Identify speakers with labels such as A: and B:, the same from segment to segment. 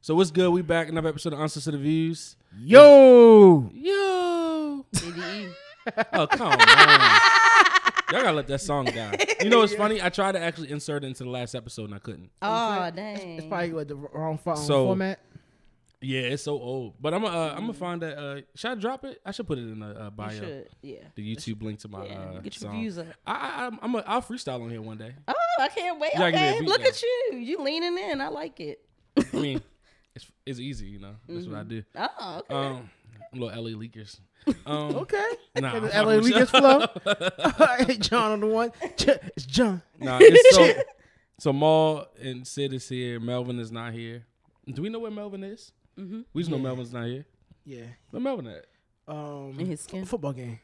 A: So what's good? We back another episode of Answers to the Views.
B: Yo,
A: Yo,
C: ADE.
A: oh come on, y'all gotta let that song down. You know what's funny? I tried to actually insert it into the last episode and I couldn't.
C: Oh, dang.
B: it's probably what the wrong fo-
A: So-
B: format.
A: Yeah, it's so old. But I'm uh, I'm gonna find that. Uh, should I drop it? I should put it in the uh, bio.
C: You should. Yeah.
A: The YouTube link to my
C: Yeah,
A: uh,
C: get your
A: song.
C: views up.
A: I, I I'm I'm a, I'll freestyle on here one day.
C: Oh, I can't wait.
A: Yeah, I can do a
C: okay,
A: beat
C: look
A: now.
C: at you. You leaning in. I like it.
A: I mean, it's it's easy, you know. That's what I do.
C: Oh, okay.
A: Um, little LA leakers. Um,
B: Okay.
A: Nah, I'm
B: Nah,
A: fucking
B: LA
A: with you.
B: Leakers flow. hey, John on the one. Ch- It's John.
A: Nah, it's so so Maul and Sid is here. Melvin is not here. Do we know where Melvin is? Mm-hmm. We just know Melvin's not here.
B: Yeah.
A: Where Melvin at?
B: Um,
C: In his skin.
B: f- football game.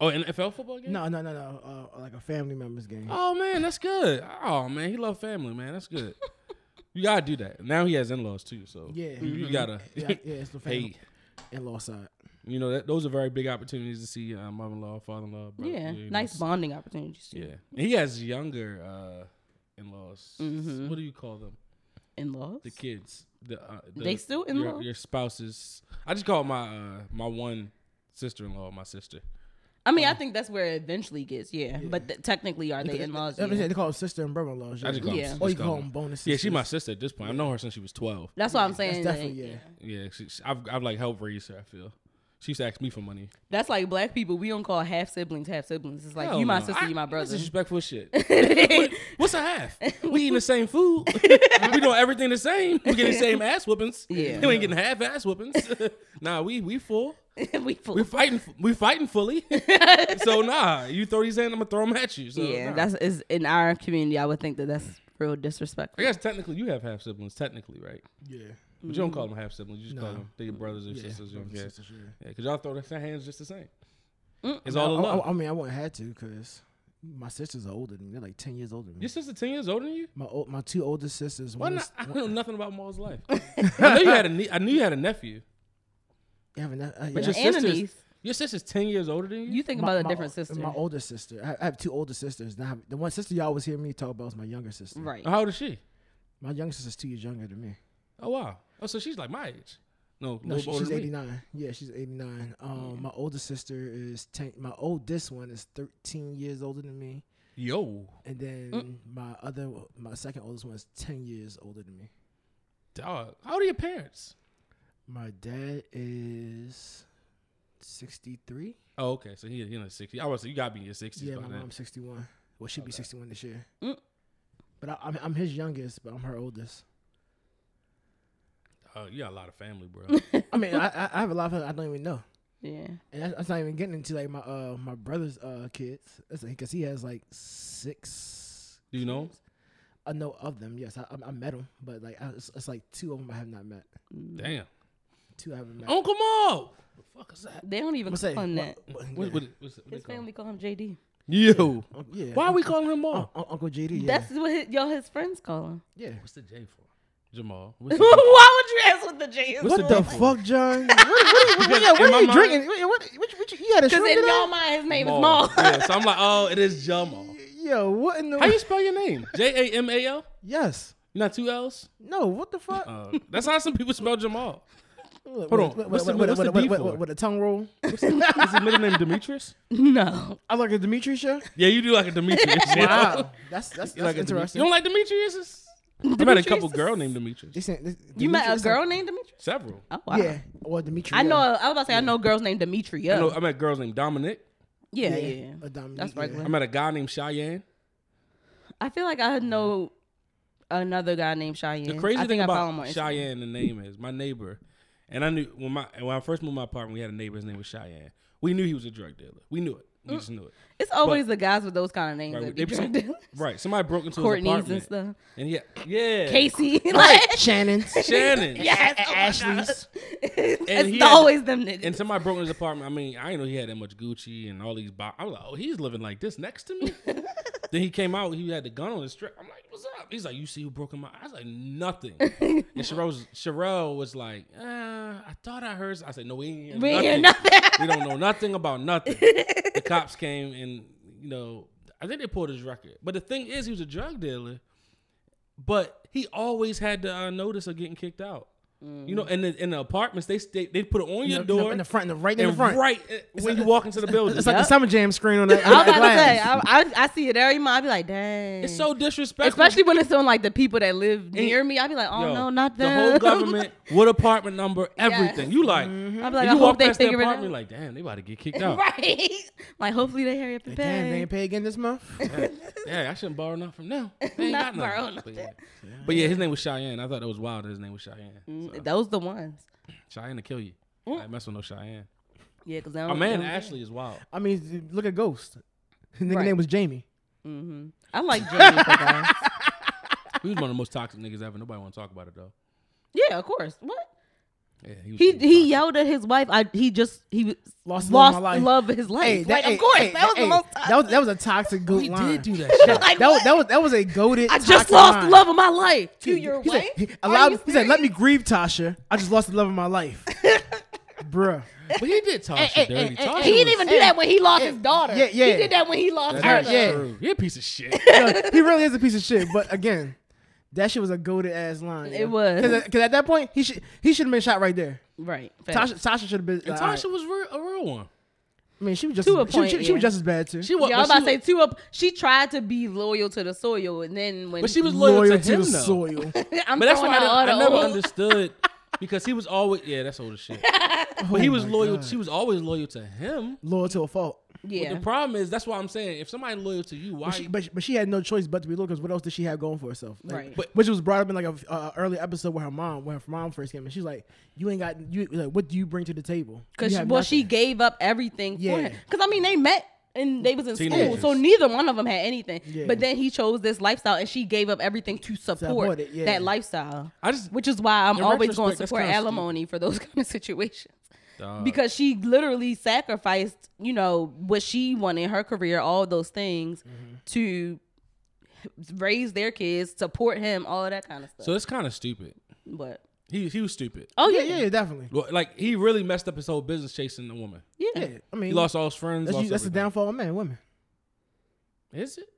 A: Oh, NFL football game.
B: No, no, no, no. Uh, like a family members game.
A: Oh man, that's good. Oh man, he love family, man. That's good. you gotta do that. Now he has in laws too, so
B: Yeah.
A: you, you gotta.
B: Yeah, yeah, it's the family
A: hey,
B: and law side.
A: you know that those are very big opportunities to see uh, mother-in-law, father-in-law. brother-
C: yeah.
A: you know,
C: Nice bonding opportunities too.
A: Yeah, he has younger uh, in-laws. What do you call them?
C: In laws.
A: The kids. The, uh, the-
C: They still
A: Your,
C: in-law?
A: your spouses. I just call my uh, my one sister-in-law my sister.
C: I mean, I think that's where it eventually gets. Yeah. But th- technically, are they in laws?
B: uh, Let me say
C: Yeah.
B: They call them sister and brother in laws.
A: I just call 'em
C: Yeah.
A: sis-
B: Or you
A: just
B: call
A: 'em-
B: them bonus.
A: Yeah, she my
B: sisters.
A: sister at this point. I've known her since she was twelve.
C: That's what I'm saying.
B: That's definitely
C: like,
B: yeah.
A: Yeah, she, she- I've I've like helped raise her. I feel she used to ask me for money.
C: That's like black people. We don't call half siblings half siblings. It's like
A: Hell
C: you my
A: no.
C: sister,
A: I-
C: you my
A: That's
C: brother.
A: disrespectful as shit. What- What's a half? We eating the same food. we doing everything the same. We getting the same ass whoopings.
C: Yeah.
A: You ain't getting half ass whoopings. nah, we we full.
C: we full.
A: We fighting. We fighting fully. so nah, you throw these in, I'm gonna throw them at you. So,
C: yeah,
A: nah.
C: that's is in our community. I would think that that's real
A: I
C: disrespectful.
A: guess technically you have half siblings, technically, right?
B: Yeah.
A: But you don't call them half siblings. You just call
B: Mm. No.
A: them they your brothers or
B: Yeah.
A: sisters. You
B: brothers
A: don't
B: and
A: care.
B: sisters, yeah.
A: Yeah, because y'all throw their hands just the same.
C: Mm.
A: It's all the
B: I,
A: love.
B: I, I mean, I wouldn't have to because my sisters are older than me. They're like ten years older than me.
A: Your sister ten years older than you.
B: My old, my two older sisters.
A: Why
B: One
A: not?
B: is,
A: I know nothing about Maul's life. I knew you had a nie- I knew you had a nephew.
B: yeah, but not- uh,
A: But
B: yeah.
A: your
C: And a
A: sisters-
C: niece.
A: Your sister's ten years older than you.
C: You think
B: My-
C: about a
B: my
C: different
B: ol-
C: sister,
B: My older sister. I, I have two older sisters. Now, the one sister y'all always hear me talk about is my younger sister.
C: right?
A: How old is she?
B: My younger sister's two years younger than me.
A: Oh wow. Oh, so she's like my age. No,
B: No,
A: little
B: she-
A: older
B: she's
A: than me.
B: eighty nine. Yeah, she's eighty nine. Um, my older sister is ten. My oldest one is thirteen years older than me,
A: Yo,
B: and then my other, my second oldest one is ten years older than me.
A: dog. How old are your parents?
B: My dad is sixty three.
A: Oh, okay. So he, you know, sixty. I was. You got to be in your sixties
B: Yeah,
A: by
B: my
A: then.
B: mom's sixty one. Well, she'd be sixty one this year.
C: Mm.
B: But I, I'm I'm his youngest, but I'm her oldest.
A: Oh, you got a lot of family, bro.
B: I mean, I, I- I have a lot of I don't even know,
C: Yeah.
B: and that's, that's not even getting into like my uh my brother's uh kids. That's like because he has like six.
A: Do you know him?
B: I know of them. Yes, I, I, I met them, but like I, it's, it's like two of them I have not met.
A: Damn,
B: Two I haven't met.
A: Uncle Maul. The fuck is that?
C: They don't even
B: I'ma say,
C: call him that.
B: what- what-
A: What,
B: yeah. Oh,
A: what, what's, what they
C: His
A: call him?
C: family call him JD.
A: Yo,
B: yeah. Oh.
A: why are we calling him Maul?
B: Un- Un- Uncle JD? Yeah.
C: That's what his, y'all his friends call him.
B: yeah.
A: What's the J for? Jamal. What's the J-
C: Why would you ask what the J is?
A: What's
B: What the
A: the devil?
B: fuck, John? What, what, what,
A: Because
B: yeah, what
A: in my
B: are you
A: mind-
B: drinking? What, what, what, you- what you, you had a
C: Because
B: shrimp
C: in
B: today?
C: y'all mind, his name
A: Maul.
C: is Maul.
A: yeah, so I'm like, oh, it is Jamal.
B: Yo, what in the?
A: How you spell your name? J A M A L.
B: yes.
A: Not two L's.
B: No. What the fuck?
A: Uh, that's how some people spell Jamal.
B: Hold
A: on. What's the- what's the D for?
B: With a tongue roll?
A: Is his middle name Demetrius?
C: no.
B: I like a Demetrius show.
A: Yeah, you do like a Demetrius. you know?
B: Wow, that's that's, that's
A: You like a Deme-
B: interesting.
A: you don't like Demetrius? I met a couple
C: Demetrius?
A: girl named Demetrius.
B: They said- this-
C: You met a
B: Demetrius-
C: girl named Demetria?
A: Several.
C: Oh, wow.
B: Yeah, or Demetrius.
C: I know. I was about to say I know girls named Demetria.
A: I,
B: Oh.
A: know, I met girls named Dominic.
C: yeah, yeah.
B: Yeah,
C: yeah.
B: a Dominique,
C: That's
B: yeah.
C: regular.
A: I met a guy named Cheyenne.
C: I feel like I know another guy named Cheyenne.
A: The crazy
C: I think
A: thing
C: I follow him
A: about
C: on Instagram.
A: Cheyenne, the name is my neighbor, and I knew when my when I first moved to my apartment, we had a neighbor. His name was Cheyenne. We knew he was a drug dealer. We knew it. We just knew it.
C: It's always the guys with those kind of names
A: Right,
C: that
A: they
C: be
A: be-
C: Mm. drug dealers.
A: Right. Somebody broke into his
C: Courtney's and
A: apartment.
C: stuff.
A: And yeah, yeah.
C: Casey, like
B: Shannon.
A: Shannon.
C: yes, oh my
B: Ashley's.
C: God.
A: And he
C: it's
A: had-
C: always them niggas.
A: And somebody broke into his apartment. I mean, I didn't know he had that much Gucci and all these. Bo- I was like, oh, he's living like this next to me. then he came out. He had the gun on his strap. I'm like, what's up? He's like, you see who broke in my? I was like, nothing. and Sherelle was, Sherelle was like, uh, I thought I heard. I said, no, we ain't hear
C: We ain't
A: nothing.
C: hear nothing.
A: we don't know nothing about nothing. the cops came and you know, I think they pulled his record. But the thing is, he was a drug dealer, but he always had the uh, notice of getting kicked out.
C: Mm.
A: You know, in the in the apartments, they stay, they put it on your
B: in the,
A: door
B: in the front, in the right in
A: and
B: the front.
A: right uh, when you walk into the building.
B: It's
A: It's,
B: like the
C: Yep.
B: summer jam screen on the,
C: I was
B: on the
C: about to say,
B: glass.
C: I, I, I see it every month. I'd be like, dang.
A: so disrespectful,
C: Mm. Especially when it's on like the people that live near me. I'd be like, oh
A: Yo,
C: no, not
A: the
C: them.
A: whole government, what apartment number, everything. You like,
C: I'd Mm-hmm. be like, I
A: you
C: hope
A: walk
C: they
A: past that
C: figure it
A: apartment,
C: out.
A: like, damn, they about to get kicked out.
C: right. Like, hopefully they hurry up and
B: Damn, they
C: pay.
B: ain't pay again this month.
A: Yeah, yeah, I shouldn't borrow nothing from them. They ain't
C: Not
A: got nothing. But
C: borrow
A: yeah. But yeah, his name was Cheyenne. I thought that was wild. that His name was Cheyenne. So,
C: Mm, Those the ones.
A: Cheyenne to kill you. I ain't mess with no Cheyenne.
C: Yeah, because they
A: My
C: Mm. don't.
A: man Ashley is wild.
B: I mean, look at Ghost. His nigga
C: Right.
B: name was Jamie.
C: Mm-hmm. I like Jamie for guys.
A: He was one of the most toxic niggas ever. Nobody want to talk about it though.
C: Yeah, of course. What?
A: Yeah, he was
C: He
A: pretty
C: he
A: toxic.
C: yelled at his wife. I he just he was-
B: Lost the love
C: lost,
B: of my life.
C: love of his life.
B: Hey,
C: like,
B: hey,
C: of course,
B: hey,
C: that was
B: hey,
C: the most.
B: That was that was a toxic goat
A: He
B: line.
A: did do that shit.
C: Like,
B: that, was,
C: what?
B: that was that was a goaded.
C: I just lost the love of my life to your
B: he
C: wife.
B: Said, he,
C: Are
B: allowed,
C: you
B: he said, "Let me
C: serious?
B: grieve, Tasha. I just lost the love of my life, bruh."
A: but he did Tasha
B: hey,
A: dirty.
B: hey,
A: Tasha
B: hey,
C: He
A: was-
C: didn't even do that when he lost his daughter.
B: yeah, yeah.
C: He did that when he lost
A: That's
C: her.
A: not
B: Alright, yeah.
A: true. He a piece of shit.
B: Yo, he really is a piece of shit. But again, that shit was a goaded ass line.
C: It was.
B: because at that point he should he should have been shot right there.
C: Right.
B: Tasha Tasha should have been.
A: And
B: like,
A: Tasha
B: alright.
A: was real, a real one.
B: I mean, she was just
C: To a
B: as- she-
C: point,
B: she, she was
C: yeah.
B: just as bad too.
A: She was. but
C: Y'all about
A: she
C: to say
A: was-
C: two up. She tried to be loyal to the soil, and then when
A: but she was loyal,
B: loyal
A: to,
B: to
A: him
B: the
A: though.
B: soil.
C: I'm
A: But that's
C: throwing
A: why I,
C: out
A: didn't-
C: all
A: I
C: the
A: never
C: old-
A: understood because he was always yeah, that's old as shit. But he was loyal. She was always loyal to him.
B: Oh loyal to a fault.
C: Yeah.
A: The problem is that's why I'm saying if somebody loyal to you, why?
B: But she, but, but she had no choice but to be loyal because what else did she have going for herself? Like,
C: Right.
B: But, which was brought up in like a uh, early episode where her mom, when her mom first came, and she's like, "You ain't got you. Like, what do you bring to the table?
C: Cause
B: You
C: she,
B: have
C: well, she
B: nothing."
C: gave up everything for
B: Yeah.
C: him. Cause I mean, they met and they was in school,
A: Teenagers.
C: so neither one of them had anything.
B: Yeah.
C: But then he chose this lifestyle, and she gave up everything to support
B: Support it, yeah.
C: that lifestyle.
A: I just
C: Which is why I'm
A: In
C: always going to
A: retrospect, that's
C: support
A: kinda stupid.
C: alimony for those kind of situations.
A: Dog.
C: because she literally sacrificed, you know, what she wanted, her career, all those things
A: Mm-hmm.
C: to raise their kids, support him, all of that kind of stuff.
A: so it's kind of stupid.
C: but
A: He he was stupid.
C: oh yeah,
B: yeah, yeah, yeah, definitely.
A: Well, Like he really messed up his whole business chasing the woman.
C: yeah.
B: Yeah, I mean,
A: He lost all his friends.
B: That's,
A: lost
B: you, that's the
A: everything.
B: downfall of men, women.
A: Is it?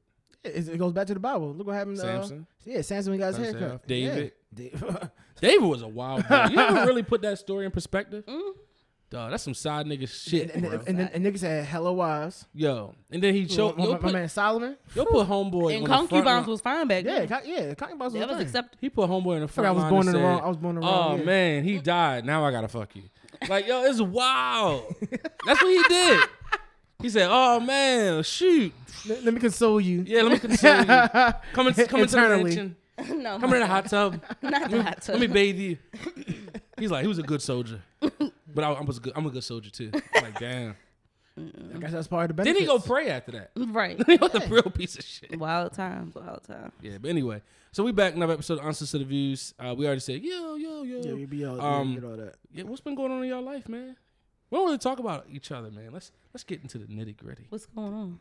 B: It, it goes back to the Bible. Look what happened. to, uh,
A: Samson.
B: yeah, Samson got his hair
A: Samson,
B: cut.
A: David.
B: Yeah. Da-
A: David was a wild. Boy. You ever really put that story in perspective?
C: Mm-hmm.
A: Dog, that's some side nigga
B: and,
A: shit,
B: and,
A: bro.
B: and, and niggas had hella wives.
A: yo. And then he
B: Yo,
A: showed
B: my,
A: yo
B: my- my
A: put,
B: man Solomon.
A: yo put homeboy.
C: And
A: on the front
C: concubines
A: line.
C: was fine back
B: Yeah,
C: then.
B: co- yeah, cotton balls was
C: that
B: a
C: was
B: thing.
C: acceptable.
A: He put homeboy in the front.
B: I was
A: line
B: born
A: and
B: in the wrong-
A: said,
B: I was born in the
A: Oh
B: wrong year."
A: man, he died. Now I gotta fuck you. Like yo, it's wild. That's what he did. He said, "Oh man, shoot,
B: Let, let me console you.
A: yeah, let me console you. Come and come into the
B: Internally.
A: mansion.
C: no,
A: Come in the hot tub.
C: not that.
A: Let me bathe you." He's like, he was a good soldier, but I, I was a good. I'm a good soldier too. I'm like damn.
B: I guess that's part of the
A: Then
B: benefits.
A: he go pray after that.
C: right.
A: he was a real piece of shit.
C: Wild times, wild times.
A: Yeah, but anyway, so we back another episode of Answers to the Views. Uh, we already said yo, yo, yo.
B: Yeah, you be all,
A: Um,
B: yeah, get all that.
A: Yeah, what's been going on in your life, man? We don't really talk about each other, man. Let's let's get into the nitty gritty.
C: What's going on?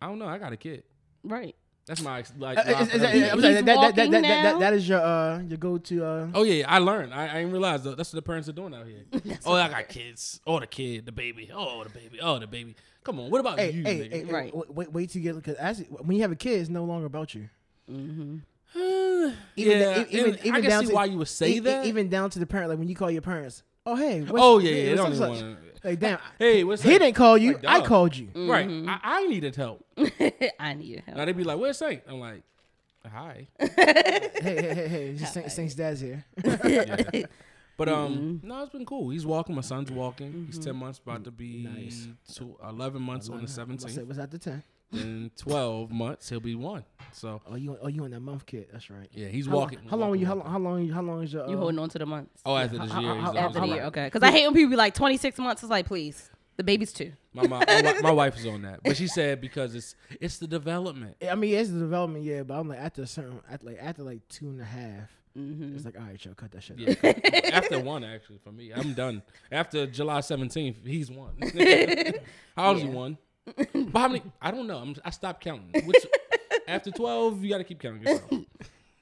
A: I don't know. I got a kid.
C: Right.
A: That's my ex- like.
B: Uh, is-
A: my-
B: is- is- is- I'm sorry, that-
C: He's
B: that- that-
C: walking
B: that- that-
C: now?
B: That is your uh, your go to. Uh,
A: oh yeah, yeah, I learned. I, I didn't realize though. That's what the parents are doing out here. oh, I got kids. Oh, the kid, the baby. Oh, the baby. Oh, the baby. Come on. What about
B: hey,
A: you,
B: hey,
A: nigga?
B: hey, hey,
C: Right.
B: wait, wait, wait till you get because actually, when you have a kid, it's no longer about you.
A: Uh,
B: Even-
A: yeah,
B: e- even-
A: and
B: even
A: I can
B: down
A: see
B: to-
A: why you would say
B: e- e-
A: that.
B: Even down to the parent, like when you call your parents. Oh hey. What's,
A: oh yeah, yeah. they
B: what's
A: don't even
B: up,
A: wanna,
B: such- Like damn.
A: hey, what's
B: He
A: up?
B: didn't Mm-hmm. call you.
A: Like,
B: I
A: dog.
B: called you.
A: Right. I, I needed help.
C: I needed help.
A: Now they be like, "Where's Saint?" I'm like, "Hi."
B: hey, hey, hey, hey. Just Saint, Saint's dad's here.
A: But um,
B: Mm-hmm.
A: no, it's been cool. He's walking. My son's walking. He's ten months, about to be two, eleven months on the
B: I said,
A: seventeenth.
B: was that the ten?
A: In twelve months, he'll be one. So
B: Oh, you, oh, you on that month kid? That's right.
A: yeah, he's
B: How, long-
A: walking.
B: How long were you? How long?
A: walking.
B: How long? How long is your?
C: you
B: uh,
C: holding on to the months.
A: Oh, after this
B: how-
A: year.
B: how-
A: he's-
B: how-
A: he's
C: After the
A: on
C: year,
A: that.
C: okay. Because I hate when people be like, 26 months is like, please. The baby's two.
A: My, my, my, wi- my wife is on that, but she said because it's it's the development.
B: I mean, it's the development, yeah, but I'm like after a certain, after like after like two and a half, it's like all right, yo, cut that shit.
A: Yeah,
B: Off.
A: after one actually for me, I'm done. After July 17th, he's one. how old is he one? But how many? I don't know. I'm, I stopped counting. Which, after 12, you got to keep counting yourself.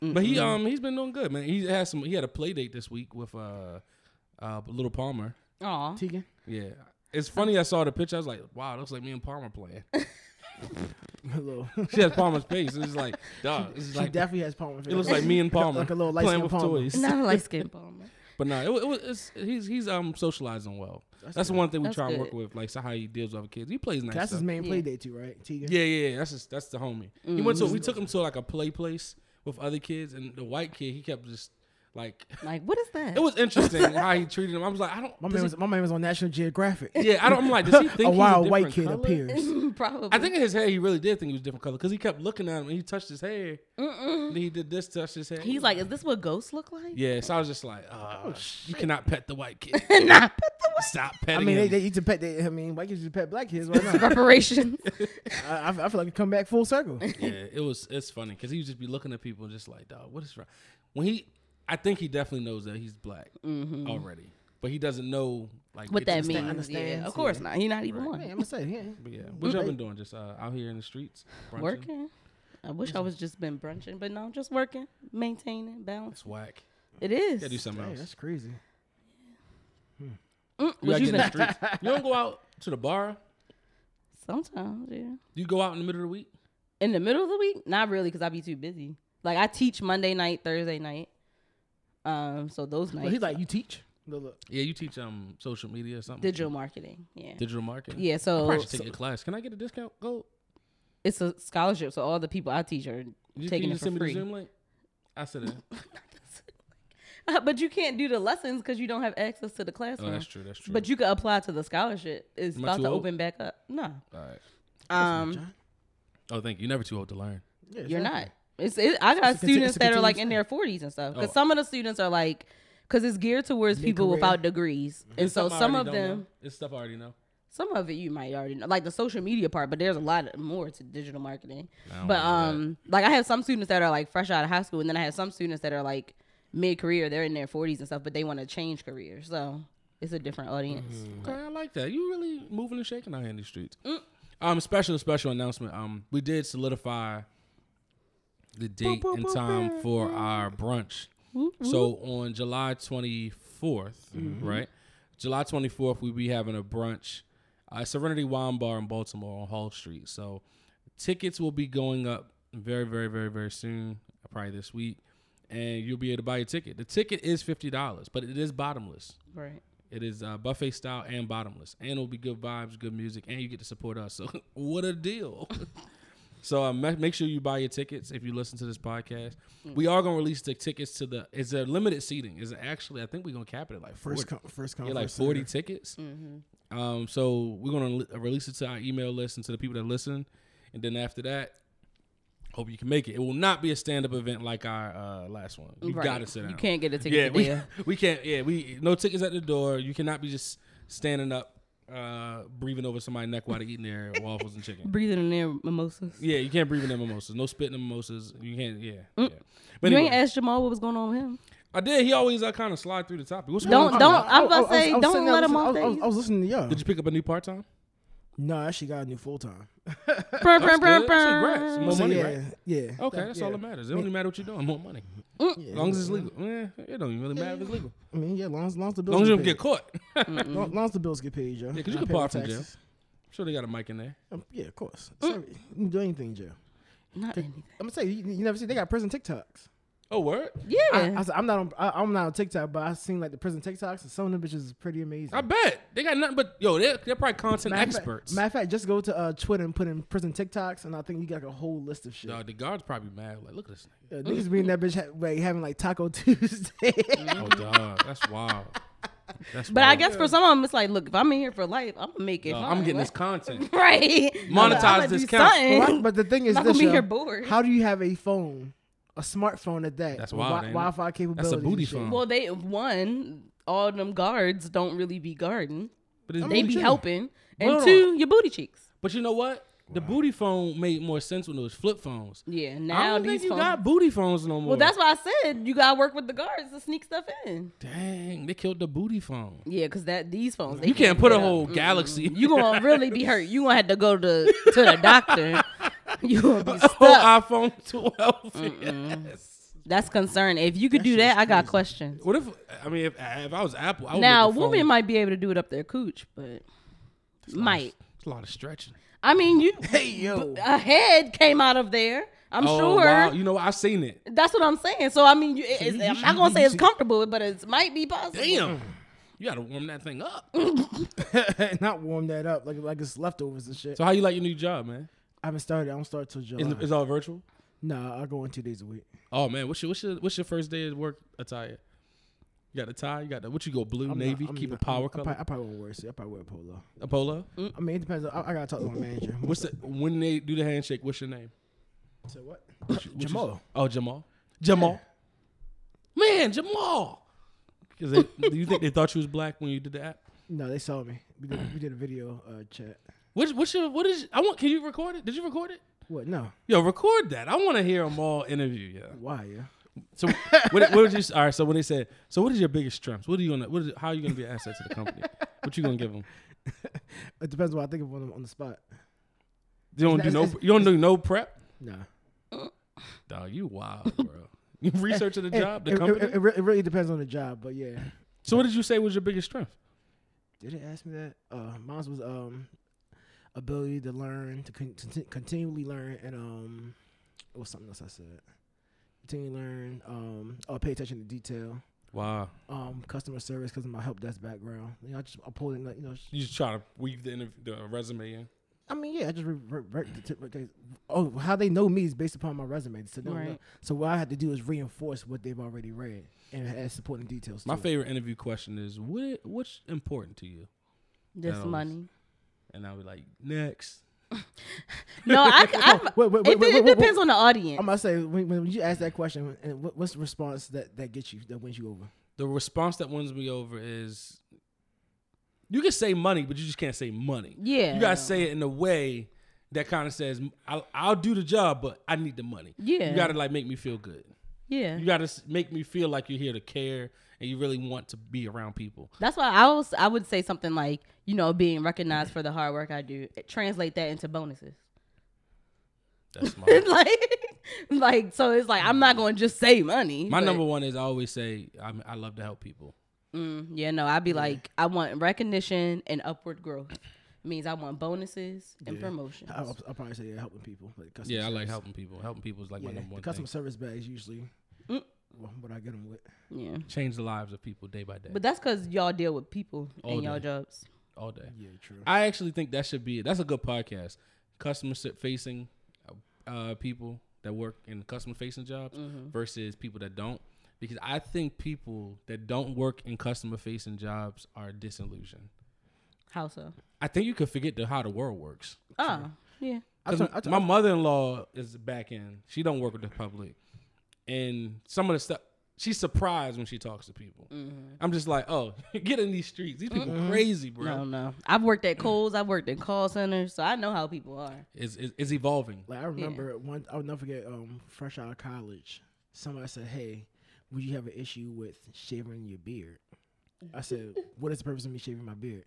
A: But he um he's been doing good, man. He has some. He had a play date this week with uh uh little Palmer.
C: Aw.
B: Tegan,
A: Yeah. It's funny. I saw the picture. I was like, "Wow, it looks like me and Palmer playing."
B: hello.
A: She has Palmer's face. It's just like, dog. It's just
B: she
A: like
B: definitely has palm.
A: it looks like me and Palmer
B: like a little light
A: playing
B: skin
A: with
B: Palmer.
A: toys.
C: Not a light skin bomber.
A: But no, it, it was it's, he's he's um socializing well. That's, the one thing we
C: That's
A: try to
C: good.
A: work with, like so how he deals with other kids. He plays nice.
B: That's
A: stuff.
B: his main
C: Yeah.
B: play day too, right? Tegan.
A: Yeah, yeah, yeah. That's his, that's the homie.
C: Mm-hmm.
A: He went to we took him to like a play place with other kids, and the white kid he kept just like
C: Like, what is that?
A: it was interesting how he treated him. I was like, I don't.
B: My
A: does
B: man
A: he-
B: was my man was on National Geographic.
A: yeah, I don't. I'm like, does he think
B: a
A: he's
B: wild white kid
A: different color?
B: appears.
C: Probably.
A: I think in his head he really did think he was a different color because he kept looking at him and he touched his hair.
C: Mm-mm.
A: Then he did this, touched his hair.
C: he's like, is this what ghosts look like?
A: yeah. So I was just like, oh, you cannot pet the white kid.
C: nah,
A: Stop
B: I
A: petting
B: mean, they,
A: him.
B: they you can pet. They, I mean, white kids you pet black kids. Why not?
C: reparations.
B: I, I, I feel like it come back full circle.
A: yeah, it was. It's funny because he would just be looking at people and just like, dog, what is wrong? When he, I think he definitely knows that he's black already, but he doesn't know like
C: Mm-hmm. what
A: it's-
C: that
A: it's
C: means?
B: understands,
C: yeah, of course
B: yeah.
C: not. He's not even
B: Man, I'm
C: one.
B: gonna say, yeah.
A: But yeah, what y'all
B: Right.
A: been doing? Just uh, out here in the streets, brunching?
C: Working. I wish I was just been brunching, but no, I'm just working, maintaining balance.
A: It's whack.
C: It is.
A: Gotta do something
B: Dang,
A: else.
B: that's crazy.
C: Mm,
A: You
C: what
A: gotta
C: you
A: get in the
C: say?
A: streets. You don't go out to the bar.
C: Sometimes, yeah.
A: You go out in the middle of the week.
C: In the middle of the week, not really, because I be too busy. Like I teach Monday night, Thursday night. Um, so those
B: But
C: nights, uh,
B: he's like, you teach. Look, look.
A: Yeah, you teach um social media or something.
C: digital marketing. Yeah.
A: digital marketing.
C: Yeah.
A: I
C: So
A: probably should take a class. Can I get a discount? Go.
C: it's a scholarship. So all the people I teach are
A: You, can
C: taking
A: you
C: it for
A: send me the
C: free.
A: Zoom link? I said "Oh, that.
C: but you can't do the lessons because you don't have access to the
A: Oh,
C: classroom.
A: that's true. That's true.
C: But you could apply to the scholarship. It's
A: Am I
C: about
A: too
C: to
A: old?
C: open back up. No.
A: All right.
C: Um,
A: Oh, thank you. You're never too old to learn.
B: Yeah,
C: you're
B: exactly.
C: not. It's it, I got
B: It's a conti-
C: students
B: it's a
C: that are like
B: continuous
C: in their 40s and stuff. Because
A: Oh.
C: some of the students are like, because it's geared towards people
B: Mid-career.
C: without degrees, and
A: It's
C: so
A: stuff I
C: some of
A: already don't
C: them,
A: know. It's stuff I already know.
C: some of it you might already know, like the social media part. But there's a lot more to digital marketing.
A: I don't
C: But
A: know that.
C: um, like I have some students that are like fresh out of high school, and then I have some students that are like mid career. They're in their 40s and stuff, but they want to change careers. So it's a different audience.
A: Okay, I like that. You really moving and shaking out here in these streets. Um, special special announcement. Um, we did solidify the date and time for our brunch. So on July twenty right? July twenty fourth, we be having a brunch, uh, Serenity Wine Bar in Baltimore on Hall Street. So tickets will be going up very, very, very, very soon. Probably this week, and you'll be able to buy your ticket. The ticket is fifty dollars, but it is bottomless.
C: Right.
A: It is uh, buffet style and bottomless, and it'll be good vibes, good music, and you get to support us. So what a deal! so uh, ma- make sure you buy your tickets if you listen to this podcast. We are gonna release the tickets to the. It's a limited seating. Is actually I think we're gonna cap it at like 40,
B: First come, first come.
A: yeah, like
B: first serve.
A: forty tickets.
C: Mm-hmm.
A: Um, so we're gonna li- release it to our email list and to the people that listen, and then after that. Hope you can make it. It will not be a stand-up event like our uh, last one. You
C: right.
A: gotta sit down.
C: You can't get a ticket
A: Yeah,
C: to
A: we,
C: Dale.
A: we can't. Yeah, we no tickets at the door. You cannot be just standing up, uh, breathing over somebody's neck while they're eating their waffles and chicken.
C: breathing in their mimosas.
A: Yeah, you can't breathe in their mimosas. No spitting in mimosas. You can't. Yeah, yeah. But
C: Mm. You
A: anyway,
C: ain't asked Jamal what was going on with him.
A: I did. He always uh, kind of slide through the topic. What's
C: Don't-
A: going on?
C: don't-
B: Oh,
C: I'm
B: oh,
C: gonna
B: oh, I was-
C: say,
B: I was
C: don't
B: sitting there,
C: let
B: I was-
C: 'em off
B: I was-
C: the
B: I was- I was listening to y'all.
A: Did you pick up a new part time?
B: No, she got a new full time.
C: Brr, brr,
A: That's
C: brr,
A: good.
C: brr.
A: That's congrats. More
B: So,
A: money,
B: yeah,
A: right?
B: Yeah.
A: Okay, that's
B: yeah.
A: all that matters. It only matter what you're doing. More money,
B: Yeah.
A: as long as it's legal. Yeah, it don't even really matter if it's legal.
B: I mean, yeah, long as long as the
A: As
B: bills
A: long as you
B: get
A: don't get
B: paid.
A: caught. I'm
B: Long, long as the bills get paid, yo. Yeah,
A: 'cause you can borrow from jail. sure they got a mic in there.
B: Um, yeah, of course.
C: Mm.
B: Sorry. You can do anything, in jail.
C: Not anything.
B: I'm gonna say you, you never see they got prison TikToks.
A: Oh, word.
C: Yeah.
B: I, I, said, I'm not on I, I'm not on TikTok, but I've seen like the prison TikToks and some of them bitches is pretty amazing.
A: I bet they got nothing but yo. They're, they're probably content
B: Matter of fact-
A: experts.
B: Matter of fact, just go to uh, Twitter and put in prison TikToks, and I think you got like, a whole list of shit.
A: Dog, the guards probably mad. Like, look at this nigga.
B: Uh, niggas being that bitch ha- like, having like Taco Tuesday.
A: Oh, dog, that's wild. That's
C: but I guess for some of them, it's like, look, if I'm in here for life, I'm gonna make it.
A: Dog,
C: fine.
A: I'm getting this
C: Like,
A: content.
C: right.
A: Monetize
C: I'ma
A: this
C: do
A: count.
C: something.
B: Well, I- but the thing is,
C: Not
B: this,
C: gonna be
B: yo,
C: here bored.
B: how do you have a phone, a smartphone at that?
A: That's
B: with
A: wild,
B: Wi-
A: ain't it?
B: Wi-Fi capability.
A: booty phone.
C: Well, they one all them guards don't really be guarding.
A: But, it's
C: They
A: booty
C: be
A: cheek.
C: helping,
A: Hold
C: and
A: on.
C: two, your booty cheeks.
A: But you know what? The booty phone made more sense when it was flip phones.
C: Yeah.
A: I
C: Now
A: don't
C: these
A: think you
C: phones.
A: got booty phones no more.
C: well, that's why I said you gotta work with the guards to sneak stuff in.
A: dang. They killed the booty phone.
C: Yeah, cause that these phones they
A: You can't put
C: get
A: a
C: up.
A: whole galaxy.
C: You gonna really be hurt. You gonna have to go to to the doctor. You gonna be
A: a whole
C: stuck.
A: iPhone 12. Yes.
C: That's concerning. If you could do that, I got questions.
A: What if? I mean, if, if I was Apple, I would
C: Now,
A: make a
C: women
A: phone.
C: might be able to do it up their cooch, but might.
A: It's a lot of stretching.
C: I mean, you
B: Hey yo,
C: a head came out of there. I'm
A: Oh,
C: sure
A: wow. You know, what? I've seen it.
C: that's what I'm saying. So I mean, you, it- it's,
A: you-
C: I'm
A: you-
C: not gonna
A: you
C: say it's
A: see-
C: comfortable, but it might be possible.
A: Damn. You gotta warm that thing up.
B: Not warm that up like like it's leftovers and shit.
A: So how you like your new job, man?
B: I haven't started. I don't start till July.
A: Is it's all virtual?
B: nah, I go in two days a week.
A: Oh man, what's your what's your what's your first day at work attire? You got the tie. You got the what you go blue
B: I'm not-
A: navy.
B: I'm
A: keep
B: not-
A: it power
B: I'm- I
A: color.
B: probably, I probably won't wear it. I probably wear a polo.
A: a polo.
B: I mean, it depends. I, I gotta talk to my manager.
A: What's the when they do the handshake? What's your name?
B: So what?
A: What's your-
B: Jamal.
A: oh, Jamal. Jamal. Man, Jamal. Because do you think they thought you was black when you did the app?
B: No, they saw me. We did, we did a video uh, chat.
A: What's what's your what is I want? Can you record it? Did you record it?
B: What? No.
A: Yo, record that. I want to hear them all interview. Yeah.
B: Why? Yeah.
A: So what, what would you? All right. So when they said, so what is your biggest strengths? What are you gonna? What is, how are you gonna be an asset to the company? What you gonna give them?
B: It depends what I think of on the, on the spot.
A: You don't
B: It's
A: do
B: not-
A: no.
B: it's-
A: You don't do no prep.
B: Nah.
A: Dog, you wild, bro. You researching the
B: It-
A: job, the
B: it,
A: company.
B: It, it re- it really depends on the job, but yeah.
A: so what did you say was your biggest strength?
B: Did it ask me that? Uh, mine was um ability to learn, to con- conti- continually learn, and um, it was something else I said. Continue to learn. Um, oh, pay attention to detail.
A: Wow.
B: Um, customer service because of my help desk background. You know, I just I pulled in like you know. sh-
A: You just try to weave the, interview, the resume in.
B: I mean, yeah, I just revert. revert the tip- okay. Oh, how they know me is based upon my resume. So, they don't know-
C: Right.
B: so what I had to do is reinforce what they've already read and add supporting details.
A: My
B: to it.
A: favorite interview question is, what what's important to you? That
C: Just
A: was-
C: money.
A: And I'll be like, next.
C: No, I, I,
B: Oh, Wait, wait, wait,
C: it,
B: wait,
C: it
B: wait, wait.
C: depends on the audience.
B: I'm gonna say when, when you ask that question, and what, what's the response that that gets you that wins you over?
A: The response that wins me over is, you can say money, but you just can't say money.
C: yeah,
A: You gotta say it in a way that kind of says, I'll, "I'll do the job, but I need the money."
C: Yeah.
A: You gotta like make me feel good.
C: yeah.
A: You gotta s- make me feel like you're here to care and you really want to be around people.
C: That's why I was I would say something like you know being recognized for the hard work I do. Translate that into bonuses.
A: That's my
C: like, like so it's like I'm not going to just say money.
A: my
C: but-
A: number one is I always say i I love to help people.
C: Mm, yeah, no, I'd be like I want recognition and upward growth. means I want bonuses and
B: Yeah. Oh.
C: promotions.
B: I, will probably say yeah, helping people. Like customer
A: Yeah, I like
B: service.
A: helping people. Helping people is like my
B: Yeah,
A: number
B: the
A: one
B: customer
A: thing.
B: service bag is usually
C: Mm.
B: wha- what I get them with.
C: Yeah,
A: Change the lives of people day by day,
C: but that's because y'all deal with people
A: All
C: in y'all
A: day.
C: jobs.
A: all day.
B: Yeah, true.
A: I actually think that should be that's a good podcast. Customer se- facing uh, people that work in customer facing jobs
B: Mm-hmm.
A: versus people that don't, because I think people that don't work in customer facing jobs are disillusioned.
C: How so?
A: I think you could forget the, how the world works.
C: Oh, yeah.
B: I
A: 'Cause
B: turn- I turn-
A: my mother in law is back in. She don't work with the public, and some of the stuff she's surprised when she talks to people.
B: Mm-hmm.
A: I'm just like, oh, get in these streets. These people crazy, bro.
C: No, no. I've worked at Kohl's. I've worked at call centers, so I know how people are.
A: It's, it's, it's evolving.
B: Like I remember one, I'll never forget. Um, fresh out of college, somebody said, "Hey, would you have an issue with shaving your beard?" I said, "What is the purpose of me shaving my beard?"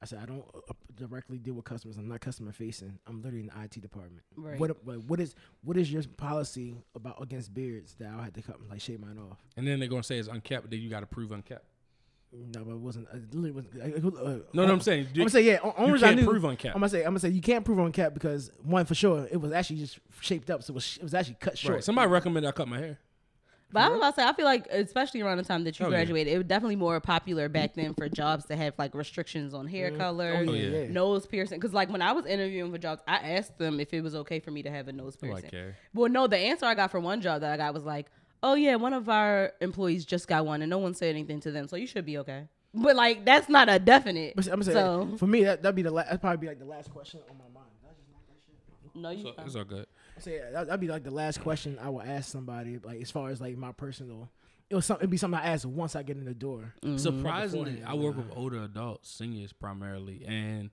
B: I said, "I don't uh, directly deal with customers. I'm not customer facing. I'm literally in the IT department.
C: Right.
B: What, like, what is what is your policy about against beards that I had to cut like shave mine off?
A: And then they're gonna say it's unkept. Then you got to prove unkept.
B: No, but it wasn't. It literally wasn't. uh, uh,
A: No, no, I'm saying
B: I'm gonna say yeah. on- on
A: you
B: reason I
A: can't
B: knew-
A: prove on cap.
B: I'm gonna say I'm gonna say you can't prove on cap because one for sure it was actually just shaped up, so it was, it was actually cut short.
A: Right. Somebody recommended I cut my hair.
C: But I was about to say, I feel like, especially around the time that you
A: Oh, yeah.
C: graduated, it was definitely more popular back then for jobs to have like restrictions on hair color,
B: Oh,
A: yeah.
B: yeah.
C: nose piercing. Because like when I was interviewing for jobs, I asked them if it was okay for me to have a nose
A: Oh, I
C: piercing.
A: care.
C: Well, no, the answer I got for one job that I got was like, "Oh yeah, one of our employees just got one, and no one said anything to them, so you should be okay." But like that's not a definite.
B: But I'm gonna say
C: so
B: for me that that'd be the la- that'd probably be like the last question on my mind. Did I just knock that shit?
C: no, you.
A: So it's all good.
B: So yeah, that, that'd be like the last question I would ask somebody, like as far as like my personal. It was something. It'd be something I ask once I get in the door. Oh,
A: Mm-hmm. Surprisingly,
B: Beforehand,
A: I work with older adults, seniors primarily, and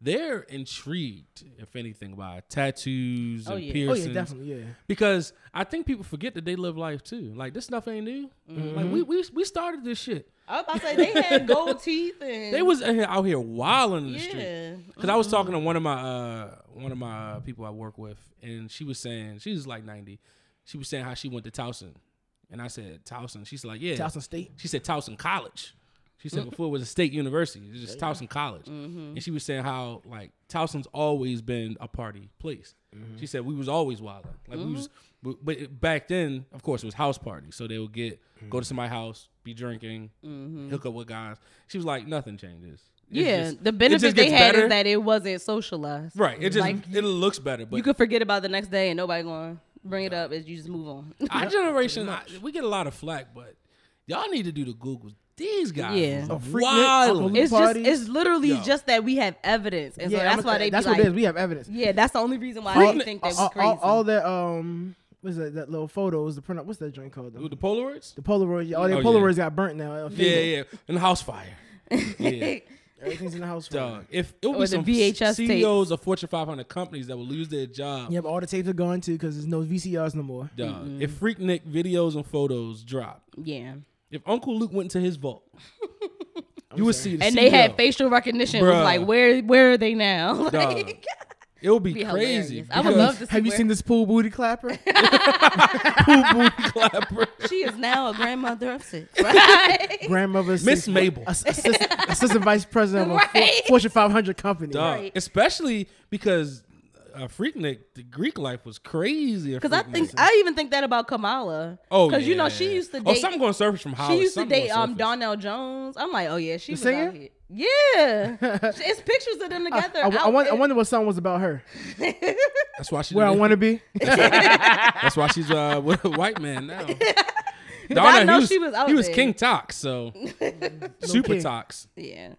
A: they're intrigued, if anything, by tattoos
C: Oh,
A: and
C: yeah. Oh, yeah,
B: Oh
A: piercings.
B: yeah, definitely. Yeah,
A: Because I think people forget that they live life too. Like this stuff ain't new. Like we, we we started this shit.
C: I was about to say they had gold teeth and
A: They was out here- out here wilding in the street.
C: yeah.
A: Cause I was talking to one of my uh, one of my uh, people I work with, and she was saying she was like ninety. She was saying how she went to Towson, and I said Towson. She's like, yeah,
B: Towson State.
A: She said Towson College. She She
C: Mm.
A: said before it was a state university, it's just Towson College,
C: Mm-hmm.
A: and she was saying how like Towson's always been a party place.
C: Mm-hmm.
A: She said we was always wilding, like we was, but- but it- back then, of course, it was house parties, so they would get
C: Mm-hmm.
A: go to somebody's house, be drinking, hook up with guys. She was like, nothing changes. It's
C: yeah,
A: just-
C: the
A: it
C: benefit
A: just
C: they
A: gets
C: had
A: better.
C: is that it wasn't socialized.
A: right. It just
C: Like,
A: it looks better, but
C: you could forget about the next day and nobody going to bring it up as you just move on.
A: our generation, I- we get a lot of flack, but y'all need to do the Googles. These guys,
C: Yeah.
A: is
B: Oh, freak Nick,
A: wild.
B: Uncle Luke.
C: it's just
B: parties.
C: it's literally
A: Yo.
C: just that we have evidence, and so that's
B: I'ma-
C: why they
B: That's
C: be
B: what it
C: like,
B: is. We have evidence.
C: yeah, that's the only reason why
A: Freak
C: they
A: Nick-
C: think that was
B: all,
C: crazy.
B: all, all that um, what's that? That little photos, the print. What's that joint called?
A: With the
B: The,
A: Polaroids.
B: the Polaroids. All their
A: Oh, yeah.
B: Polaroids got burnt now.
A: Yeah, yeah, and the house fire. Yeah,
B: Everything's in the house.
A: dog. If it would
C: Or
A: be
C: the
A: some
C: VHS tapes.
A: CEOs of Fortune 500 companies that would lose their job,
B: Yep, all the tapes are gone too because there's no VCRs no more.
A: dog.
C: Mm-hmm.
A: If Freaknik videos and photos drop,
C: yeah,
A: if Uncle Luke went to his vault, you would see. The E
C: and they had
A: CEO.
C: facial recognition. It was
A: Bruh.
C: like, where where are they now?
A: Dog.
C: Like,
A: It would be,
C: be
A: crazy.
C: hilarious. I would love to see.
B: Have you
C: where-
B: seen this pool booty clapper?
A: Poo booty clapper.
C: She is now a grandmother of six.
B: Grandmother's
A: Miss Mabel.
B: assistant, assistant vice president of a for-
C: Right.
B: Fortune 500 company.
A: Dog.
C: Right.
A: Especially because uh, Freaknik, the Greek life was crazy. at
C: Because I
A: Freaknik.
C: think I even think that about Kamala.
A: oh,
C: because you know
A: yeah.
C: she used to
A: Oh,
C: date.
A: something going to surface from Hollis.
C: she used to
A: Something gonna
C: date um
A: surface.
C: Donnell Jones. I'm like, oh yeah, she was
B: singer?
C: out here. Yeah, it's pictures of them
B: I,
C: together.
B: I, I
C: out
B: wonder, I
C: in-
B: wonder what song was about her.
A: That's why she.
B: Where I
A: didn't-
B: want to be.
A: That's why she's uh, with a white man now.
C: I know
A: he was,
C: she was out
A: he was
C: there.
A: King Tox, so super
B: king.
A: Tox.
C: yeah,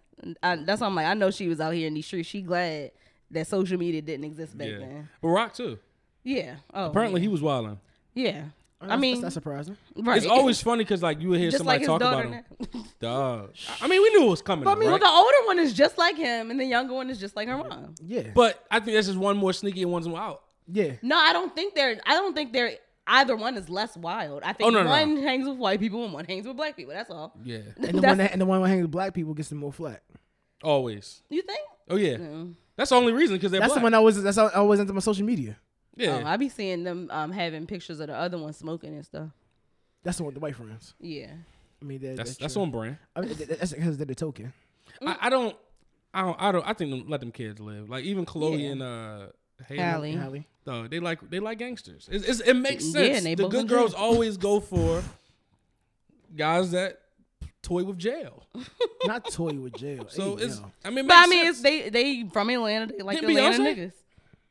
C: I, that's why I'm like, I know she was out here in these streets. She glad that social media didn't exist back
A: Yeah,
C: then.
A: but Rock too.
C: Yeah. Oh,
A: Apparently, he was wilding.
C: Yeah. I
B: That's-
C: mean,
B: that's surprising.
C: right.
A: It's always funny because like you would hear
C: just
A: somebody
C: like his
A: talk about
C: daughter.
A: him.
C: Now.
A: Dog. I- I mean, we knew it was coming,
B: But I mean,
A: right?
C: Well, the older one is just like him, and the younger one is just like
A: Mm-hmm.
C: her mom.
B: Yeah.
A: But I think that's just one more sneaky and one's more out.
B: yeah.
C: No, I don't think they're. I don't think they're. Either one is less wild. I think
A: Oh, no, no,
C: one hangs with white people and one hangs with black people. That's all.
A: Yeah,
B: And the,
C: That's-
B: one that, and the one that hangs with black people gets the more flat.
A: always.
C: You think?
A: Oh yeah, that's the only reason because they're
B: That's the
A: black.
B: one I was. That's how I was into my social media.
A: yeah,
C: Oh, I be seeing them um, having pictures of the other one smoking and stuff.
B: That's the one with the white friends.
C: Yeah.
B: I mean, that,
A: that's
B: that's
A: that's
B: true.
A: on brand.
B: I mean, that- that's because they're the token.
C: Mm.
A: I, I don't, I don't, I don't. I think them, let them kids live. Like even Chloe
C: Yeah.
A: and uh, Haley,
C: Hallie.
B: Hallie.
A: No, they like they like gangsters. It's, it's, it makes
C: Yeah,
A: sense.
C: and they
A: the
C: both in
A: good
C: jail.
A: girls always go for guys that toy with jail.
B: Not toy with jail.
A: So
B: Hey,
A: it's
B: yo.
A: I mean, it
C: But I
A: makes
C: mean, it's
A: sense.
C: they they from Atlanta. They like
A: Didn't
C: Atlanta
A: Beyonce?
C: niggas.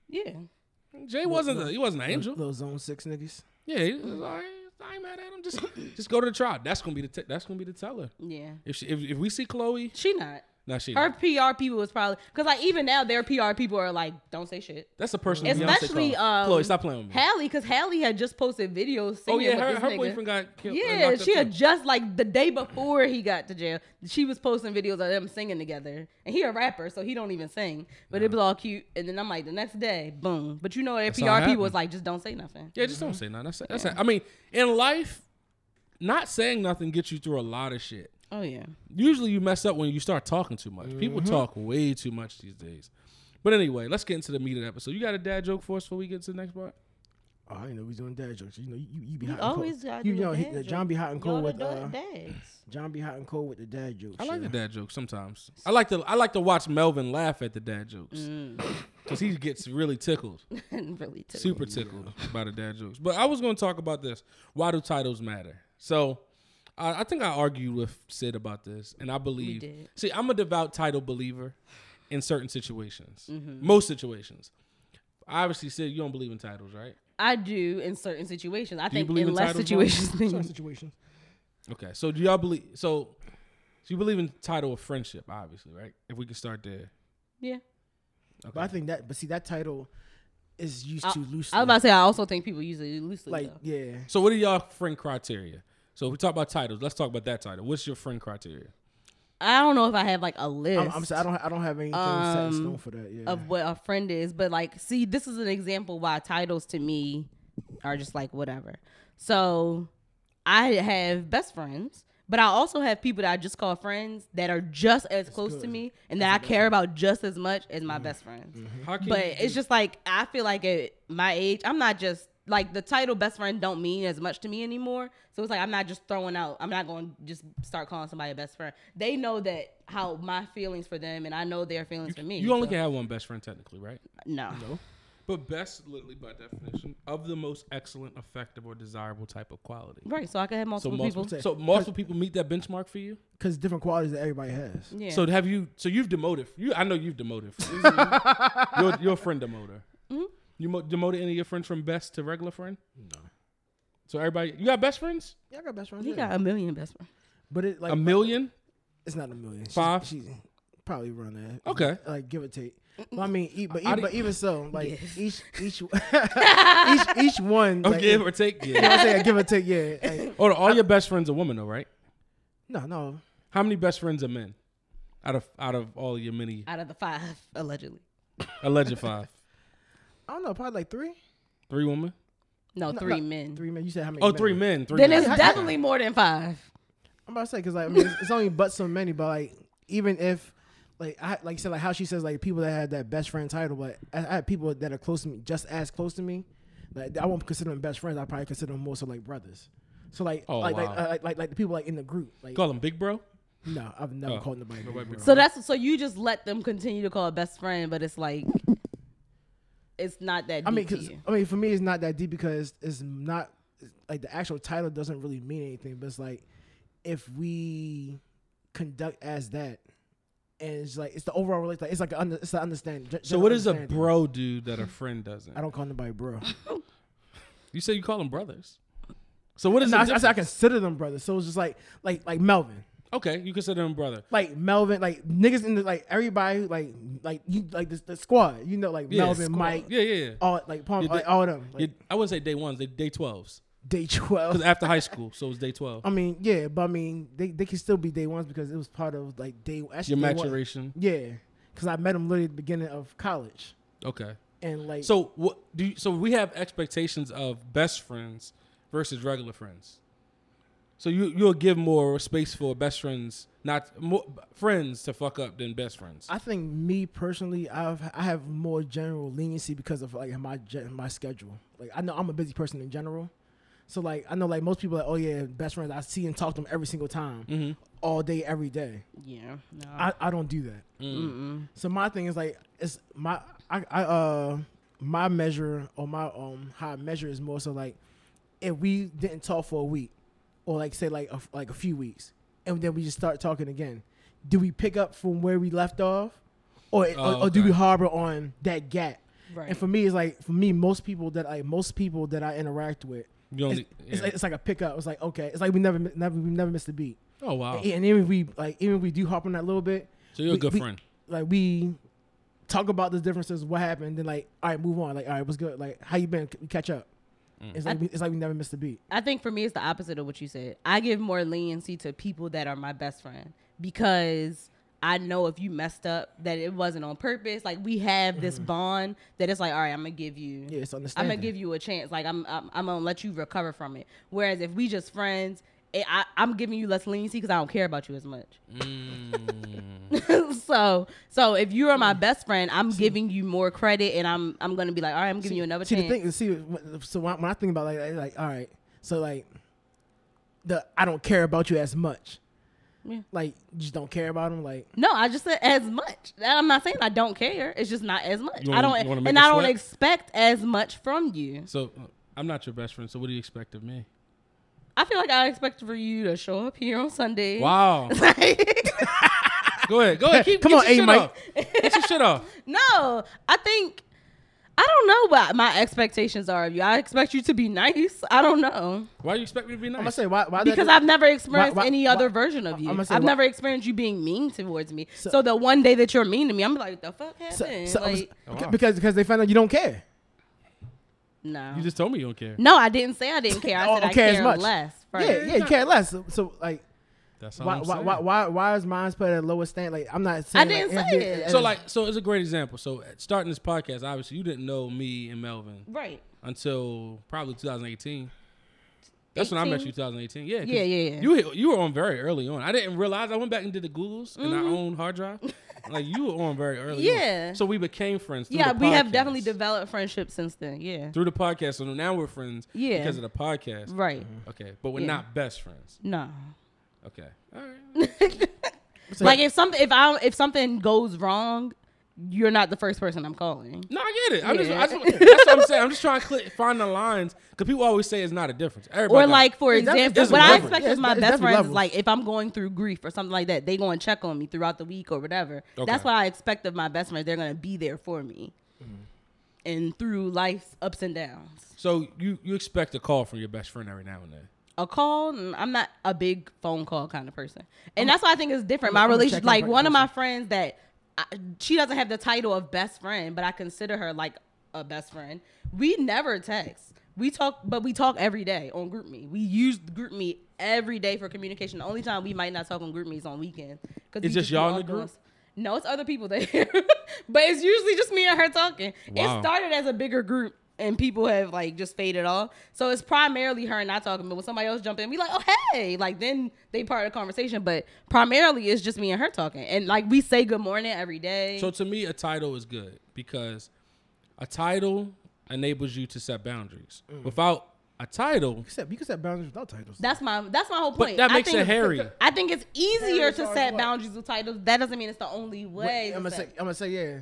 C: Yeah.
A: Jay wasn't a, he wasn't an angel.
B: little zone six niggas.
A: Yeah, he was like, I ain't mad at him. Just just go to the trial. That's gonna be the t- that's gonna be the teller.
C: Yeah.
A: If she, if, if we see Chloe,
C: She not.
A: no she.
C: Her PR people was probably because like even now their PR people are like don't say shit.
A: that's a personal. Beyonce
C: Especially,
A: call.
C: um,
A: Chloe, stop playing with me.
C: Hallie, because Hallie had just posted videos
A: Mm-hmm. oh
C: singing
A: yeah, her,
C: with
A: her
C: this nigga.
A: boyfriend got killed. uh,
C: yeah,
A: locked up,
C: she had
A: too.
C: just like the day before he got to jail, she was posting videos of them singing together. And he a rapper, so he don't even sing. But it was all cute. And then I'm like, the next day, boom. But you know, their
A: That's how it
C: PR people was
A: happened.
C: like, just don't say nothing.
A: Yeah, just don't say nothing. That's, that's I mean, in life, not saying nothing gets you through a lot of shit.
C: Oh yeah.
A: usually you mess up when you start talking too much. People talk way too much these days. But anyway, let's get into the meat of the episode. You got a dad joke for us before we get to the next part?
B: Oh, I didn't know we was doing dad jokes. You know, you, you be hot. and
C: Always
B: cold.
C: got
B: you know, he, John be hot and cold with uh,
C: dads.
B: John be hot and cold with the dad jokes.
A: I like
B: yo.
A: the dad jokes sometimes. I like to I like to watch Melvin laugh at the dad jokes because he gets really tickled,
C: really too.
A: super tickled by the dad jokes. But I was going to talk about this. Why do titles matter? So. I I think I argued with Sid about this, and I believe.
C: did.
A: See, I'm a devout title believer in certain situations,
C: Mm-hmm.
A: most situations. Obviously, Sid, you don't believe in titles, right?
C: I do in certain situations. I
A: you
C: think
A: believe
C: in
A: in
C: less
A: titles, Mom?
C: situations
B: Certain
C: than
B: situations.
A: Okay, so do y'all believe? So, so you believe in title of friendship, obviously, right? If we can start there,
C: yeah.
B: But I think that, but see, that title is used
C: I,
B: too loosely.
C: I was about to say I also think people use it loosely.
B: like,
C: though.
B: yeah.
A: so what are y'all friend criteria? So if we talk about titles, let's talk about that title. What's your friend criteria?
C: I don't know if I have like a list.
B: I'm, I'm sorry, I don't, I don't have anything set in
C: Um,
B: stone for that. Yeah.
C: of what a friend is, but like, see, this is an example why titles to me are just like whatever. So I have best friends, but I also have people that I just call friends that are just as close to me and that I care about just as much as my best friends.
A: How can
C: But
A: you-
C: it's just like I feel like at my age, I'm not just like the title best friend don't mean as much to me anymore. So it's like I'm not just throwing out. I'm not going to just start calling somebody a best friend. They know that how my feelings for them, and I know their feelings for me.
A: You only
C: so-
A: can have one best friend technically, right?
C: no.
A: But best, literally by definition, of the most excellent, effective, or desirable type of quality.
C: Right. So I can have
A: So
C: multiple,
A: multiple,
C: people.
A: so multiple people meet that benchmark for you.
B: because different qualities that everybody has.
C: Yeah.
A: So have you? So you've demoted. You, I know you've demoted. you're, you're a friend demoter. You mo- demoted any of your friends from best to regular friend.
B: No,
A: So everybody, you got best friends?
B: yeah, I got best friends.
C: he
B: yeah.
C: got a million best friends.
B: but it like
A: a million?
B: it's not a million. She's-
A: Um, Five?
B: She's, probably run that.
A: Okay.
B: like give or take. Well, I mean, e- but,
A: I
B: e- but
A: didn't-
B: even so, like each each each each one.
A: Oh,
B: like,
A: give
B: if-
A: or take.
B: you know
A: Yeah.
B: what I'm saying? Give or take, yeah. like,
A: Hold on, all your best friends are women though, right?
B: no, no.
A: How many best friends are men? Out of out of all your many
C: out of the five allegedly.
A: alleged five,
B: I don't know. Probably like three,
A: three women.
C: No,
B: No,
C: three
B: no,
C: men.
B: three men. You said how many?
A: Oh, three men. Three.
C: Then
A: men.
C: it's definitely more than five.
B: I'm about to say because like I mean, it's, it's only but so many. But like even if like I like you said like how she says like people that had that best friend title, but I, I had people that are close to me, just as close to me. Like I won't consider them best friends. I probably consider them more so like brothers. So like
A: Oh,
B: like,
A: wow.
B: like, uh, like like like the people like in the group. Like
A: call them big bro.
B: no, I've never
A: Oh,
B: called nobody.
A: nobody
B: big bro.
C: So that's so you just let them continue to call it best friend, but it's like it's not that deep
B: I mean,
C: to
B: 'cause-
C: you.
B: I mean, for me, it's not that deep because it's not like the actual title doesn't really mean anything. But it's like if we conduct as that, and it's like it's the overall relate. Like, it's like an under, it's an understanding. gen-
A: So
B: general
A: what does a
B: understanding.
A: bro do that a friend doesn't?
B: I don't call nobody bro.
A: You say you call them brothers. So what is
B: no,
A: the
B: I, I, said I
A: difference?
B: consider them brothers. So it's just like like like Melvin.
A: Okay, you consider them brother.
B: Like Melvin, like niggas in the like everybody, like like you like the, the squad, you know, like
A: Yeah,
B: Melvin,
A: squad.
B: Mike,
A: Yeah, yeah, yeah.
B: all like Palm,
A: Yeah, they-
B: like, all of them. Like,
A: You- I wouldn't say day ones. They day twelves.
B: day twelve,
A: Because after high school, so it was day twelve.
B: I mean, yeah, but I mean, they, they could still be day ones because it was part of like day
A: Your
B: actually day one-
A: maturation.
B: Yeah, because I met him literally at the beginning of college,
A: Okay.
B: and like
A: So what do you, so we have expectations of best friends versus regular friends. So you you'll give more space for best friends, not more friends to fuck up than best friends.
B: I think me personally, I've I have more general leniency because of like my gen- my schedule. Like I know I'm a busy person in general, so like I know like most people like oh yeah, best friends I see and talk to them every single time,
A: Mm-hmm.
B: all day every day.
C: Yeah. No.
B: I, I don't do that.
A: Mm.
B: So my thing is like it's my I, I uh my measure or my um how I measure is more so like if we didn't talk for a week or like say like a, like a few weeks and then we just start talking again, do we pick up from where we left off, or or,
A: Oh,
B: or do
A: okay.
B: we harbor on that gap?
C: Right.
B: And for me, it's like for me most people that I most people that I interact with.
A: You
B: It's,
A: only,
B: it's,
A: yeah.
B: like, it's like a pickup. It's like okay. It's like we never, never, we never missed a beat.
A: oh wow.
B: And even if we like, even if we do hop on that little bit,
A: So you're a
B: we-
A: good
B: we-
A: friend.
B: like we talk about the differences, what happened, then like, all right, move on. Like, all right, what's good? Like, how you been? C- Catch up.
A: Mm.
B: It's like we, it's like we never missed a beat.
C: I think for me it's the opposite of what you said. I give more leniency to people that are my best friend because I know if you messed up that it wasn't on purpose. Like we have this
B: Mm-hmm.
C: bond that it's like, all right, I'm gonna give you
B: Yeah, it's
C: I'm
B: understanding.
C: gonna give you a chance. Like I'm, I'm, I'm gonna let you recover from it. Whereas if we just friends, it, I, I'm giving you less leniency because I don't care about you as much.
A: Mm.
C: so, so if you are my best friend, I'm giving you more credit, and I'm, I'm gonna be like, all right, I'm giving you another
B: see
C: chance.
B: the thing. is, See, when- so when I, when I think about like, that, like, all right, so like, the I don't care about you as much.
C: Yeah.
B: Like, you just don't care about them. Like,
C: no, I just said as much. I'm not saying I don't care. It's just not as much.
A: You
C: I
A: wanna- you wanna
C: don't,
A: make
C: and
A: her
C: I don't
A: sweat?
C: expect as much from you.
A: So uh, I'm not your best friend. So what do you expect of me?
C: I feel like I expect for you to show up here on Sunday.
A: Wow. go ahead. Go ahead. Keep,
B: Come
A: get your
B: on, A
A: shit
B: Mike.
A: off. Get your shit off.
C: No, I think I don't know what my expectations are of you. I expect you to be nice. I don't know
A: Why do you expect me to be nice?
B: I'm gonna say why? Why
C: because
B: that,
C: I've never experienced
B: why-
C: any
B: why-
C: other version of you.
B: I'ma
C: I've
B: say why-
C: never experienced you being mean towards me. So, the one day that you're mean to me, I'm like, the fuck
B: so,
C: happened?
B: so,
C: like,
A: Oh, Wow.
B: because because they found out you don't care.
C: no,
A: you just told me you don't care.
C: no, I didn't say I didn't care. I
B: Oh,
C: said I
B: okay, as
C: care
B: much.
C: less. Right?
B: Yeah, yeah, you care less. So, so like,
A: That's all
B: why,
A: Oh, I'm
B: why,
A: saying.
B: why, why, why is mine put at a lower stand? Like, I'm not
C: I
B: saying.
C: didn't
B: like,
C: say
B: it's-
C: it.
B: it's-
A: So like, so it's a great example. So starting this podcast, obviously you didn't know me and Melvin
C: Right.
A: until probably 2018. That's when I met
C: 18?
A: you, 2018. Yeah, 'cause
C: Yeah, yeah, yeah.
A: You hit- you were on very early on. I didn't realize I went back and did the Googles in our own hard drive, Like you were on very early. on.
C: Yeah.
A: So we became friends. Through
C: yeah,
A: the
C: we have
A: podcast.
C: definitely developed friendship since then. Yeah.
A: through the podcast. So now we're friends.
C: Yeah.
A: Because of the podcast.
C: Right.
A: Okay, but we're
C: Yeah.
A: not best friends.
C: No.
A: Okay. All right.
C: Like if some if I if something goes wrong, you're not the first person I'm calling.
A: No, I get it. I'm
C: Yeah.
A: just, I just, that's what I'm saying. I'm just trying to click, find the lines because people always say it's not a difference. Everybody
C: Or
A: got-
C: like for
B: It's definitely-
C: example,
A: it's
C: what I
A: levels.
C: expect
B: Yeah,
C: is
B: it's
C: my
B: de- it's
C: best
B: definitely
C: friends is
B: levels.
C: like if I'm going through grief or something like that, they going to check on me throughout the week or whatever.
A: Okay.
C: That's what I expect of my best friends. They're going to be there for me. And through life's ups and downs.
A: so you you expect a call from your best friend every now and then.
C: a call. mm, I'm not a big phone call kind of person, and that's why I think it's different. My
B: I'm a
C: relationship,
B: check-in
C: like
B: kind of
C: one of my friends that I, she doesn't have the title of best friend, but I consider her like a best friend. We never text. We talk, but we talk every day on GroupMe. We use GroupMe every day for communication. The only time we might not talk on GroupMe is on weekends. Cause
A: It's
C: we
A: just
C: be
A: y'all in
C: all
A: the group?
C: doing- No, it's other people there, but it's usually just me and her talking.
A: Wow.
C: It started as a bigger group and people have like just faded off. So it's primarily her and I talking, but when somebody else jump in, we like, oh hey, like then they part of the conversation. But primarily it's just me and her talking, and like we say good morning every day.
A: So to me, a title is good because a title enables you to set boundaries.
C: Mm.
A: Without a title,
B: Except you can set boundaries without titles.
C: that's my that's my whole
A: but
C: point.
A: that
C: I
A: makes
C: think-
A: it hairy.
C: I think it's easier
B: Hairy as
C: to
B: far as
C: set
B: what?
C: boundaries with titles. That doesn't mean it's the only way. to
B: I'm gonna say,
C: set-
B: I'm gonna say, yeah.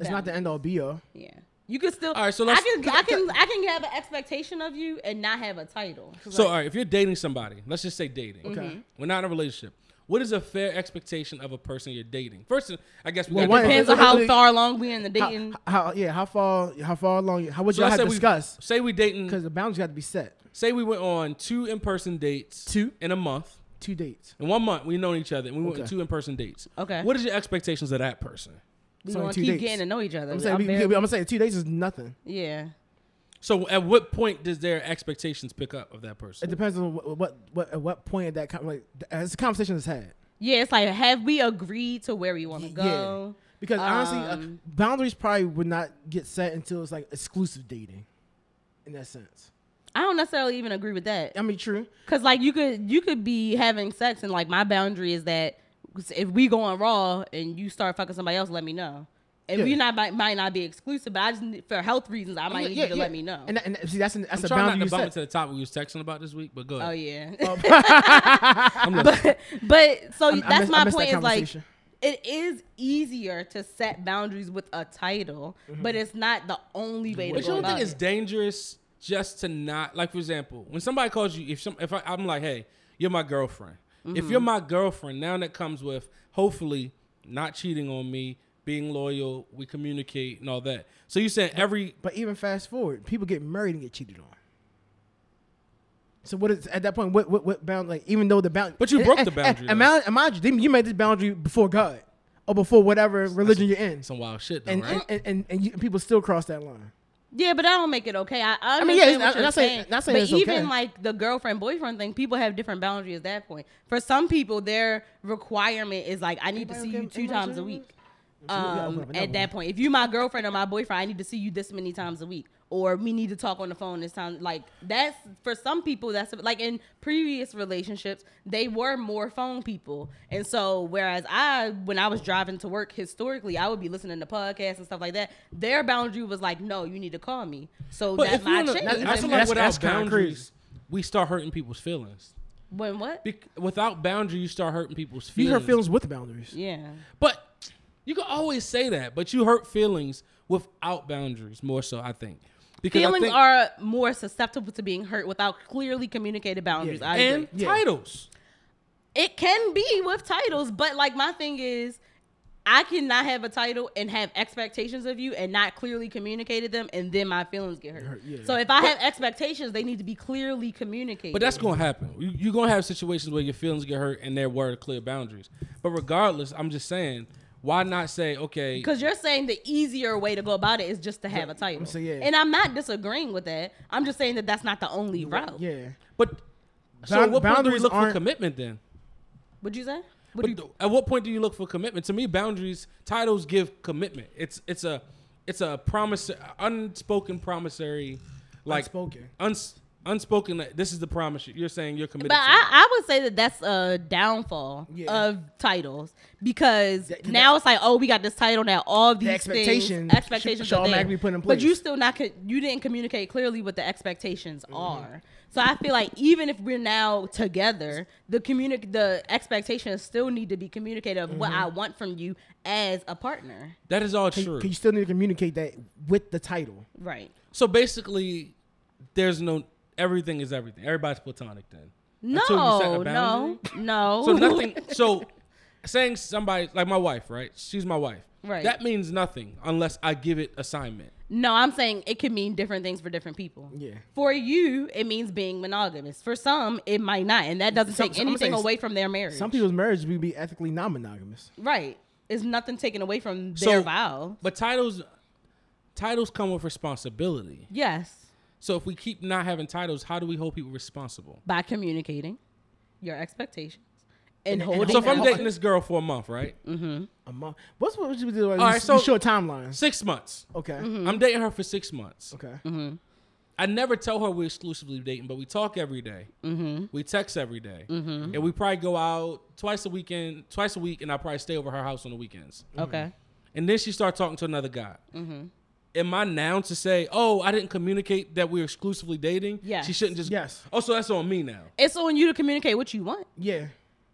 B: It's not the end all be all.
C: yeah. You can still.
A: All right, so let's-
C: I can I can I can have an expectation of you and not have a title.
A: So all right, if you're dating somebody, let's just say dating. Mm-hmm.
B: Okay. Mhm.
A: We're not in a relationship. What is a fair expectation of a person you're dating? First, I guess we
B: Well,
A: got
B: one-
C: Depends on how
B: Literally-
C: far along we in the
B: How,
C: dating.
B: how- yeah? How far? How far along? How would y'all have discussed?
A: Say we dating.
B: Because the boundaries got to be set.
A: Say we went on two in-person dates.
B: Two?
A: in a month.
B: Two dates.
A: In one month, we known each other, and we went on
B: Okay.
A: two in-person dates.
C: Okay.
A: What is your expectations of that person?
C: We
B: It's only
C: gonna
B: two
C: keep
B: dates.
C: getting to know each other.
B: I'm saying,
C: I'm
B: we- we-
C: very-
B: I'm gonna say two days is nothing.
C: yeah.
A: So, at what point does their expectations pick up of that
B: It
A: person?
B: depends on what, what, what at what point of that con- like th- as the conversation is had.
C: Yeah, it's like, have we agreed to where we want to go?
B: Because honestly, uh,
C: Um,
B: boundaries probably would not get set until it's like exclusive dating, in that sense.
C: I don't necessarily even agree with that.
B: I mean, true.
C: Cause like you could you could be having sex and like my boundary is that if we go on raw and you start fucking somebody else, let me know. And
B: Yeah.
C: we not might, might not be exclusive, but I just need- for health reasons I might need you to let me know.
B: And, that- and that- see, that's an, that's
A: I'm
B: a
A: trying
B: boundary
A: not
B: you
A: to bump it
B: set.
A: to the top we was texting about this week, but go ahead.
C: oh yeah.
B: Um,
A: I'm listening.
C: but but so
B: I
C: that's
B: miss- I missed
C: my
B: that
C: point is like
B: conversation.
C: it is easier to set boundaries with a title,
B: Mm-hmm.
C: but it's not the only way to
A: But you
C: go
A: don't
C: about
A: think
C: it.
A: it's dangerous just to not like for example, when somebody calls you, if some if I, I'm like, hey, you're my girlfriend. If you're my girlfriend, now that comes with hopefully not cheating on me, being loyal, we communicate and all that. So you said every
B: But even fast forward, people get married and get cheated on. So what is at that point? What what, what bound? Like even though the bound, eh,
A: But you
B: and-
A: broke the
B: and-
A: boundary,
B: And,
A: though.
B: and, and mind you, you made this boundary before God or before whatever religion you're in,
A: some wild shit though,
B: and,
A: right?
B: and, and, and, and you, people still cross that line.
C: Yeah, but I don't make it okay. I, I,
B: I mean, yeah, it's-
C: understand what
B: I'm
C: you're
B: not saying-
C: saying.
B: not saying
C: but
B: it's
C: even
B: okay.
C: like the girlfriend boyfriend thing, people have different boundaries at that point. For some people, their requirement is like, I need to see
B: Anybody
C: you
B: okay-
C: two
B: anybody
C: times a
B: okay
C: week.
B: Absolutely, I
C: Um,
B: would, I
C: at
B: would.
C: that point, if you my girlfriend or my boyfriend, I need to see you this many times a week, or we need to talk on the phone this time. Like that's for some people, that's like in previous relationships, they were more phone people, and so whereas I, when I was driving to work historically, I would be listening to podcasts and stuff like that. Their boundary was like, no, you need to call me. So
A: But
C: that's
A: if we
C: my
A: wanna,
C: change.
A: that's,
B: that's-
A: that's,
B: that's
A: without
B: kinda
A: boundaries, we start hurting people's feelings.
C: when what?
A: Bec without boundary, you start hurting people's
B: You
A: feelings.
B: hurt feelings with boundaries.
C: Yeah.
A: But you can always say that, but you hurt feelings without boundaries more so, I think. Because I
C: Feelings
A: think-
C: are more susceptible to being hurt without clearly communicated boundaries. I agree.
A: and
B: Yeah.
A: titles.
C: it can be with titles, but like my thing is, I cannot have a title and have expectations of you and not clearly communicated them, and then my feelings get hurt.
B: Hurt, yeah.
C: So if I have expectations, they need to be clearly communicated.
A: But that's gonna happen. You, you're gonna have situations where your feelings get hurt and there were clear boundaries. But regardless, I'm just saying, why not say okay?
C: because you're saying the easier way to go about it is just to have a title.
B: so yeah.
C: And I'm not disagreeing with that. I'm just saying that that's not the only route.
B: Yeah.
A: But so
B: Bound-
A: at what point do we
B: boundaries
A: look for
B: aren't-
A: commitment then?
C: Would you say? Would
A: But
C: you,
A: th- at what point do you look for commitment? To me, boundaries, titles give commitment. It's it's a it's a promise, unspoken promissory, like
B: Unspoken.
A: uns unspoken. This is the promise you- you're saying you're committed.
C: But
A: to.
C: I, I would say that that's a downfall
B: Yeah.
C: of titles because
B: That- 'cause
C: now
B: that-
C: it's like, oh, we got this title now. All these
B: expectations
C: things,
B: should-
C: expectations
B: should
C: are there.
B: automatically be put in
C: But you
B: place. Mm-hmm.
C: still not co- you didn't communicate clearly what the expectations are. So I feel like even if we're now together, the communi- the expectations still need to be communicated of
B: Mm-hmm.
C: what I want from you as a partner.
A: that is all
B: Can,
A: true.
B: can you still need to communicate that with the title?
C: Right.
A: so basically, there's no everything is everything. Everybody's platonic then.
C: No,
A: Until you set a
C: no, no.
A: So nothing. So saying somebody like my wife, right? She's my wife.
C: Right.
A: That means nothing unless I give it assignment.
C: No, I'm saying it can mean different things for different people.
B: Yeah.
C: For you, it means being monogamous. For some, it might not, and that doesn't
B: Some-
C: take
B: some- I'm
C: anything
B: saying
C: away from their marriage.
B: Some people's marriage would be ethically non-monogamous.
C: right? It's nothing taken away from
A: So-
C: their vow.
A: But titles, titles come with responsibility.
C: Yes,
A: So if we keep not having titles, how do we hold people responsible?
C: by communicating your expectations
B: And-
C: and,
B: and
C: holding.
A: So if I'm
C: them.
B: Yeah.
A: dating this girl for a month, right?
B: A month. What's what you do? All
A: right,
B: right,
A: so- Mm-hmm.
B: so short timelines.
A: Six months.
B: Okay.
A: I'm dating her for six months.
B: Okay.
A: I never tell her we're exclusively dating, but we talk every day. We text every day. and we probably go out twice a weekend, twice a week, and I probably stay over her house on the weekends.
C: okay,
A: And then she starts talking to another guy. Am I now to say, "Oh, I didn't communicate that we're exclusively dating"?
C: Yes.
A: she shouldn't just.
B: Yes.
A: Oh, so that's on me now.
C: it's on you to communicate what you want
B: Yeah.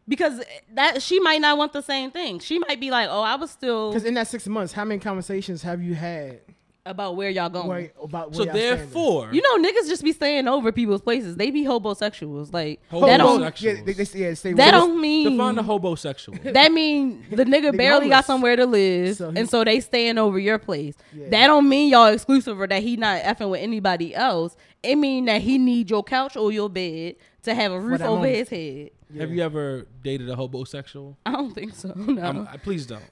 C: because that she might not want the same thing. She might be like, "Oh, I was still
B: Because in that six months, how many conversations have you had
C: about where y'all going."
B: where, about
A: Um, So
B: where y'all standing?
A: therefore,
C: You know, niggas just be staying over people's places. They be hobosexuals. Like
A: Hobo-
B: Hold
C: that
B: on.
C: don't
A: Homosexuals.
B: Yeah, they, they, yeah, stay
C: That
B: with us.
C: don't mean
A: define the hobosexual.
C: that mean the nigga
B: They
C: barely
B: homeless.
C: got somewhere to live,
B: So he-
C: and so they staying over your place.
B: Yeah.
C: That don't mean y'all exclusive or that he not effing with anybody else. It mean that he need your couch or your bed to have a roof
B: that
C: over
B: moment.
C: his head.
A: Have you ever dated a hobosexual?
C: I don't think so. No,
A: I'm- I- please don't.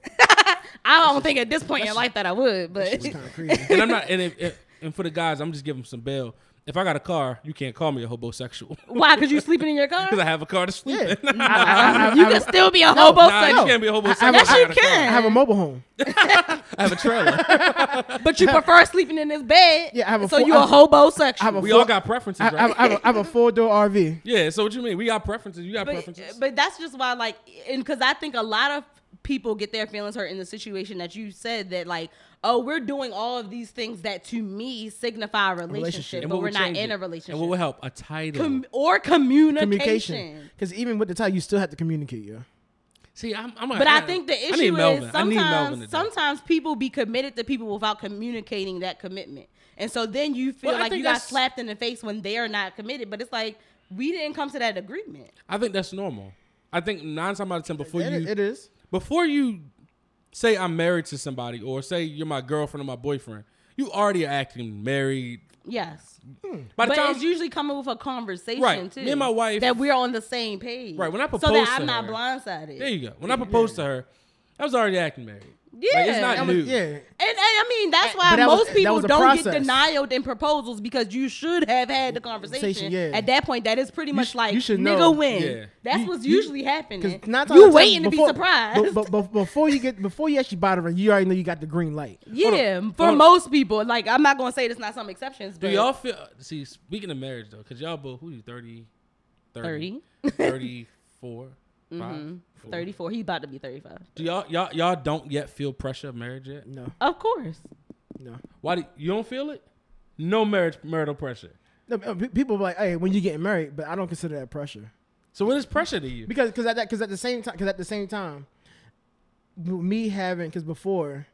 C: I don't think at this point in life that I would. But
B: It's kind of crazy.
A: And I'm not. And if, if- and for the guys, I'm just giving them some bail. If I got a car, you can't call me a hobosexual
C: why? Cause you sleeping in your car?
A: because I have a car to sleep
B: Yeah.
A: in. nah,
C: you can still be a hobo.
A: you
C: sexual,
A: can't be a hobosexual.
C: Yes,
A: I
C: you
A: got a car.
B: I
C: can.
B: have a mobile home.
A: I have a trailer.
C: but you prefer sleeping in his bed.
B: Yeah, I have a
C: so
B: full-
C: you
B: I
C: a
B: have-
C: hobo sexual.
B: I have a
A: We
B: full-
A: all got preferences,
B: I,
A: right?
B: I, I have a, I have a four door RV.
A: yeah. So what you mean? We got preferences. You got
C: but,
A: preferences.
C: but that's just why like and because i think a lot of people get their feelings hurt in the situation that you said that like oh we're doing all of these things that to me signify a relationship,
B: relationship.
A: And
C: but
A: what
C: we're
A: would
C: not
A: change
C: in
A: it?
C: a relationship
A: And what would help? A title.
C: Com- or communication,
B: Communication. Because even with the title, you still have to communicate. Yeah.
A: See, I'm. I'm
C: But I think the
A: I need
C: issue
A: Melvin.
C: is
A: I need Melvin
C: sometimes
A: today.
C: sometimes people be committed to people without communicating that commitment, and so then you feel
A: Well, I
C: like
A: think
C: you got
A: that's-
C: slapped in the face when they are not committed. But it's like we didn't come to that agreement.
A: I think that's normal. I think nine times out of ten, before
B: It-
A: you
B: it is.
A: before you say I'm married to somebody or say you're my girlfriend or my boyfriend, you already are acting married.
C: Yes,
A: By the
C: but
A: time
C: it's usually coming with a conversation
A: Right.
C: too.
A: Me and my wife-
C: that we're on the same page.
A: Right, when I
C: so that
A: proposed to
C: I'm not
A: her-
C: blindsided.
A: there you go. When I proposed to her, I was already acting married.
C: yeah,
A: it's not
C: and,
A: new.
B: But Yeah.
C: and I mean that's why
B: But that was-
C: most
B: that
C: people
B: was a
C: don't get
B: process.
C: denialed in proposals because you should have had the conversation.
B: yeah.
C: At that point, that is pretty much
B: sh-
C: like
B: you should
C: nigga
B: know.
C: win.
A: Yeah.
C: That's
B: You-
C: what's
B: you-
C: usually happening.
B: Because nine times out
C: You
B: of ten,
C: waiting to be
B: before-
C: surprised.
B: But, but, but before you get before you actually bother her, you already know you got the green light.
C: yeah, for
A: hold on.
C: most people, like I'm not gonna say there's not some exceptions,
A: Do
C: but
A: y'all feel? See, speaking of marriage though, because y'all both who you 30, 30,
C: 30,
A: 34,
B: Mm-hmm.
A: five, four.
C: 34, he's Mm-hmm. about to be 35.
A: Do y'all y'all y'all don't yet feel pressure of marriage yet?
B: No,
C: Of course,
B: no.
A: Why do you don't feel it? No marriage marital pressure.
B: no uh, pe- people be like, hey, when you getting married, but I don't consider that pressure
A: So what is pressure to you?
B: because because at that because at the same time because at the same time, w- me having because before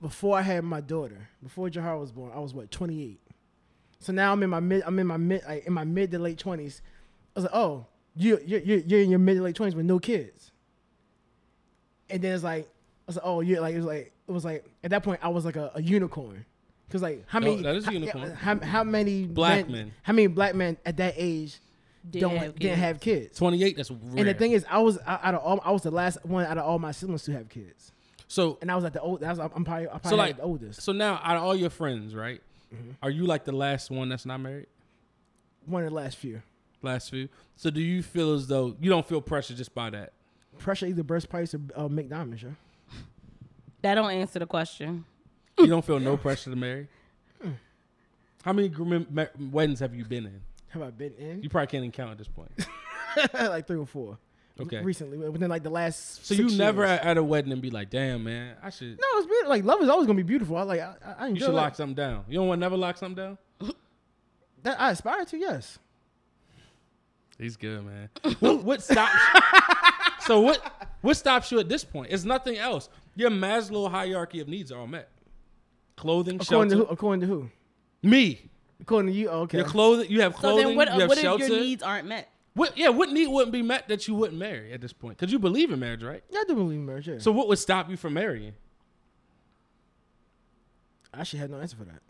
B: before I had my daughter, before Jahar was born, I was what twenty eight. So now I'm in my mid I'm in my mid like, in my mid to late twenties. I was like, oh, you you you you're in your mid to late twenties with no kids. And then it's like I was like, oh, you're like it was like it was like at that point I was like a, a unicorn. Cause like how
A: No,
B: many
A: that is a
B: how,
A: unicorn.
B: how, how many
A: Black men.
B: how many black men at that age
C: Didn't
B: don't
C: have
B: didn't
C: kids.
B: have kids
A: Twenty eight. That's rare.
B: and the thing is, I was out out of all, I was the last one out of all my siblings to have kids,
A: so
B: and I was at the old. I was, I'm probably, I'm probably
A: so
B: had
A: like
B: the oldest,
A: So now, out of all your friends, right?
B: Mm-hmm.
A: Are you like the last one that's not married?
B: one of the last few.
A: Last few. So do you feel as though you don't feel pressure just by that?
B: Pressure either Burst Price or uh, McDonald's. Yeah?
C: that don't answer the question.
A: You don't feel no pressure to marry. How many gr- mem- me- weddings have you been in?
B: Have I been in?
A: You probably can't even count at this point.
B: like three or four.
A: Okay.
B: Recently, within like the last.
A: So
B: six
A: you never
B: years.
A: at, at a wedding and be like, damn man, I should.
B: No, it's beautiful. Like love is always gonna be beautiful. I like. I, I- I
A: you
B: enjoy
A: should
B: that.
A: lock something down. You don't want to never lock something down.
B: that. I aspire to. Yes.
A: He's good, man. what, what stops? so what? What stops you at this point? It's nothing else. Your Maslow hierarchy of needs are all met. Clothing,
B: According to
A: shelter.
B: who? According to who?
A: me.
B: According to you. Oh, okay.
A: Your clothing. You have
C: So
A: clothing.
C: then, what,
A: you have
C: what if
A: shelter.
C: your needs aren't met?
A: What, yeah, what need wouldn't be met that you wouldn't marry at this point? Because you believe in marriage, right?
B: yeah, I do believe in marriage. Yeah.
A: So what would stop you from marrying?
B: I actually had no answer for that.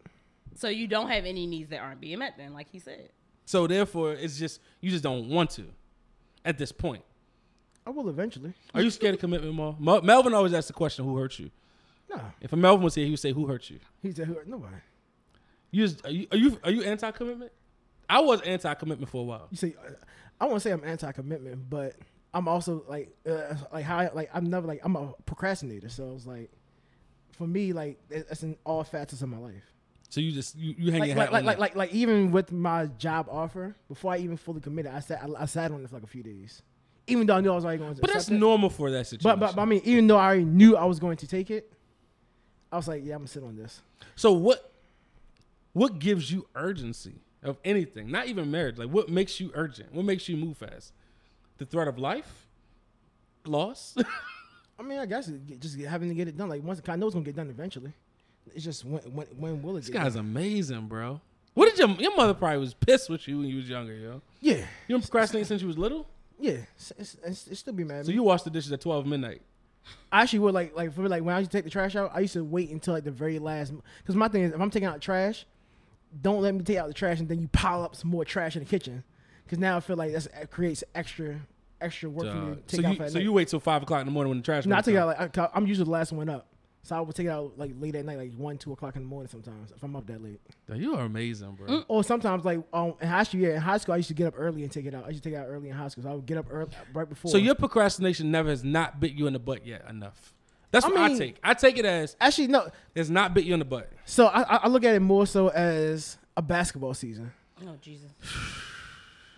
C: So you don't have any needs that aren't being met. Then, like he said,
A: So therefore, it's just you just don't want to at this point.
B: I will eventually.
A: Are you scared of commitment, Mel? Mel- Melvin always asks the question, "Who hurt you?"
B: Nah,
A: If a Melvin was here, he would say, "Who hurt you?"
B: he said who? Nobody.
A: You just, are you are you are you anti-commitment? I was anti-commitment for a while.
B: You see, I won't say I'm anti-commitment, but I'm also like, uh, like how, I, like I'm never like I'm a procrastinator. So it's like, for me, like it- it's in all facets of my life.
A: So you just you, you hang
B: Like,
A: your
B: like,
A: hat
B: like,
A: on
B: like,
A: that.
B: like, like, even with my job offer, before I even fully committed, I sat, I, I sat on it for like a few days, even though I knew I was already going to.
A: But that's
B: accept it.
A: normal for that situation.
B: But, but, but I mean, even though I already knew I was going to take it, I was like, yeah, I'm gonna sit on this.
A: so what what gives you urgency of anything? Not even marriage. Like what makes you urgent? What makes you move fast? The threat of life, loss.
B: I mean, I guess it- just having to get it done. Like once, 'cause I know it's gonna get done eventually. It's just when, when, when will it
A: this
B: get? Done?
A: guy's amazing, bro. What did your your mother probably was pissed with you when you was younger, yo?
B: Yeah.
A: You been procrastinating since you was little,
B: Yeah, it's, it's, it's, it still be mad. at
A: so
B: me.
A: you washed the dishes at twelve midnight.
B: I actually would like like for like when I used to take the trash out, I used to wait until like the very last. Because my thing is, if I'm taking out trash, don't let me take out the trash and then you pile up some more trash in the kitchen. Because now I feel like that's that creates extra extra work for me to
A: Dog.
B: take
A: So
B: out.
A: you
B: for that
A: so
B: night.
A: you wait till five o'clock in the morning when the trash.
B: no, I
A: man
B: take it
A: come.
B: out like I, I'm usually the last one up, so I would take it out like late at night, like one two o'clock in the morning sometimes if I'm up that late.
A: Dog, You are amazing, bro.
B: Or sometimes like um in high school, yeah, in high school I used to get up early and take it out. I used to take it out early in high school, so I would get up early right before.
A: So your procrastination never has not bit you in the butt yet enough. That's
B: I
A: what I
B: mean-
A: take. I take it as
B: actually no.
A: it's not bit you in the butt.
B: So I, I- I look at it more so as a basketball season.
C: oh Jesus,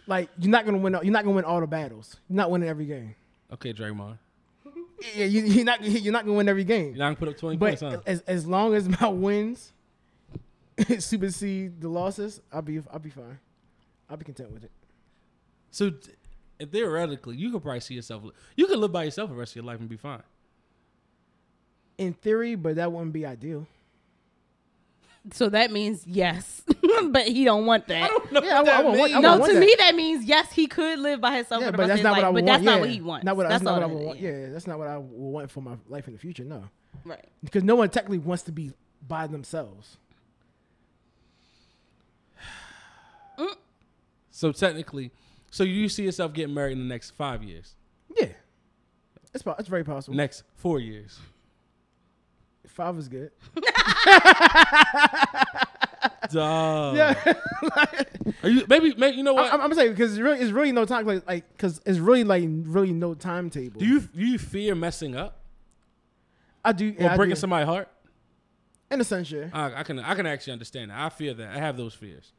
B: Like you're not gonna win. all- You're not gonna win all the battles. You're not winning every game.
A: Okay, Draymond.
B: Yeah, you, you're not. You're not gonna win every
A: You're
B: game.
A: not gonna put up twenty
B: But uh,
A: points, huh?
B: as as long as my wins supersede the losses, I'll be I'll be fine. I'll be content with it.
A: So t- and theoretically, you could probably see yourself. li- You could live by yourself the rest of your life and be fine.
B: In theory, but that wouldn't be ideal.
C: so that means yes, but he don't want that.
A: No,
B: Yeah, I wa- I wa- I
C: no,
B: wa- want
C: to
B: that.
C: me that means yes, he could live by himself.
B: Yeah,
C: for the
B: but
C: rest
B: that's
C: of
B: not
C: his
B: what I
C: life,
B: would want.
C: But that's not
B: yeah.
C: what he wants.
B: Not what, that's, not what I
C: all
B: would
C: it
B: want.
C: is.
B: Yeah, that's not what I would want for my life in the future. No,
C: right.
B: because no one technically wants to be by themselves.
A: So technically, so you see yourself getting married in the next five years,
B: Yeah, it's po- it's very possible.
A: next four years.
B: Five is good.
A: Duh.
B: Yeah.
A: Are you maybe, maybe you know
B: I-
A: what?
B: I'm, I'm saying because it's really, it's really no time like like because it's really like really no timetable.
A: do you do you fear messing up
B: I do.
A: or
B: yeah, I
A: breaking
B: do.
A: somebody's heart?
B: in a sense, yeah.
A: I, I can I can actually understand that. I fear that. I have those fears.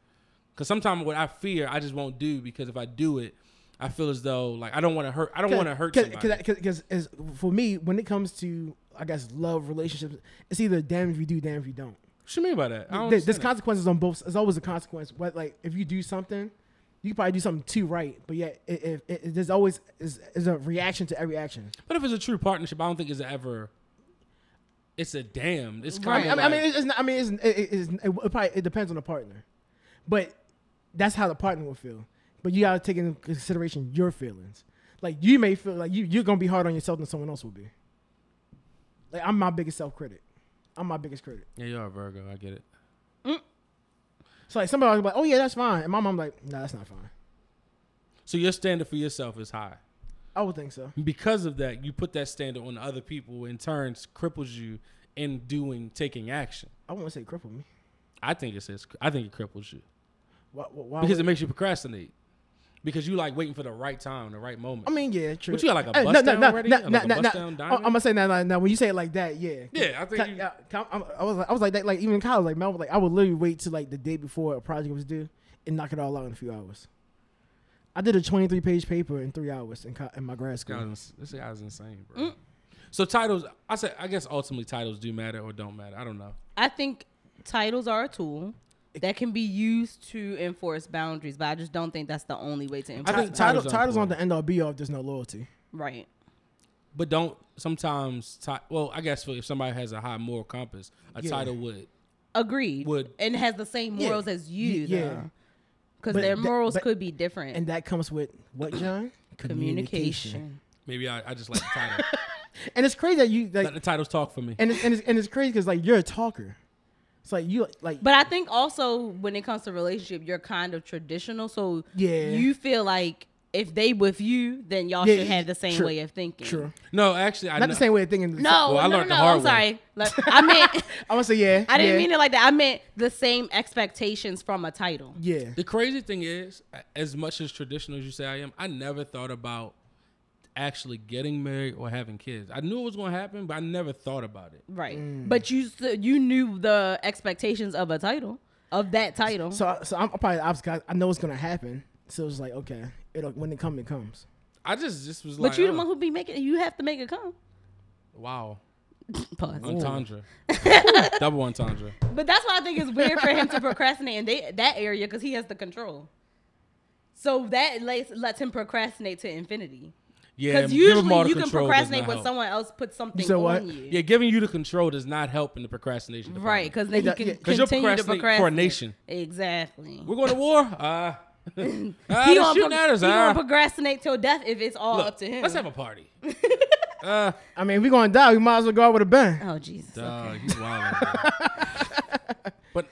A: Cause sometimes what I fear, I just won't do because if I do it, I feel as though like I don't want to hurt. I don't want to hurt somebody.
B: Because for me, when it comes to I guess love relationships, it's either damn if you do, damn if you don't.
A: what you mean by that? I don't
B: There- There's
A: understand
B: consequences on both. There's always a consequence. What like if you do something, you could probably do something too right, but yet it, it, it, there's always is, is a reaction to every action.
A: that. but if it's a true partnership, I don't think it's ever. It's a damn. It's
B: I
A: kind
B: mean,
A: of.
B: I mean, I mean,
A: like-
B: it's not, I mean, it's, it, it, it's, it, probably it depends on the partner, but that's how the partner will feel. But you gotta take into consideration your feelings. Like you may feel like you you're gonna be hard on yourself than someone else will be. Like I'm my biggest self critic. I'm my biggest critic.
A: yeah, you are a Virgo. I get it.
B: So like somebody was like, oh yeah, that's fine, and my mom like, no, that's not fine.
A: So your standard for yourself is high.
B: I would think so.
A: Because of that, you put that standard on other people, in turn cripples you in doing taking action.
B: I wouldn't say cripple me.
A: I think it says I think it cripples you
B: Why, why
A: because
B: would-
A: it makes you procrastinate. because you like waiting for the right time, the right moment.
B: I mean, yeah, true.
A: But you got, like, a
B: Hey,
A: bust down already?
B: No,
A: Like
B: no,
A: a
B: no, no,
A: bust
B: no.
A: down
B: I-
A: diamond?
B: I'm gonna say now, now, now, when you say it like that, yeah,
A: yeah, I think you,
B: Yeah, I, I was like, I was like that, like even in college, like man, I was like, I would literally wait till like the day before a project was due and knock it all out in a few hours. I did a 23 page paper in three hours in, co- in my grad
A: This
B: school.
A: guy's ins- this guy's insane, bro. Mm. So titles, I said, I guess ultimately titles do matter or don't matter. I don't know.
C: I think titles are a tool that can be used to enforce boundaries, but I just don't think that's the only way to
A: I
C: enforce.
A: think
B: Title-
A: titles
B: titles,
A: are
B: titles on
A: important.
B: the end all be all if there's no loyalty.
C: right.
A: But don't sometimes. Ti- well, I guess for- if somebody has a high moral compass, a
B: Yeah.
A: title would.
C: Agreed.
A: Would-
C: and has the same
B: Yeah.
C: morals as you,
B: Y- yeah.
C: yeah. Because
B: But
C: their
B: that-
C: morals
B: but-
C: could be different.
B: And that comes with what, John?
C: communication.
A: Maybe I, I just like the title.
B: And it's crazy that you
A: Let
B: like,
A: the titles talk for me.
B: and it's, and it's, and it's crazy because like you're a talker. It's like you like,
C: But I think also when it comes to relationship, you're kind of traditional, so
B: Yeah.
C: you feel like if they with you, then y'all
B: Yeah,
C: should have the same
B: true,
C: way of thinking.
B: sure,
A: No, actually, I
B: not
A: know.
B: the same way of thinking.
C: No,
A: Well, I
C: no,
A: learned the
C: no,
A: hard
C: I'm
A: way.
C: sorry. Like, I meant
B: I want to say yeah.
C: I didn't
B: yeah,
C: mean it like that. I meant the same expectations from a title.
B: Yeah,
A: The crazy thing is, a- as much as traditional as you say I am, I never thought about actually getting married or having kids. I knew it was going to happen, but I never thought about it.
C: Right.
B: Mm.
C: But you s- you knew the expectations of a title, of that title.
B: So, so I'm, I'm probably the opposite. 'cause I know it's gonna happen. So it's like, okay, it'll when it comes, it comes.
A: I just just was
C: but
A: like,
C: you
A: oh,
C: the one who be making you have to make it come.
A: wow,
C: Pause.
A: entendre, double entendre.
C: But that's why I think it's weird for him to procrastinate in they, that area because he has the control. So that lets, lets him procrastinate to infinity.
A: Yeah,
C: Because
A: give 'em all
C: usually
A: the
C: you can
A: control does not
C: procrastinate when
A: help.
C: someone else puts something
B: said
C: on
B: what?
C: you.
A: Yeah, giving you the control does not help in the procrastination. Department.
C: Right, because then
B: Yeah,
C: you can
B: yeah.
A: 'Cause
C: continue
A: you're
C: to
A: procrastinating
C: procrastinate
A: for a nation.
C: Exactly.
A: We're going to war. Uh, ah,
C: he
A: he
C: gonna,
A: shooting
C: pro-
A: at us.
C: he gonna
A: ah.
C: procrastinate till death if it's all
A: Look,
C: up to him.
A: Let's have a party.
B: I mean, if we gonna die, we might as well go out with a bang.
C: oh Jesus.
A: Dog,
C: okay.
A: he's wild. bro. but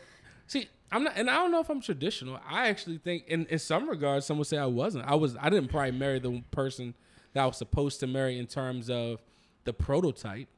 A: see, I'm not, and I don't know if I'm traditional. I actually think, in in some regards, some would say I wasn't. I was. I didn't probably marry the person that I was supposed to marry in terms of the prototype.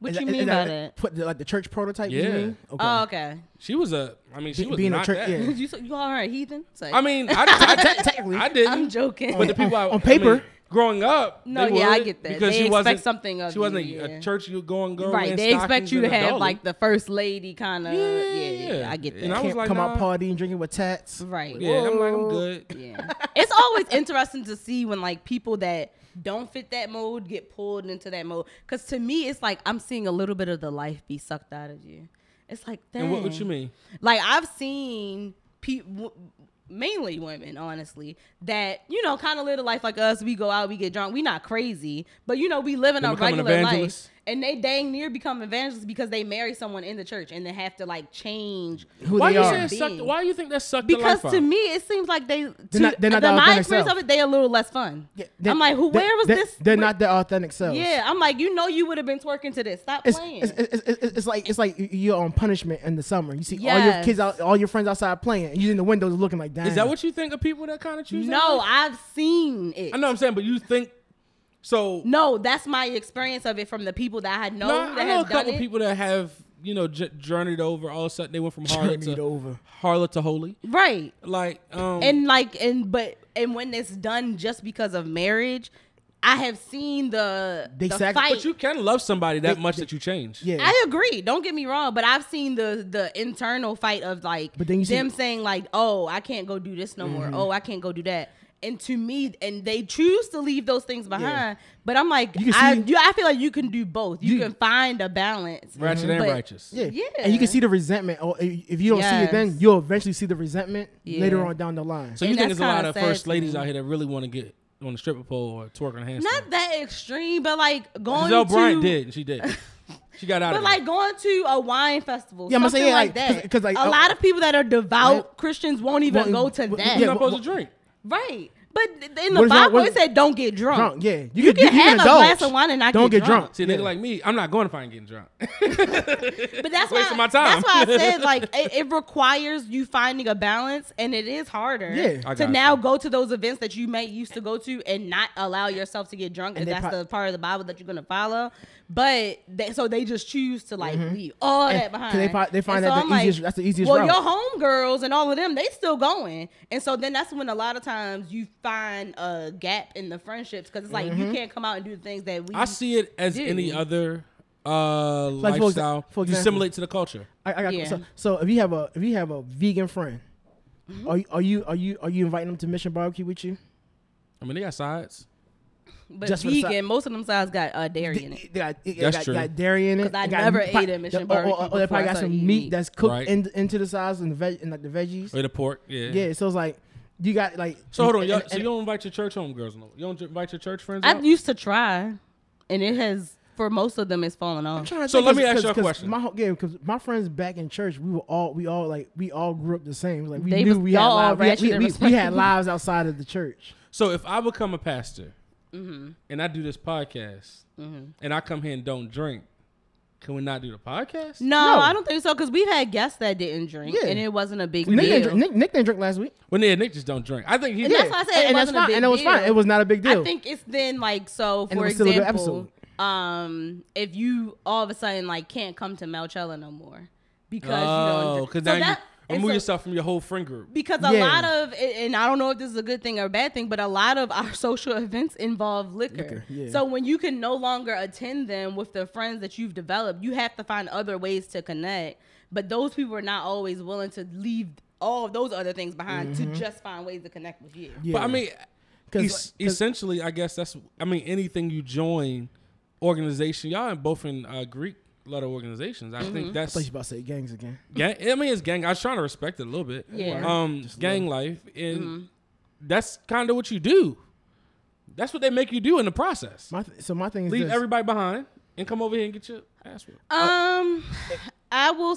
C: What
B: Is
C: you
B: that- is
C: mean by that?
B: Put the, like the church prototype. You
A: Yeah.
B: mean? Okay.
C: Oh, okay.
A: She was a. I mean, she
B: Be-
A: was
B: being a
A: not
B: tr-
A: that.
B: yeah.
C: You, so- you all right, heathen? It's like-
A: I mean, I, I,
B: Technically,
A: I didn't.
C: I'm joking.
A: But the people I,
B: On
A: I mean,
B: paper.
A: growing up,
C: No,
A: they
C: yeah, I
A: would,
C: get that.
A: because
C: They
A: she
C: expect
A: wasn't,
C: something of
A: She wasn't
C: you, yeah.
A: a church you going girl.
C: right,
A: in
C: they expect
A: stockings
C: you to
A: and a
C: have
A: dolly.
C: like the first lady kind of. Yeah
A: Yeah,
C: yeah,
A: yeah.
C: I get that.
A: And I was
B: can't
A: like,
B: come
A: nah.
B: out partying, drinking with tats.
C: uh, right.
A: Yeah, I'm like, I'm good.
C: Yeah. it's always interesting to see when like people that don't fit that mold get pulled into that mold. Cause to me, it's like I'm seeing a little bit of the life be sucked out of you. It's like that.
A: And what, what you mean?
C: Like I've seen people, mainly women, honestly, that you know kind of live a life like us. We go out, we get drunk, we not crazy, but you know we live in
A: They
C: a
A: become an
C: regular life.
A: evangelist.
C: And they dang near become evangelists because they marry someone in the church and they have to like change
B: Who
A: Why
B: they
A: you
B: are.
A: saying suck?
C: Being.
A: Why you think that sucked
C: because
A: the life out?
C: to me it seems like they to,
B: not- they're not
C: the,
B: the
C: my
B: authentic
C: experience
B: self.
C: of it they a little less fun
B: Yeah, they-
C: i'm like who
B: they-
C: where was
B: they-
C: this
B: They're
C: where-
B: not their authentic selves.
C: yeah i'm like you know you would have been twerking to this stop
B: It's,
C: playing
B: it's, it's, it's, it's like it's like you- you're on punishment in the summer. You see all your
C: Yes.
B: kids out, all your friends outside playing, and you in the windows looking like, damn.
A: Is that what you think of people that kind of choose? that
C: no
A: life?
C: i've seen it
A: I know what I'm saying, but you think so?
C: no that's my experience of it from the people that i know
A: No,
C: that
A: I know a
C: have done
A: couple
C: it
A: people that have you know j- journeyed over. All of a sudden, they went from harlot
B: Journeyed
A: to
B: over.
A: harlot to holy.
C: right
A: Like, um,
C: and like and but and when it's done just because of marriage i have seen the
B: They
C: the
B: sac- but
C: fight
A: but you can love somebody that
B: They-
A: much
B: they-
A: that you change.
B: Yeah.
C: I agree. Don't get me wrong, but I've seen the the internal fight of like
B: But then you see- Mm-hmm.
C: them saying like, "Oh, I can't go do this no more. Oh, I can't go do that." And to me, and they choose to leave those things behind. But I'm like,
B: You can
C: I,
B: see-
C: you, I feel like you can do both. You,
B: You-
C: can find a balance.
B: Mm-hmm.
A: Ratchet and
C: But-
A: righteous.
B: Yeah.
C: Yeah.
B: And you can see the resentment. Or if if you don't see it then,
C: Yes.
B: you'll eventually see the resentment
C: Yeah.
B: later on down the line.
A: So you
C: And
A: think
C: that's
A: there's a lot
C: kinda
A: of
C: sad
A: first
C: to
A: ladies
C: me.
A: out here that really want to get on the stripper pole or twerk on a handstand?
C: Not that extreme, but like going
A: Giselle
C: to
A: Bryant did. and She did. She got out
C: But
A: of
C: like going to a wine festival,
B: Yeah, I'ma
C: something
B: say, yeah, like,
C: like, that.
B: 'cause- 'cause, like,
C: a
B: uh,
C: lot of people that are devout
B: Right.
C: Christians won't even
B: Won't-
C: go to
B: w-
C: that.
A: You're
B: yeah,
A: not
B: but-
A: supposed to drink.
C: Right. But in
B: What
C: the
B: is y'all-
C: Bible,
B: what-
C: it said don't get drunk.
B: Drunk, yeah. You,
C: You can have a
B: indulge.
C: glass of wine and not
B: Don't
C: get
B: get
C: drunk.
B: drunk.
A: See, a nigga like me, I'm not going to find getting drunk.
C: But that's why,
A: Wasting my time.
C: that's why I said like it, it requires you finding a balance, and it is harder.
B: Yeah.
A: I
C: To
A: got
C: now go to those events that you may used to go to and not allow yourself to get drunk, if
B: they
C: that's
B: pro-
C: the part of the Bible that you're gonna follow. But they, so they just choose to like leave all that
B: Mm-hmm. And- 'cause
C: behind.
B: they pro- they find
C: And
B: that the easiest- that's the easiest
C: Well,
B: route."
C: your homegirls and all of them, they still going, and so then that's when a lot of times you find a gap in the friendships because it's like you
B: Mm-hmm.
C: can't come out and do the things that we.
A: I see it as any
C: Dude.
A: other uh,
B: Like, for exa-
A: lifestyle.
B: for
A: you
B: example.
A: assimilate to the culture.
B: I, I got
C: Yeah.
B: so, so if you have a if you have a vegan friend,
C: Mm-hmm.
B: are you are you are you are you inviting them to Mission Barbecue with you?
A: I mean, they got sides.
C: but
B: just for the
C: vegan,
B: side-
C: most of them sides got uh, dairy in it.
B: They got, it
A: That's
B: got,
A: true.
B: got dairy in it.
C: 'Cause I
B: It got
C: never
B: meat-
C: ate
B: probably-
C: at Mission
B: or- or- Or,
C: Barbecue
B: they probably
C: before I
B: got some
C: started
B: meat,
C: eating meat.
B: that's cooked
A: Right.
B: in, into the sides and the veg and like the veggies.
A: Or the pork. Yeah.
B: Yeah, so it's like you got like.
A: So hold on.
B: and-
A: Y'all,
B: and-
A: so you don't invite your church home girls no You don't invite your church friends
C: I
A: out?
C: used to try, and it has for most of them it's fallen off.
B: trying to
A: So
B: think,
A: let me
B: 'cause-
A: ask
B: 'cause-
A: you a
B: 'cause
A: question.
B: My whole, yeah, because my friends back in church, we were all we all like we all grew up the same. Like we
C: They
B: knew
C: was-
B: we had
C: y'all all
B: lives. we had-
C: ratchet
B: we-
C: and
B: we- we had
C: respectable.
B: lives outside of the church.
A: So if I become a pastor and I do this podcast and I come here and don't drink, can we not do the podcast?
C: No,
B: No.
C: I don't think so because we've had guests that didn't drink,
B: Yeah.
C: and it wasn't a big
B: Nick
C: deal.
B: didn't, drink, Nick, Nick didn't drink last week.
A: Well, yeah, Nick just don't drink. I think he.
C: And that's why I said it
B: and
C: wasn't a
B: fine.
C: big
B: and it was fine.
C: deal.
B: It was not a big deal.
C: I think it's then like so.
B: And it
C: For
B: was still a good
C: example, um, if you all of a sudden like can't come to Malchella no more because you
A: Oh,
C: don't
A: because
C: drink.
A: now
C: So that-
A: you
C: and
A: remove
C: so-
A: yourself from your whole friend group.
C: because a
B: Yeah.
C: lot of and and I don't know if this is a good thing or a bad thing, but a lot of our social events involve liquor.
B: Liquor, yeah.
C: So when you can no longer attend them with the friends that you've developed, you have to find other ways to connect. But those people are not always willing to leave all of those other things behind to just find ways to connect with you.
B: Mm-hmm. Yeah.
A: But I mean, es-
B: 'Cause, like, 'cause-
A: essentially, I guess that's. I mean, anything you join, organization, y'all in both in uh, Greek letter organizations. I
C: Mm-hmm.
A: think
B: I
A: that's.
B: thought you about to say gangs again.
A: Gang, I mean, it's gang. I was trying to respect it a little bit.
C: Yeah. Mm-hmm.
A: Um, gang life, and that's kind of what you do. That's what they make you do in the process.
B: My th- so my thing is
A: Leave
B: this.
A: everybody behind and come over here and get your ass whipped.
C: Um, I will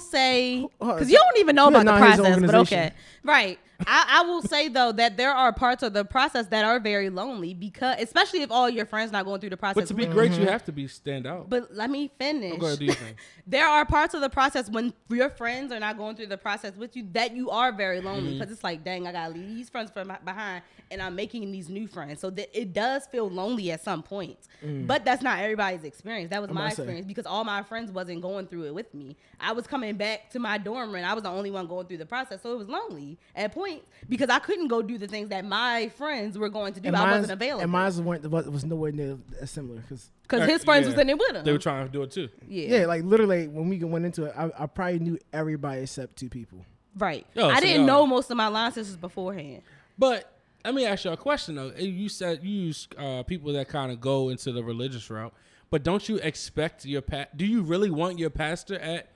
C: say
B: Hold on,
C: because
B: so-
C: you don't even know
B: Yeah,
C: about the
B: nah, he's an
C: process, but
B: organization.
C: okay, right. I, I will say though that there are parts of the process that are very lonely because, especially if all your friends not going through the process.
A: But to be
C: with you.
A: great, you have to be stand out.
C: But let me finish.
A: Go ahead, do your thing.
C: there are parts of the process when your friends are not going through the process with you that you are very lonely because it's like, dang, I gotta leave these friends from behind, and I'm making these new friends. So that it does feel lonely at some points. But that's not everybody's experience. That was
B: about
C: my
B: to say.
C: experience because all my friends wasn't going through it with me. I was coming back to my dorm and I was the only one going through the process, so it was lonely at points because I couldn't go do the things that my friends were going to do.
B: and
C: I
B: mine's-
C: wasn't available
B: And mine weren't was, was nowhere near as similar because
C: because his friends
A: Yeah.
C: was in it with him.
A: They were trying to do it too.
B: yeah. like literally when we went into it, I, I probably knew everybody except two people.
C: Right.
A: Oh,
C: I
A: so
C: didn't
A: y'all-
C: know most of my line sisters beforehand.
A: But let me ask you a question though. Eh, You said you use uh, people that kind of go into the religious route, but don't you expect your pa- Do you really want your pastor at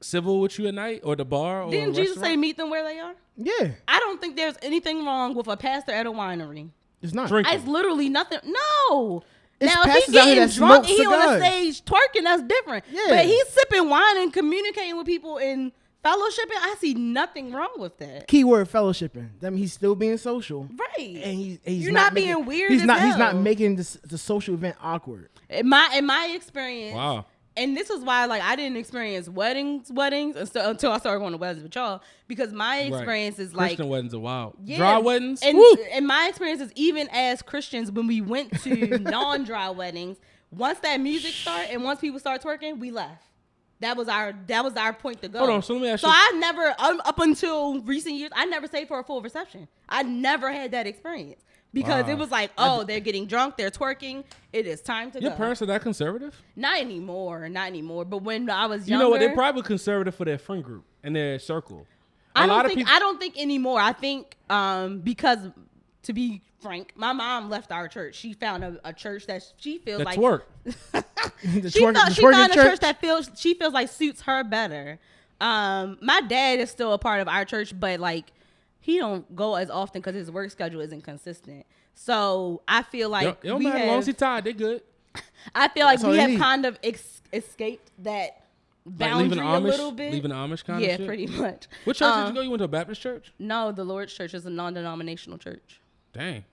A: civil with you at night or the bar?
B: Oh,
A: Or
C: Didn't
A: a
C: Jesus say
A: restaurant?
C: meet them where they are?
B: Yeah,
C: I don't think there's anything wrong with a pastor at a winery.
B: it's not.
A: Drink.
C: It's literally nothing. No.
B: It's
C: now if
B: pastors
C: he
B: out here
C: getting
B: that
C: drunk,
B: smoke
C: and he on the
B: cigars.
C: stage twerking. That's different.
B: Yeah.
C: But he's sipping wine and communicating with people and fellowshipping. I see nothing wrong with that.
B: Keyword fellowshipping. That mean he's still being social.
C: Right.
B: And he's, and he's
C: You're not
B: making-
C: being weird
B: He's
C: as
B: not. He's not
C: hell.
B: making this, the social event awkward.
C: in my in my experience.
A: Wow.
C: And this is why, like, I didn't experience weddings, weddings until, until I started going to weddings with y'all, because my
A: Right.
C: experience is like
A: Christian weddings are wild. Dry weddings.
C: And,
A: Woo!
C: and my experience is even as Christians, when we went to non dry weddings, once that music started and once people start twerking, we left. That was our that was our point to go.
A: Hold on, so let me ask
C: So
A: you-
C: I never um, up until recent years, I never stayed for a full reception. I never had that experience because
A: Wow.
C: it was like, oh, they're getting drunk, they're twerking. It is time to
A: your
C: go.
A: parents are that conservative?
C: not anymore, not anymore. But when I was
A: You
C: younger,
A: know what? They're probably conservative for their friend group and their circle. A
C: I don't
A: lot
C: think
A: of people.
C: I don't think anymore. I think um because to be frank, my mom left our church. She found a, a church that she feels
A: that
C: like
A: twerk.
B: the
C: she,
B: twerk-
C: felt-
B: the
C: she
B: twerking
C: found a church?
B: church?
C: that feels she feels like suits her better. Um, my dad is still a part of our church, but like he don't go as often because his work schedule isn't consistent. So I feel like
A: It don't
C: we
A: matter. As long as
C: have,
A: he tied, they good.
C: I feel like
B: That's all
C: we
B: they
C: have
B: need.
C: kind of ex- escaped that
A: Like
C: boundary
A: leaving
C: a little
A: Amish,
C: bit.
A: leaving the Amish kind
C: yeah,
A: of shit.
C: pretty much.
A: What church
C: Um,
A: did you go? You went to a Baptist church?
C: No, the Lord's Church is a non-denominational church.
A: Dang.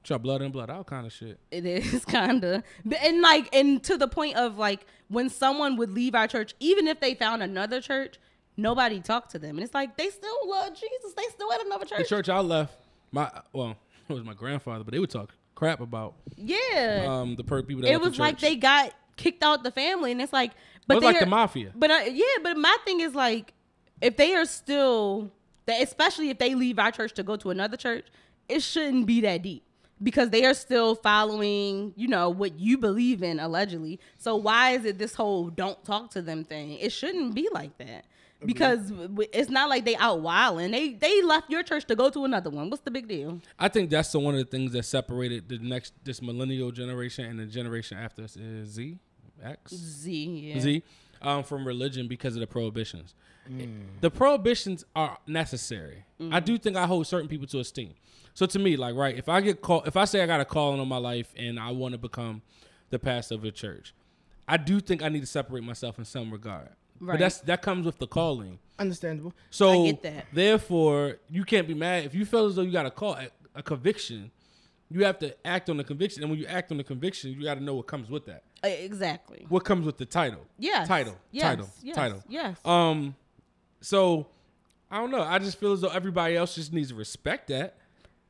A: It's your blood and blood out kind of shit.
C: It is kinda, But- and like, and to the point of like, when someone would leave our church, even if they found another church, nobody talked to them, and it's like they still love Jesus. They still at another
A: The
C: church.
A: church I left, my well, it was my grandfather, but they would talk crap about
C: Yeah,
A: um the per people that
C: it
A: left the
C: was like
A: church.
C: they got kicked out the family, and it's like,
A: It
C: but
A: was like
C: they're-
A: the mafia.
C: But I, yeah, but my thing is like, if they are still, that especially if they leave our church to go to another church, it shouldn't be that deep because they are still following, you know, what you believe in allegedly. So why is it this whole don't talk to them thing? It shouldn't be like that because w- w- it's not like they out wilding. They they left your church to go to another one. What's the big deal?
A: I think that's the one of the things that separated the next this millennial generation and the generation after us is Z X
C: Z. Yeah.
A: Z um, from religion because of the prohibitions.
C: Mm.
A: The prohibitions are necessary. I do think I hold certain people to esteem. So to me, like right, if I get called, if I say I got a calling on my life and I want to become the pastor of a church, I do think I need to separate myself in some regard. But
C: Right.
A: that's that comes with the calling.
B: Understandable.
A: So
C: I get that.
A: therefore, you can't be mad if you feel as though you got a call a, a conviction. You have to act on the conviction, and when you act on the conviction, you got to know what comes with that.
C: Uh, Exactly.
A: What comes with the title?
C: Yes.
A: Title.
C: Yes.
A: Title.
C: Yes.
A: Title.
C: Yes.
A: Um. So I don't know. I just feel as though everybody else just needs to respect that.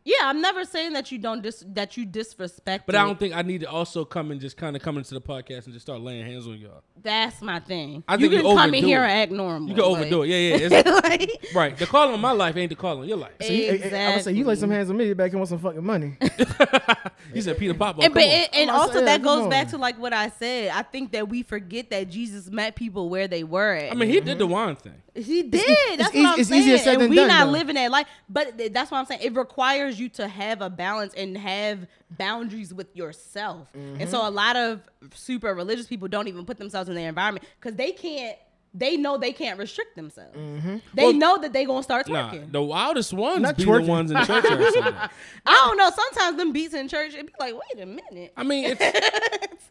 C: Yeah, I'm never saying that you don't dis that you disrespect.
A: But
C: it.
A: I don't think I need to also come and just kind of come into the podcast and just start laying hands on y'all.
C: That's my thing.
A: I
C: you
A: think
C: can
A: you
C: come in
A: overdo
C: here
A: it.
C: and act normal.
A: You can overdo it. Yeah, yeah. It's,
C: like,
A: right. The call on my life ain't the call on your life.
C: Eh.
B: So you- I- I, I would say you lay some hands on me, you back and want some fucking money.
A: He said Peter Pop.
C: and, but it, and
B: I'm about to
C: also
B: say,
C: that
B: come
C: goes
B: on.
C: back to like what I said. I think that we forget that Jesus met people where they were. At.
A: I mean, he did
C: Mm-hmm.
A: the wine thing.
C: he did.
B: e-
C: that's
B: it's
C: what
B: eas-
C: I'm
B: it's
C: saying.
B: easier said
C: and
B: than
C: we
B: done,
C: not
B: though.
C: living that life. But th- that's what I'm saying. It requires you to have a balance and have boundaries with yourself. And
B: Mm-hmm.
C: so a lot of super religious people don't even put themselves in their environment because they can't. They know they can't restrict themselves. They
B: Mm-hmm.
A: Well,
C: know that they gonna start
A: Nah,
C: twerking.
A: the wildest ones
B: Not
A: be
B: twerking.
A: the ones in church or something.
C: I don't know. Sometimes them beats in church, it'd be like, wait a minute.
A: I mean, it's
C: it's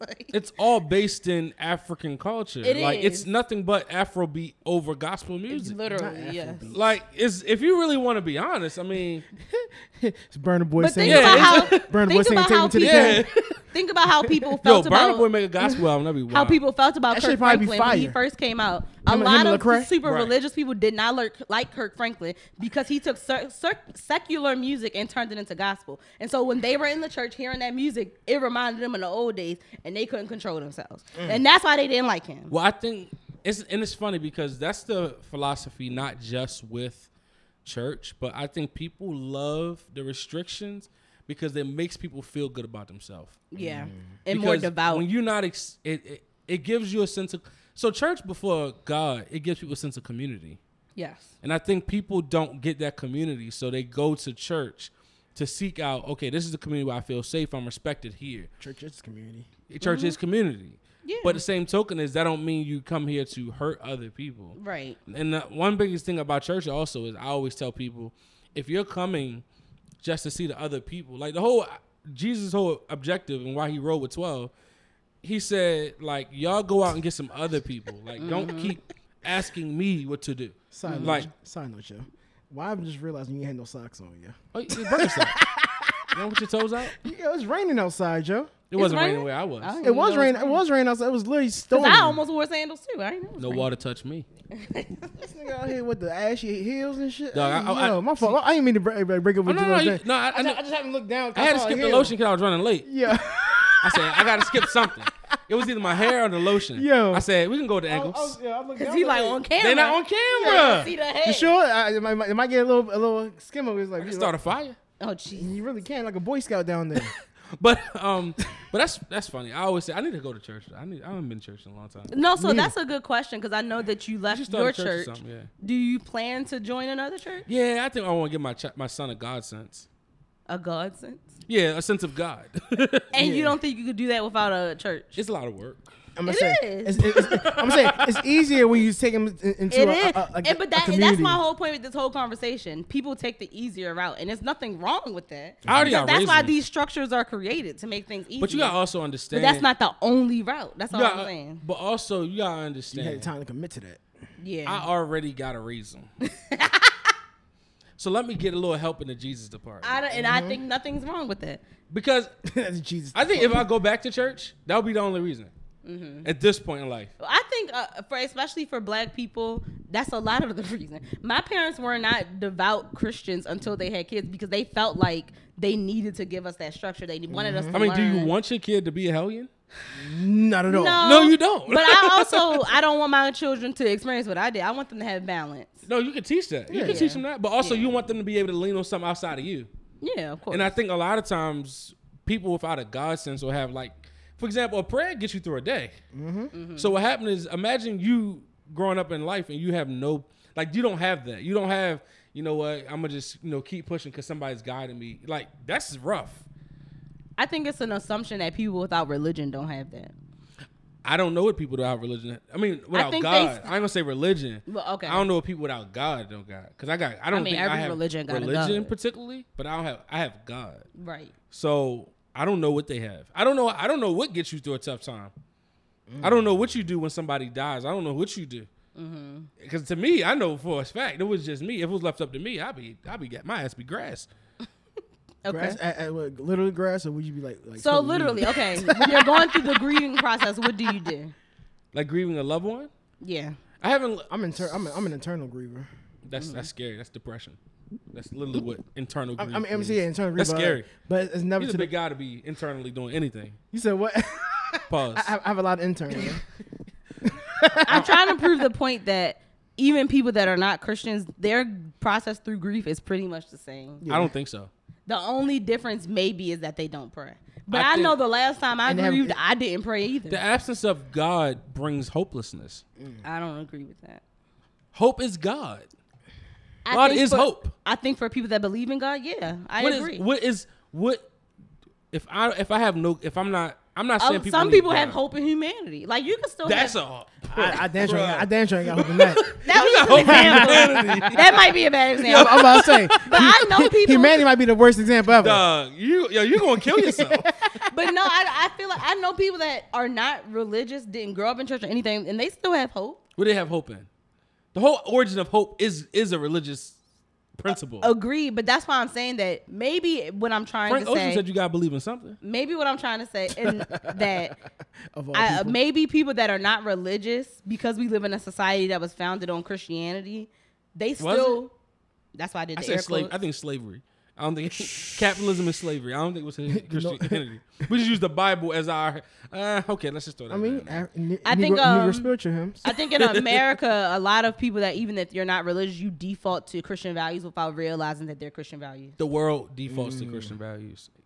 C: like,
A: it's all based in African culture.
C: It
A: like
C: is.
A: it's nothing but Afrobeat over gospel music.
C: literally, yes.
A: Like is if you really want to be honest, I mean,
B: It's Burner Boy
C: But think
B: singing.
A: Yeah,
C: about how
B: Burna Boy
C: think
B: singing
C: about
B: "Take Me
C: how
B: to the
C: people
A: yeah.
C: think about how people
A: Yo,
C: felt
A: Burna
C: about
A: Boy make a gospel album. That'd be
C: how
A: wild.
C: people felt about
B: That
C: Kirk
B: shit probably
C: Franklin
B: be
C: when he
B: fire.
C: first came out. A
B: Him and-
C: lot
B: him and
C: of the
B: Lecrae?
C: super
A: Right.
C: religious people did not lurk, like Kirk Franklin because he took cer- cer- secular music and turned it into gospel. And so when they were in the church hearing that music, it reminded them of the old days, and they couldn't control themselves,
B: Mm.
C: and that's why they didn't like him.
A: Well, I think it's and it's funny because that's the philosophy not just with church, but I think people love the restrictions because it makes people feel good about themselves.
B: Mm.
C: Yeah, and more
A: Because
C: devout.
A: When you're not, ex- it, it it gives you a sense of so church before God, it gives people a sense of community,
C: yes.
A: and I think people don't get that community, so they go to church to seek out. Okay, this is the community where I feel safe. I'm respected here.
B: Church is community.
A: Church is community.
C: Yeah.
A: But the same token is that don't mean you come here to hurt other people.
C: Right.
A: And the one biggest thing about church also is I always tell people, if you're coming just to see the other people, like the whole Jesus' whole objective and why he rode with twelve, he said like y'all go out and get some other people. Like don't keep asking me what to do.
B: Side note,
A: Mm, Like-
B: side note, yo. Why I'm just realizing you had no socks on, yo.
A: Oh, you just burn yourself. you don't put your toes out. It
B: Yo, it's raining outside, yo.
A: wasn't
C: raining?
A: raining Oh, where I was.
C: I didn't
B: It was
C: know
B: raining. It was raining outside. It was literally
C: Cause
B: storming.
C: I almost wore sandals too. I didn't know.
A: No water touched me.
B: This nigga out here with the ashy heels and shit.
A: Dog,
B: Hey,
A: I- I-
B: yo,
A: I-
B: my fault. I didn't mean to break, break up
A: Oh,
B: with
A: no, no,
B: you.
A: no,
B: like
A: you,
B: that.
A: no. I, I,
B: I,
A: knew-
B: ju- I just haven't looked down.
A: I had to
B: saw a
A: skip the
B: heel.
A: lotion because I was running late.
B: Yeah.
A: I said I gotta skip something. It was either my hair or the lotion.
B: Yo.
A: I said we can go to
B: I- I
A: angles.
B: was- Oh, yeah, I looked
C: Cause
B: down,
C: he
B: I
C: like
B: was
C: on camera.
A: They're not on camera.
C: See the head.
B: You sure? I, it, might, it might get a little, a little skim over. It's like,
A: You
B: you,
A: can start a fire.
C: Oh jeez.
B: you really can, like a Boy Scout down there.
A: But um, but that's that's funny. I always say I need to go to church. I need I haven't been to church in a long time.
C: No, so
B: Me.
C: that's a good question because I know that you left
A: should start
C: your
A: a church or
C: church.
A: something, yeah.
C: Do you plan to join another church?
A: Yeah, I think I want to give my ch- my son a God sense.
C: A God sense.
A: Yeah, a sense of God.
C: And you
B: Yeah.
C: don't think you could do that without a church?
A: it's a lot of work.
B: I'm
C: It
B: gonna say,
C: is.
B: It's, it's, it's- I'm saying it's easier when you take them into
C: It
B: a,
C: is.
B: a, a, a,
C: and, but
B: a
C: that, and
B: community.
C: that's my whole point with this whole conversation. People take the easier route, and there's nothing wrong with that.
A: I already got
C: Because that's why
A: raisins.
C: these structures are created to make things easier.
A: But you gotta also
C: But
A: understand.
C: that's not the only route. That's all
A: You gotta-
C: I'm saying.
A: But also you gotta
B: You had
A: understand.
B: time to commit to that.
C: Yeah.
A: I already got a reason. So let me get a little help in the Jesus department.
C: I don't, and I think nothing's wrong with it.
A: because
B: That's Jesus.
A: I think if I go back to church, that would be the only reason.
C: Mm-hmm.
A: At this point in life,
C: I think uh, for especially for black people, that's a lot of the reason. My parents were not devout Christians until they had kids because they felt like they needed to give us that structure. They wanted us. To
A: Mm-hmm. I mean, do you
C: learn.
A: want your kid to be a hellion?
B: Not at all.
C: No,
A: No, you don't.
C: But I also I don't want my children to experience what I did. I want them to have balance.
A: No, you can teach that. You can teach them that, but also you want them to be able to lean on something outside of you.
C: Yeah, of course.
A: And I think a lot of times people without a God sense will have like, for example, a prayer gets you through a day.
C: Mm-hmm.
A: So what happened is, imagine you growing up in life and you have no, like you don't have that. You don't have, you know what? I'm gonna just you know keep pushing because somebody's guiding me. Like that's rough.
C: I think it's an assumption that people without religion don't have that.
A: I don't know what people without religion. I mean, without
C: think they-
A: God, I ain't gonna say religion.
C: Well, okay.
A: I don't know what people without God don't got because I got. I don't
C: mean,
A: think I
C: every
A: have
C: religion got a
A: religion
C: God.
A: particularly, but I don't have. I have God.
C: Right.
A: So I don't know what they have. I don't know. I don't know what gets you through a tough time.
C: Mm.
A: I don't know what you do when somebody dies. I don't know what you do.
C: Mm-hmm.
A: Because to me, I know for a fact it was just me. If it was left up to me, I'd be, I'd be my ass be grass.
C: Okay.
B: Grass, I, I, what, literally grass, or would you be like, like
C: so
B: fucking
C: literally,
B: weed?
C: okay, when you're going through the grieving process, what do you do?
A: Like grieving a loved one.
C: Yeah.
A: I haven't.
B: I'm inter- I'm, a, I'm an internal griever.
A: That's
C: Mm-hmm.
A: that's scary. That's depression. That's literally what internal.
B: I'm,
A: grief
B: I'm MC
A: is.
B: internal griever.
A: That's scary.
B: But it's never
A: He's a
B: to the.
A: big guy to be internally doing anything.
B: You said what?
A: Pause.
B: I, have- I have a lot of interns.
C: I'm trying to prove the point that even people that are not Christians, their process through grief is pretty much the same.
A: I don't think so.
C: The only difference maybe is that they don't pray. But
A: I
C: I, know
A: think-
C: the last time I
B: And they have-
C: grieved, I didn't pray either.
A: The absence of God brings hopelessness.
C: I don't agree with that.
A: Hope is God.
C: I
A: God
C: think
A: is
C: for-
A: hope.
C: I think for people that believe in God, yeah, I
A: What is
C: agree.
A: what is what if I if I have no if I'm not I'm not
C: Um,
A: saying people
C: some
A: need
C: people
A: God.
C: have hope in humanity. Like you can still
A: That's
C: have,
A: a
B: I, I damn sure, ain't-
A: Bruh.
B: I damn sure ain't got hope in that.
C: that was just
A: hope
C: an
A: in
C: example. that might be a bad
B: I'm,
C: example.
B: I'm about to say,
C: But I know people-
B: Humanity might be the worst example ever.
A: Dog, you yo, you gonna kill yourself.
C: but no, I, I feel like I know people that are not religious, didn't grow up in church or anything, and they still have hope.
A: what do they have hope in? The whole origin of hope is is a religious principle.
C: Agree, but that's why I'm saying that maybe what I'm trying
A: Frank
C: to
A: Ocean
C: say,
A: said you gotta believe in something.
C: maybe what I'm trying to say is that
B: of all
C: I, uh,
B: people.
C: maybe people that are not religious because we live in a society that was founded on Christianity, they still. That's why I did
A: I
C: the air
A: said slave.
C: quotes.
A: I think slavery. I don't think capitalism is slavery. I don't think it's Christianity. we just use the Bible as our. Uh, okay, let's just throw that.
B: I mean,
A: down.
B: I, ne-
C: I
B: Negro,
C: think, um,
B: Negro spiritual hymns.
C: I think in America, a lot of people that even if you're not religious, you default to Christian values without realizing that they're Christian values.
A: the world defaults to Christian values. Mm.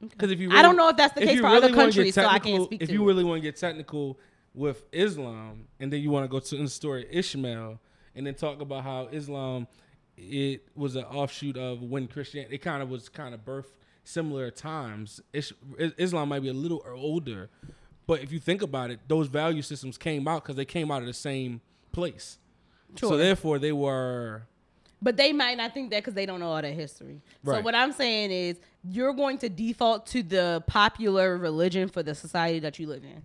A: Because if you,
C: I don't know if that's the
A: if
C: case
A: you
C: for other
A: wanna get
C: countries, so I can't
A: technical-
C: speak
A: If
C: to
A: you
C: it.
A: really want to get technical with Islam, and then you want to go to in the story of Ishmael, and then talk about how Islam it was an offshoot of when Christianity it kind of was kind of birthed similar times. Ish, I- Islam might be a little older, but if you think about it, those value systems came out because they came out of the same place. So
C: Sure.
A: therefore, they were
C: But they might not think that because they don't know all that history. So
A: Right.
C: what I'm saying is, you're going to default to the popular religion for the society that you live in,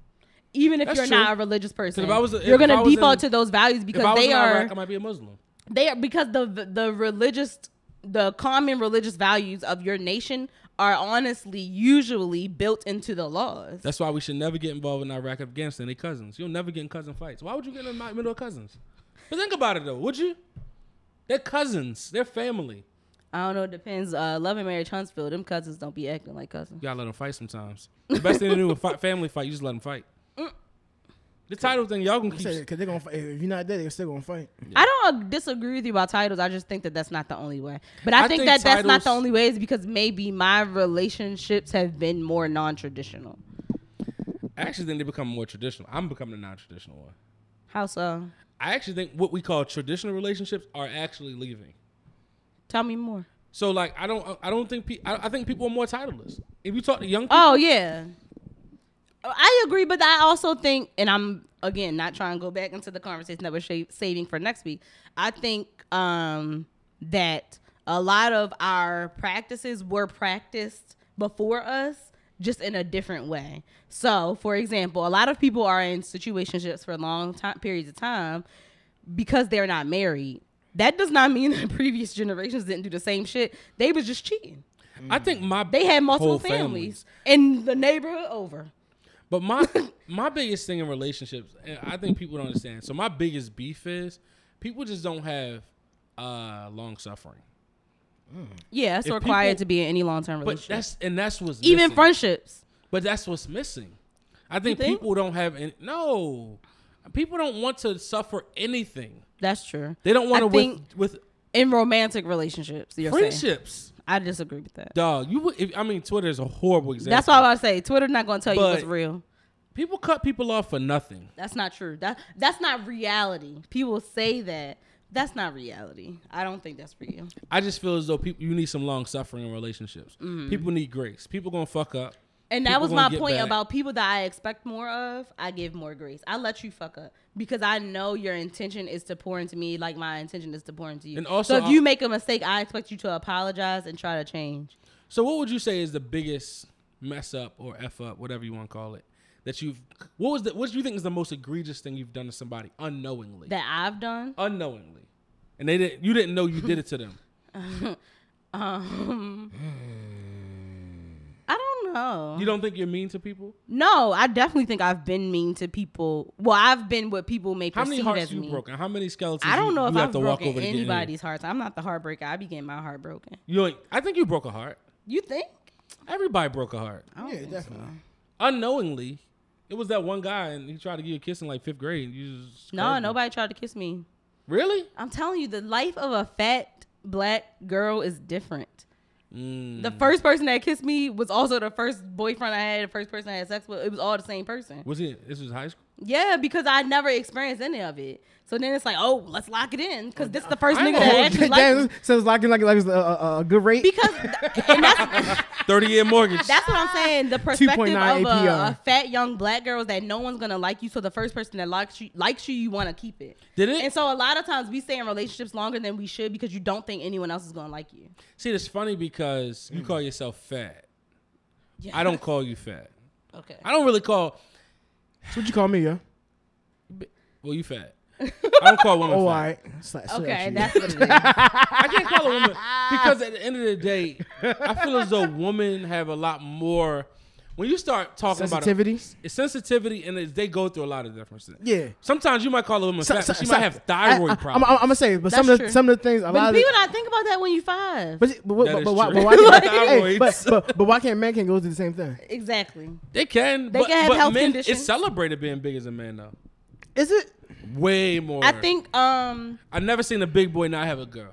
C: even if
A: That's
C: you're
A: true.
C: not a religious person.
A: if I was a-
C: you're
A: if
C: going
A: I
C: to
A: was
C: default
A: in-
C: to those values
A: if I
C: because
A: was
C: they
A: in
C: are
A: Iraq, I might be a Muslim.
C: they are because the the religious the common religious values of your nation are honestly usually built into the laws.
A: That's why we should never get involved in Iraq, Afghanistan. They cousins. You'll never get in cousin fights. Why would you get in the middle of cousins? But think about it though, would you? They're cousins. They're family.
C: I don't know. It depends. Uh, Love and marriage Huntsville. Them cousins don't be acting like cousins.
A: You gotta let them fight sometimes. The best thing to do with fight, family fight, you just let them fight. The title thing, y'all gonna keep.
B: Because they're gonna fight. if you're not there, they're still gonna fight.
C: I don't uh, disagree with you about titles. I just think that that's not the only way. But I,
A: I
C: think,
A: think
C: that that's not the
A: titles-
C: only way is because maybe my relationships have been more non-traditional.
A: I actually think they become more traditional. I'm becoming a non-traditional one.
C: How so?
A: I actually think what we call traditional relationships are actually leaving.
C: Tell me more.
A: So like, I don't, I don't think, pe- I, I think people are more titleless. If you talk to young people,
C: Oh yeah, I agree. But I also think, and I'm again not trying to go back into the conversation that we're sha- saving for next week. I think um, that a lot of our practices were practiced before us. Just in a different way. So, for example, a lot of people are in situationships for long time periods of time because they're not married That does not mean that previous generations didn't do the same shit. They was just cheating.
A: I think my
C: They had multiple
A: whole
C: families in the neighborhood over.
A: But my my biggest thing in relationships, and I think people don't understand. So my biggest beef is people just don't have uh long suffering.
C: Yeah, it's
A: If
C: required
A: people-
C: to be in any long term
A: But
C: relationship.
A: that's and that's what's
C: Even
A: missing.
C: friendships.
A: But that's what's missing. I think,
C: think?
A: people don't have any, no. People don't want to suffer anything.
C: That's true.
A: They don't want to
C: I
A: with
C: think-
A: with
C: In romantic relationships, you're saying.
A: friendships.
C: I disagree with that.
A: Dog, you would. If, I mean, Twitter is a horrible example.
C: That's why I say Twitter not going to tell you what's
A: But-
C: real.
A: people cut people off for nothing.
C: That's not true. That that's not reality. People say that. That's not reality. I don't think that's real.
A: I just feel as though people you need some long suffering in relationships.
C: Mm-hmm.
A: People need grace. People gonna fuck up.
C: And that
A: People
C: was
A: gonna
C: my
A: get
C: point
A: back.
C: about people that I expect more of. I give more grace. I let you fuck up because I know your intention is to pour into me, like my intention is to pour into you.
A: And also,
C: so
A: I-
C: if you make a mistake, I expect you to apologize and try to change.
A: So what would you say is the biggest mess up or f up, whatever you want to call it, that you've? What was the? What do you think is the most egregious thing you've done to somebody unknowingly?
C: That I've done.
A: unknowingly, and they didn't. You didn't know you did it to them.
C: Um, I don't know.
A: You don't think you're mean to people?
C: No, I definitely think I've been mean to people. Well, I've been what people may
A: How
C: perceive
A: many
C: as
A: hearts you
C: mean.
A: broken? How many skeletons?
C: I don't
A: you-
C: know if
A: you have
C: I've
A: to
C: broken
A: walk over to get in here?
C: anybody's hearts. I'm not the heartbreaker. I be getting my heart broken.
A: You ain't, I think you broke a heart.
C: You think?
A: Everybody broke a heart
C: I don't
B: Yeah,
C: think
B: definitely.
A: unknowingly. It was that one guy, and he tried to give you a kiss in like fifth grade. And you just
C: So. No,
A: scarred him.
C: nobody tried to kiss me.
A: Really?
C: I'm telling you, the life of a fat black girl is different.
A: Mm.
C: The first person that kissed me was also the first boyfriend I had, the first person I had sex with. It was all the same person.
A: Was it? This was high school.
C: Yeah, because I never experienced any of it. So then it's like, oh, let's lock it in because this is the first
A: I
C: nigga
A: ain't
C: that
A: gonna
C: actually liked me.
B: Damn, sounds like like like it's a, a, a good rate.
C: Because, th- and that's,
A: Thirty year mortgage.
C: That's what I'm saying. The perspective
B: 2.9
C: of a,
B: APR.
C: a fat young black girl is that no one's gonna like you. So the first person that likes you, likes you, you want to keep it.
A: Did it?
C: And so a lot of times we stay in relationships longer than we should because you don't think anyone else is gonna like you.
A: See, it's funny because
B: Hmm.
A: you call yourself fat.
C: Yeah.
A: I don't call you fat.
C: Okay.
A: I don't really call.
B: That's what you call me, yeah?
A: Well, you fat. I don't call women
B: Oh, all
A: fat.
B: right. Slap, slap
C: okay,
B: you.
C: that's what it is.
A: I can't call a woman because at the end of the day, I feel as though women have a lot more. When you start talking
B: sensitivity.
A: about it's sensitivity, and it's, they go through a lot of different things.
B: Yeah.
A: Sometimes you might call a woman
B: So-
A: fat,
B: so-
A: but she
B: so-
A: might have thyroid
B: I,
A: problems.
B: am gonna say, but some
C: That's
B: of the,
C: true.
B: some of the things a lot
C: But
B: of the-
C: people not think about that when you five.
B: But, but,
A: That
B: but,
A: is
B: but, why,
A: true.
B: but, why can't,
A: Thyroids.
B: hey, but, but, but why can't men can go through the same thing?
C: exactly.
A: they can.
C: They
A: but,
C: can have
A: but
C: health
A: men, It's
C: conditions.
A: celebrated being big as a man though.
B: Is it?
A: Way more.
C: I think um
A: I've never seen a big boy not have a girl.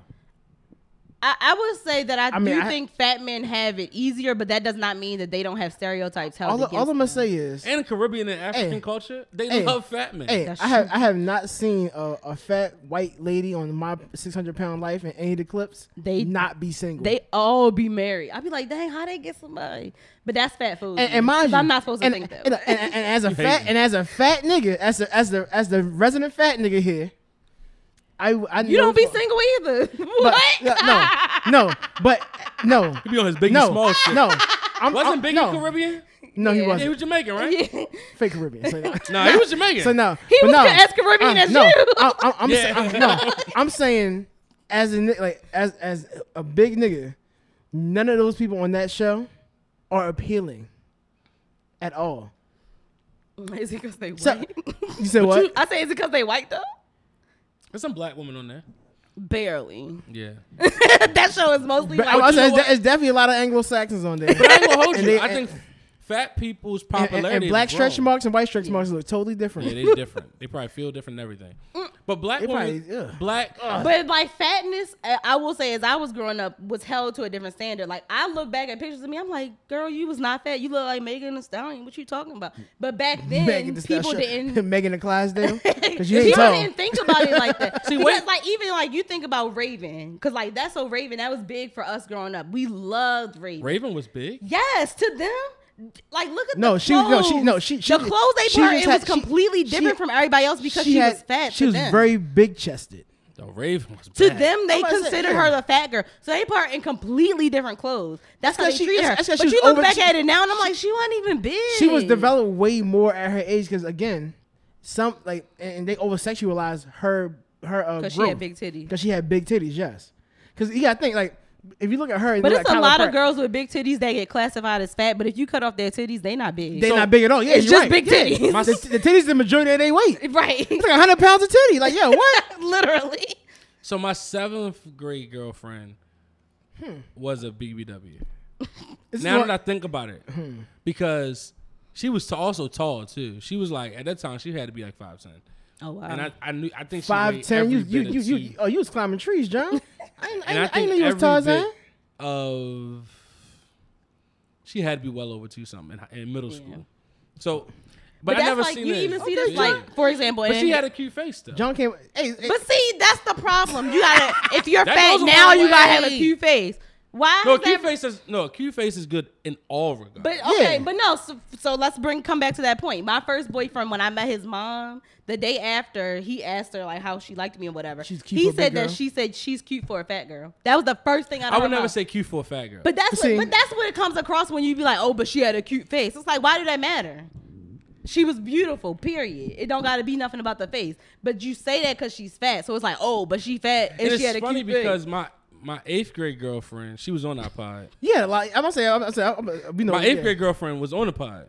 C: I, I would say that I,
B: I mean,
C: do
B: I-
C: think fat men have it easier, but that does not mean that they don't have stereotypes held
B: All, the-
C: against
B: all I'm
C: them.
B: gonna say is,
A: And Caribbean and African
B: Hey.
A: culture, they
B: Hey.
A: love fat men.
B: hey,
C: That's
B: I have I have not seen a, a fat white lady on my 600 pound life in any of the clips.
C: They-
B: not be single.
C: They all be married. I'd be like, dang, how they get somebody? But that's fat food.
B: and, and mind
C: 'Cause
B: you,
C: I'm not supposed to
B: and,
C: think that.
B: And, and, and, and as a fat
A: hating.
B: and as a fat nigga, as the as the as the resident fat nigga here, I I
C: you
B: know
C: don't be
B: for-
C: single either.
B: But,
C: what?
B: yeah, no, no, but no,
A: He be on his Biggie
B: no,
A: Small shit.
B: no. I'm,
A: Wasn't
B: I'm,
A: Biggie
B: no,
A: Caribbean?
B: No, he
C: Yeah.
A: He
B: wasn't.
A: was Jamaican, right?
C: Yeah.
B: Fake Caribbean. So, no.
A: No, he was Jamaican.
B: So no,
C: He
B: but
C: was
B: no, Uh,
C: as Caribbean as
B: no,
C: you.
B: I, I, I'm,
A: Yeah.
B: sa- I'm- no, I'm saying as a ni- like as as a big nigga, none of those people on that show are appealing at all.
C: Is it because they white?
B: So you said what?
C: I say, is it because they white though?
A: There's some black woman on there.
C: Barely.
A: Yeah.
C: that show is mostly
B: but I,
C: like.
B: was
A: you know
B: saying,
A: what?
B: it's definitely a lot of Anglo Saxons on there.
A: I ain't gonna hold you.
B: And they-
A: I think fat people's
B: and,
A: popularity
B: and- and
A: has
B: black
A: grown.
B: stretch marks and white stretch marks look totally different.
A: Yeah, they different. They probably feel different and everything. But black
B: Mm. They
A: women,
B: probably- ugh.
A: black. uh,
C: But like fatness, I I will say, as I was growing up, was held to a different standard. Like I look back at pictures of me, I'm like, girl, you was not fat. You look like Megan Thee Stallion. What you talking about? But back then,
B: Megan Thee
C: people
B: Stallion.
C: didn't
B: Megan the Clydesdale because you
C: people
B: ain't tall.
C: didn't think about it like that.
A: See,
C: because
A: wait-
C: like even like you think about Raven, because like that's so Raven that was big for us growing up. We loved Raven.
A: Raven was big.
C: Yes, to them. Like look at
B: No,
C: the
B: she no, she
C: clothes.
B: no, she, she
C: the clothes they
B: she
C: put her
B: just
C: in
B: had-
C: was
B: she-
C: completely
B: she-
C: different from everybody else because she,
B: had-
C: was fat.
B: She
C: to
B: was
C: them.
B: very big chested.
A: No, Raven was
C: To
A: bad.
C: them, they
B: about to say,
C: considered
B: yeah.
C: her the fat girl, so they put her in completely different clothes. That's how they
B: 'cause she-
C: treat her.
B: that's- that's 'cause she
C: but you
B: was
C: look
B: over-
C: back
B: she-
C: at it now, and I'm like, she wasn't even big.
B: She was developed way more at her age because again, some like and and they over sexualize her her uh,
C: because she
B: growth.
C: had big titties.
B: Because she had big titties, yes. Because you got to think, like, if you look at her, it
C: But
B: look
C: it's
B: like
C: a
B: Kylo
C: lot
B: Pratt.
C: of girls with big titties that get classified as fat. But if you cut off their titties, they not big.
B: They
A: So-
B: not big at all. Yeah,
C: It's
B: you're right.
C: just big
B: Yeah.
C: titties.
B: My- the, the titties the majority of their weight. It's
C: right?
B: like hundred pounds of titty. Like, yeah, what?
C: Literally.
A: So my seventh grade girlfriend was a BBW.
B: Hmm. This is Hmm.
A: now
B: what-
A: that I think about it, because she was t- also tall too. She was like at that time she had to be like five ten,
C: Oh wow.
A: and I, I knew I think she
B: Um, five
A: weighed
B: ten. You
A: every
B: you
A: bit
B: you
A: of
B: you,
A: two.
B: oh you was climbing trees, John. I
A: And
B: ain't- I,
A: I
B: ain't- I, ain't
A: think
B: know you was
A: every bit
B: Tarzan.
A: of she had to be well over two something in, hi- in middle
C: Yeah.
A: school. So, but,
C: but
A: I
C: that's
A: never
C: like
A: seen
C: you
A: that.
C: even see
A: Okay,
C: this
A: yeah.
C: like for example.
A: But
C: and-
A: she had a cute face though.
B: John came. Hey, hey,
C: But see, that's the problem. You gotta if you're
A: That
C: fat
A: goes a
C: now,
A: long
C: you gotta have a
A: way.
C: cute face. Why?
A: no, a
C: is
A: cute
C: that-
A: face is no a cute face is good in all regards.
C: But okay,
B: Yeah.
C: but no. So, so let's bring come back to that point. My first boyfriend, when I met his mom, the day after, he asked her like how she liked me and whatever.
B: She's cute
C: he
B: for a big
C: said
B: girl.
C: that she said she's cute for a fat girl. That was the first thing out
A: I
C: of
A: would
C: her
A: never
C: mouth.
A: say cute for a fat girl.
C: But that's
B: See-
C: what, but that's what it comes across when you be like, oh, but she had a cute face. It's like, why do that matter? She was beautiful. Period. It don't got to be nothing about the face. But you say that because she's fat, so it's like, oh, but she fat and,
A: And
C: she had
A: it's
C: a
A: funny
C: cute face.
A: because my my eighth grade girlfriend, she was on our pod.
B: yeah, like I'm gonna say, I'm gonna say, I'm gonna, we know.
A: My eighth
B: yeah. Mm-hmm.
A: grade girlfriend was on the pod.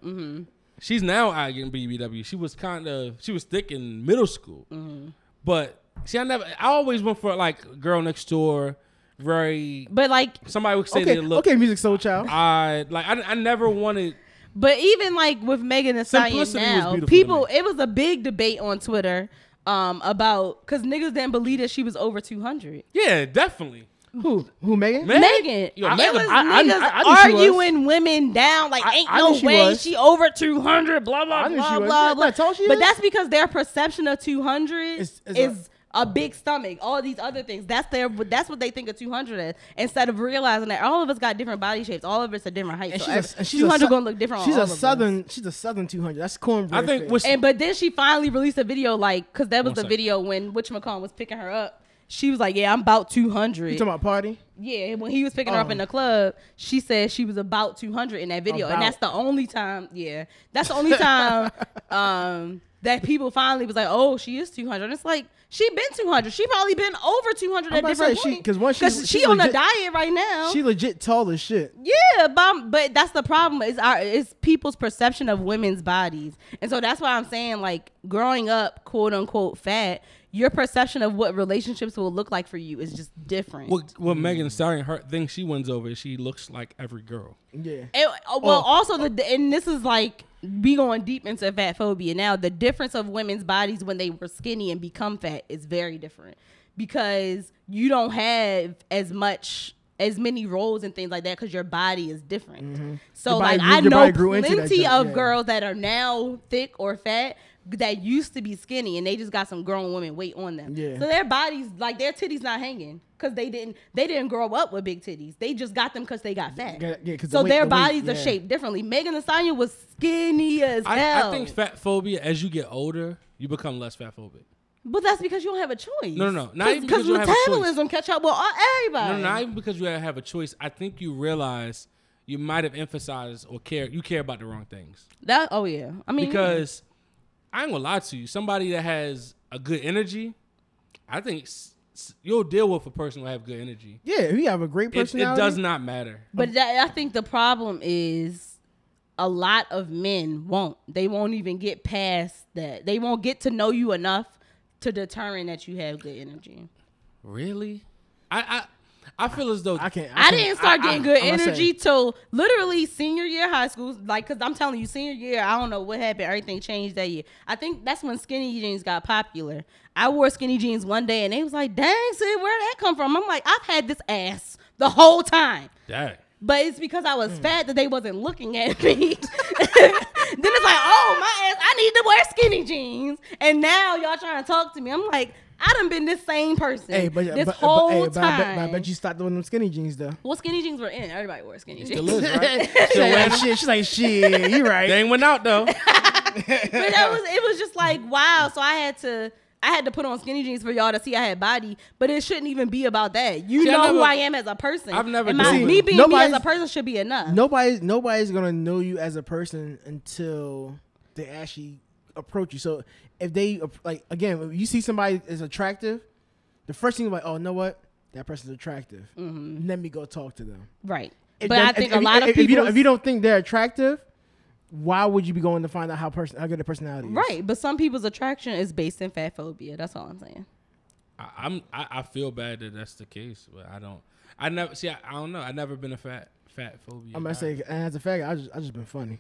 A: She's now I in BBW. She was kind of she was thick in middle school,
B: Mm-hmm.
A: but see, I never. I always went for like girl next door, very
C: But like,
A: somebody would say
B: Okay,
A: they look.
B: okay, music soul child.
A: I like I, I never wanted
C: but even like with Megan Thee Stallion
A: Simplicity was
C: now,
A: beautiful to
C: people,
A: me.
C: it was a big debate on Twitter um about because niggas didn't believe that she was over two hundred.
A: yeah definitely
B: Who? Who? Megan?
A: Man,
C: Megan,
A: yo,
C: it
A: Megan-
C: was
B: I- I-
C: niggas
B: I- I knew she was.
C: arguing women down like
B: I-
C: ain't
B: I knew
C: no
B: she
C: way
B: was.
C: she over two hundred. Blah blah
B: I knew she
C: blah
B: was.
C: blah
B: Yeah,
C: blah.
B: that's all she
C: but
B: is.
C: that's because their perception of two hundred
B: Is-
C: is,
B: is
C: a, big stomach. All these other things that's their that's what they think of two hundred as instead of realizing that all of us got different body shapes. All of us are different heights.
B: And
C: So
B: she's, a, and she's
C: two
B: a,
C: hundred
B: sou-
C: gonna look different. on
B: She's
C: all
B: a
C: of us.
B: southern. She's a southern 200. That's cornbread.
A: I think
B: face.
A: what's-
C: And but then she finally released a video like because that was
A: One
C: the
A: second.
C: video when Witch McCon was picking her up. She was like, "Yeah, I'm about two
B: you
C: hundred.
B: talking about party?
C: Yeah, when he was picking her up
B: Oh.
C: in the club, she said she was about 200 in that video,
B: About.
C: and that's the only time. Yeah, that's the only time um, that people finally was like, "Oh, she is 200." It's like she been 200. She probably been over 200
B: I'm
C: at
B: about to
C: different
B: say, she-
C: points.
B: 'cause once she-
C: she,
B: she
C: on
B: legit-
C: a diet right now.
B: She legit tall as shit.
C: yeah, but, but that's the problem. Is our it's people's perception of women's bodies, and so that's why I'm saying like growing up, quote unquote, fat. Your perception of what relationships will look like for you is just different.
A: what what Megan Thee Stallion her thing she wins over is she looks like every girl.
B: Yeah.
C: And, uh, well,
B: Oh.
C: also the and this is like we going deep into fat phobia now. The difference of women's bodies when they were skinny and become fat is very different because you don't have as much as many roles and things like that because your body is different. So
B: Mm-hmm. Your body
C: like
B: grew-
C: I
B: your
C: know
B: body grew into that
C: plenty
B: junk,
C: of
B: yeah.
C: girls that are now thick or fat that used to be skinny and they just got some grown women weight on them.
B: Yeah.
C: So their bodies like their titties not hanging because they didn't they didn't grow up with big titties. They just got them because they got fat.
B: Yeah, yeah, 'cause the
C: so
B: weight-
C: their
B: the weight,
C: bodies are
B: yeah.
C: shaped differently. Megan Thee Stallion was skinny as
A: I,
C: hell.
A: I think fat phobia as you get older you become less fat phobic.
C: but that's because you don't have a choice.
A: No, no, no. Not even because you don't have a choice.
C: metabolism catch up with all- everybody.
A: No, no, not even because you have a choice. I think you realize you might have emphasized or care. You care about the wrong things
C: That oh yeah. I
B: Mm-hmm.
C: mean
A: because I ain't gonna lie to you. Somebody that has a good energy, I think s- s- you'll deal with a person who have good energy.
B: Yeah. If you have a great
A: It,
B: personality,
A: it does not matter.
C: But that, I think the problem is a lot of men won't. They won't even get past that. They won't get to know you enough to determine that you have good energy.
A: Really, I I, I feel as though
B: I can't.
C: I,
B: can't-
C: didn't start
B: I-
C: getting
B: I-
C: good
B: I'ma say,
C: energy till literally senior year high school. Like, cause I'm telling you, senior year, I don't know what happened. Everything changed that year. I think that's when skinny jeans got popular. I wore skinny jeans one day, and they was like, "Dang, sis, where did that come from?" I'm like, "I've had this ass the whole time."
A: that.
C: But it's because I
B: Mm.
C: was fat that they wasn't looking at me. then it's like, oh my ass, I need to wear skinny jeans. And now y'all trying to talk to me. I'm like, I done been this same person
B: Hey, but
C: this
B: but,
C: whole
B: but, hey, but, I
C: time.
B: bet, but I bet you stopped doing them skinny jeans though.
C: well, skinny jeans were in. Everybody wore skinny jeans.
A: Look, right?
B: She's like, shit. She's like, shit. You right.
A: They ain't went out though.
C: but that was it was just like wow. So I had to I had to put on skinny jeans for y'all to see I had body. But it shouldn't even be about that. You
A: See, I
C: know who
A: never-
C: I am as a person.
A: I've never
C: and my,
A: done
C: me
A: that.
C: being me
B: Nobody's-
C: as a person should be enough.
B: Nobody's nobody's gonna know you as a person until they actually approach you. So if they ap- like again, if you see somebody is attractive, the first thing you're like, oh, know what? That person's attractive. Let me go talk to them.
C: right.
B: If
C: Mm-hmm. but
B: that-
C: I
B: if-
C: think
B: if
C: a
B: you-
C: lot of
B: if, if you don't if
C: people
B: you don't think they're attractive, why would you be going to find out how person how good their personality is?
C: right, but some people's attraction is based in fat phobia. That's all I'm saying.
A: I, I'm I, I feel bad that that's the case, but I don't. I never see. I, I don't know. I never been a fat fat phobia.
B: I'm
A: guy.
B: gonna say and as a fact, I just I just been funny.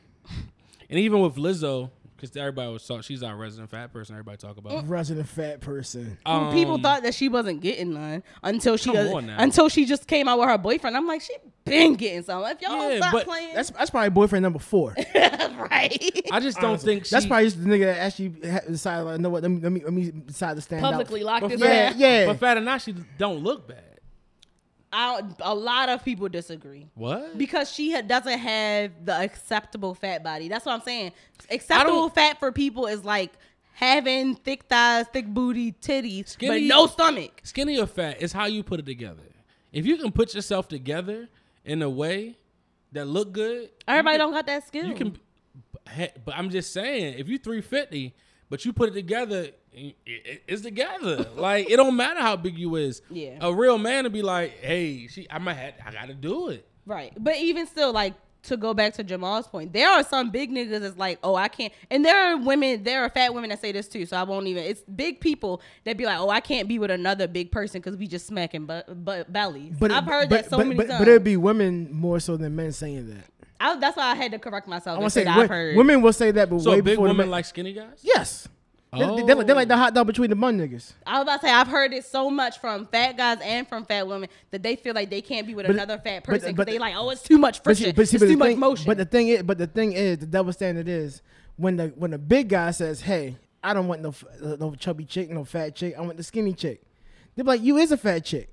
A: and even with Lizzo, because everybody was talk, she's our resident fat person. Everybody talk about.
B: Resident fat person.
A: Um,
C: people thought that she wasn't getting none until she
A: Come on now.
C: until she just came out with her boyfriend. I'm like, she been getting some. If y'all
A: Yeah,
C: don't stop
A: but
C: playing,
B: That's that's probably boyfriend number four.
C: right.
A: I just don't think she,
B: that's probably just the nigga that actually ha- decided like, you know what? Let me let me, let me decide to stand
C: Publicly
B: out.
C: locked
A: But
C: his
B: Yeah,
C: ass.
B: yeah.
A: But fat or not, she don't look bad.
C: I, a lot of people disagree.
A: What?
C: Because she ha- doesn't have the acceptable fat body. That's what I'm saying. Acceptable
A: don't-
C: fat for people is like having thick thighs, thick booty, titties,
A: Skinny-
C: but no stomach.
A: Skinny or fat is how you put it together. If you can put yourself together in a way that look good,
C: Everybody don't got that skill.
A: you can. he- But I'm just saying, if you 350, but you put it together, i- i- it's together. like it don't matter how big you is.
C: Yeah.
A: A real man would be like, hey, she, I'm a had, I gotta do it.
C: Right. But even still, like to go back to Jamal's point, there are some big niggas that's like, oh, I can't. And there are women, there are fat women that say this too. So I won't even. It's big people that be like, oh, I can't be with another big person because we just smacking but but bellies.
B: But
C: I've heard
B: but,
C: that so
B: but,
C: many
B: but,
C: times.
B: But it'd be women more so than men saying that.
C: I, that's why I had to correct
B: I
C: myself. and
B: want to say
C: that I've
B: wo-
C: heard.
B: women will say that, but
A: So
B: way
A: a big
B: before the
A: woman
B: men-
A: like Oh. skinny guys.
B: yes, They- they, they're like- they're like the hot dog between the bun niggas.
C: I was about to say I've heard it so much from fat guys and from fat women that they feel like they can't be with
B: But-
C: another fat
B: but-
C: person because
B: but-
C: they like, oh, it's too much friction, it's
B: the
C: too much
B: thing,
C: motion.
B: but the thing is, but the thing is, the double standard is when the when the big guy says, "Hey, I don't want no f- uh, no chubby chick, no fat chick. I want the skinny chick." They're like, "You is a fat chick,"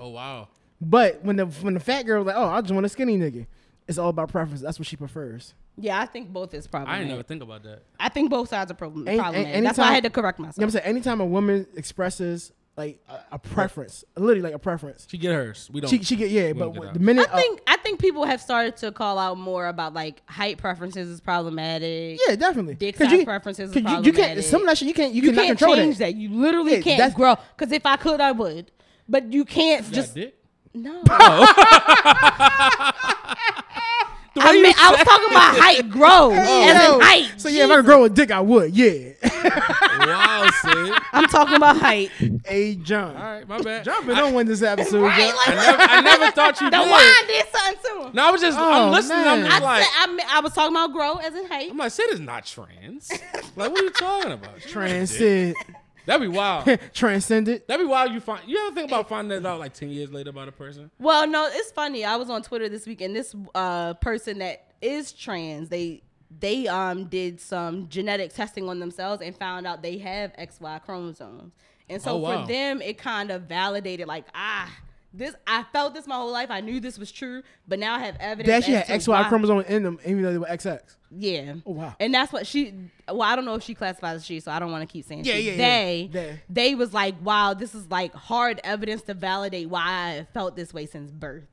A: Oh wow.
B: but when the when the fat girl's like, "Oh, I just want a skinny nigga," it's all about preference. That's what she prefers.
C: yeah, I think both is
A: I
C: problematic.
A: didn't
C: I,
A: never think about that.
C: think both sides are problem-
B: Any-
C: problematic.
B: any-
C: That's why I
B: anytime-
C: had to correct
B: You know what I'm
C: myself.
B: saying? Anytime a woman expresses like a, a preference, literally like a preference,
A: She get hers. We don't.
B: she she get yeah.
A: don't
B: But
A: get
B: when-
A: out.
B: the minute
C: I think I think people have started to call out more about like height preferences is problematic.
B: yeah, definitely.
C: Dick
B: 'Cause
C: size
B: you-
C: preferences is
B: 'cause you, you can't.
C: problematic.
B: Some of that shit you can't. You,
C: You
B: cannot
C: can't
B: control
C: change
B: that.
C: that. You literally
B: Yeah,
C: can't
B: that's-
C: grow. Because if I could, I would. But you can't
A: Got
C: just
A: dick.
C: no.
A: The
C: I
A: way you
C: mean, I was
A: said-
C: talking about height grow as
B: Oh.
C: in height.
B: So yeah, if I could grow a dick, I would. Yeah.
A: wow, Sid.
C: I'm talking about height.
B: hey, John.
A: All right, my bad.
B: Jumping on one this episode.
C: right?
B: John.
C: Like,
A: I, never, I never thought you
C: the
A: did.
C: wine did something to him.
A: No, I was just.
B: Oh,
A: I'm listening. I'm
B: man.
A: just
C: I,
A: like.
C: said, I, mean, I was talking about grow as in height.
A: I'm like, Sid is not trans. like, what are you talking about?
B: Transcend,
A: That'd be wild. That'd
B: transcended.
A: be wild. You find. You ever think about finding that out like ten years later about a person?
C: Well, no, it's funny. I was on Twitter this week, and this uh, person that is trans, they they um did some genetic testing on themselves and found out they have XY chromosomes. And so
A: Oh, wow.
C: for them, it kind of validated, like, ah, this I felt this my whole life. I knew this was true, but now I have evidence.
B: They actually
C: as
B: had XY
C: to why-
B: chromosome in them, even though they were XX.
C: Yeah.
B: Oh, wow.
C: And that's what she. Well, I don't know if she classifies as she, so I don't want to keep saying.
B: Yeah,
C: she.
B: yeah, yeah.
C: They,
B: They.
C: they was like, wow, this is like hard evidence to validate why I felt this way since birth,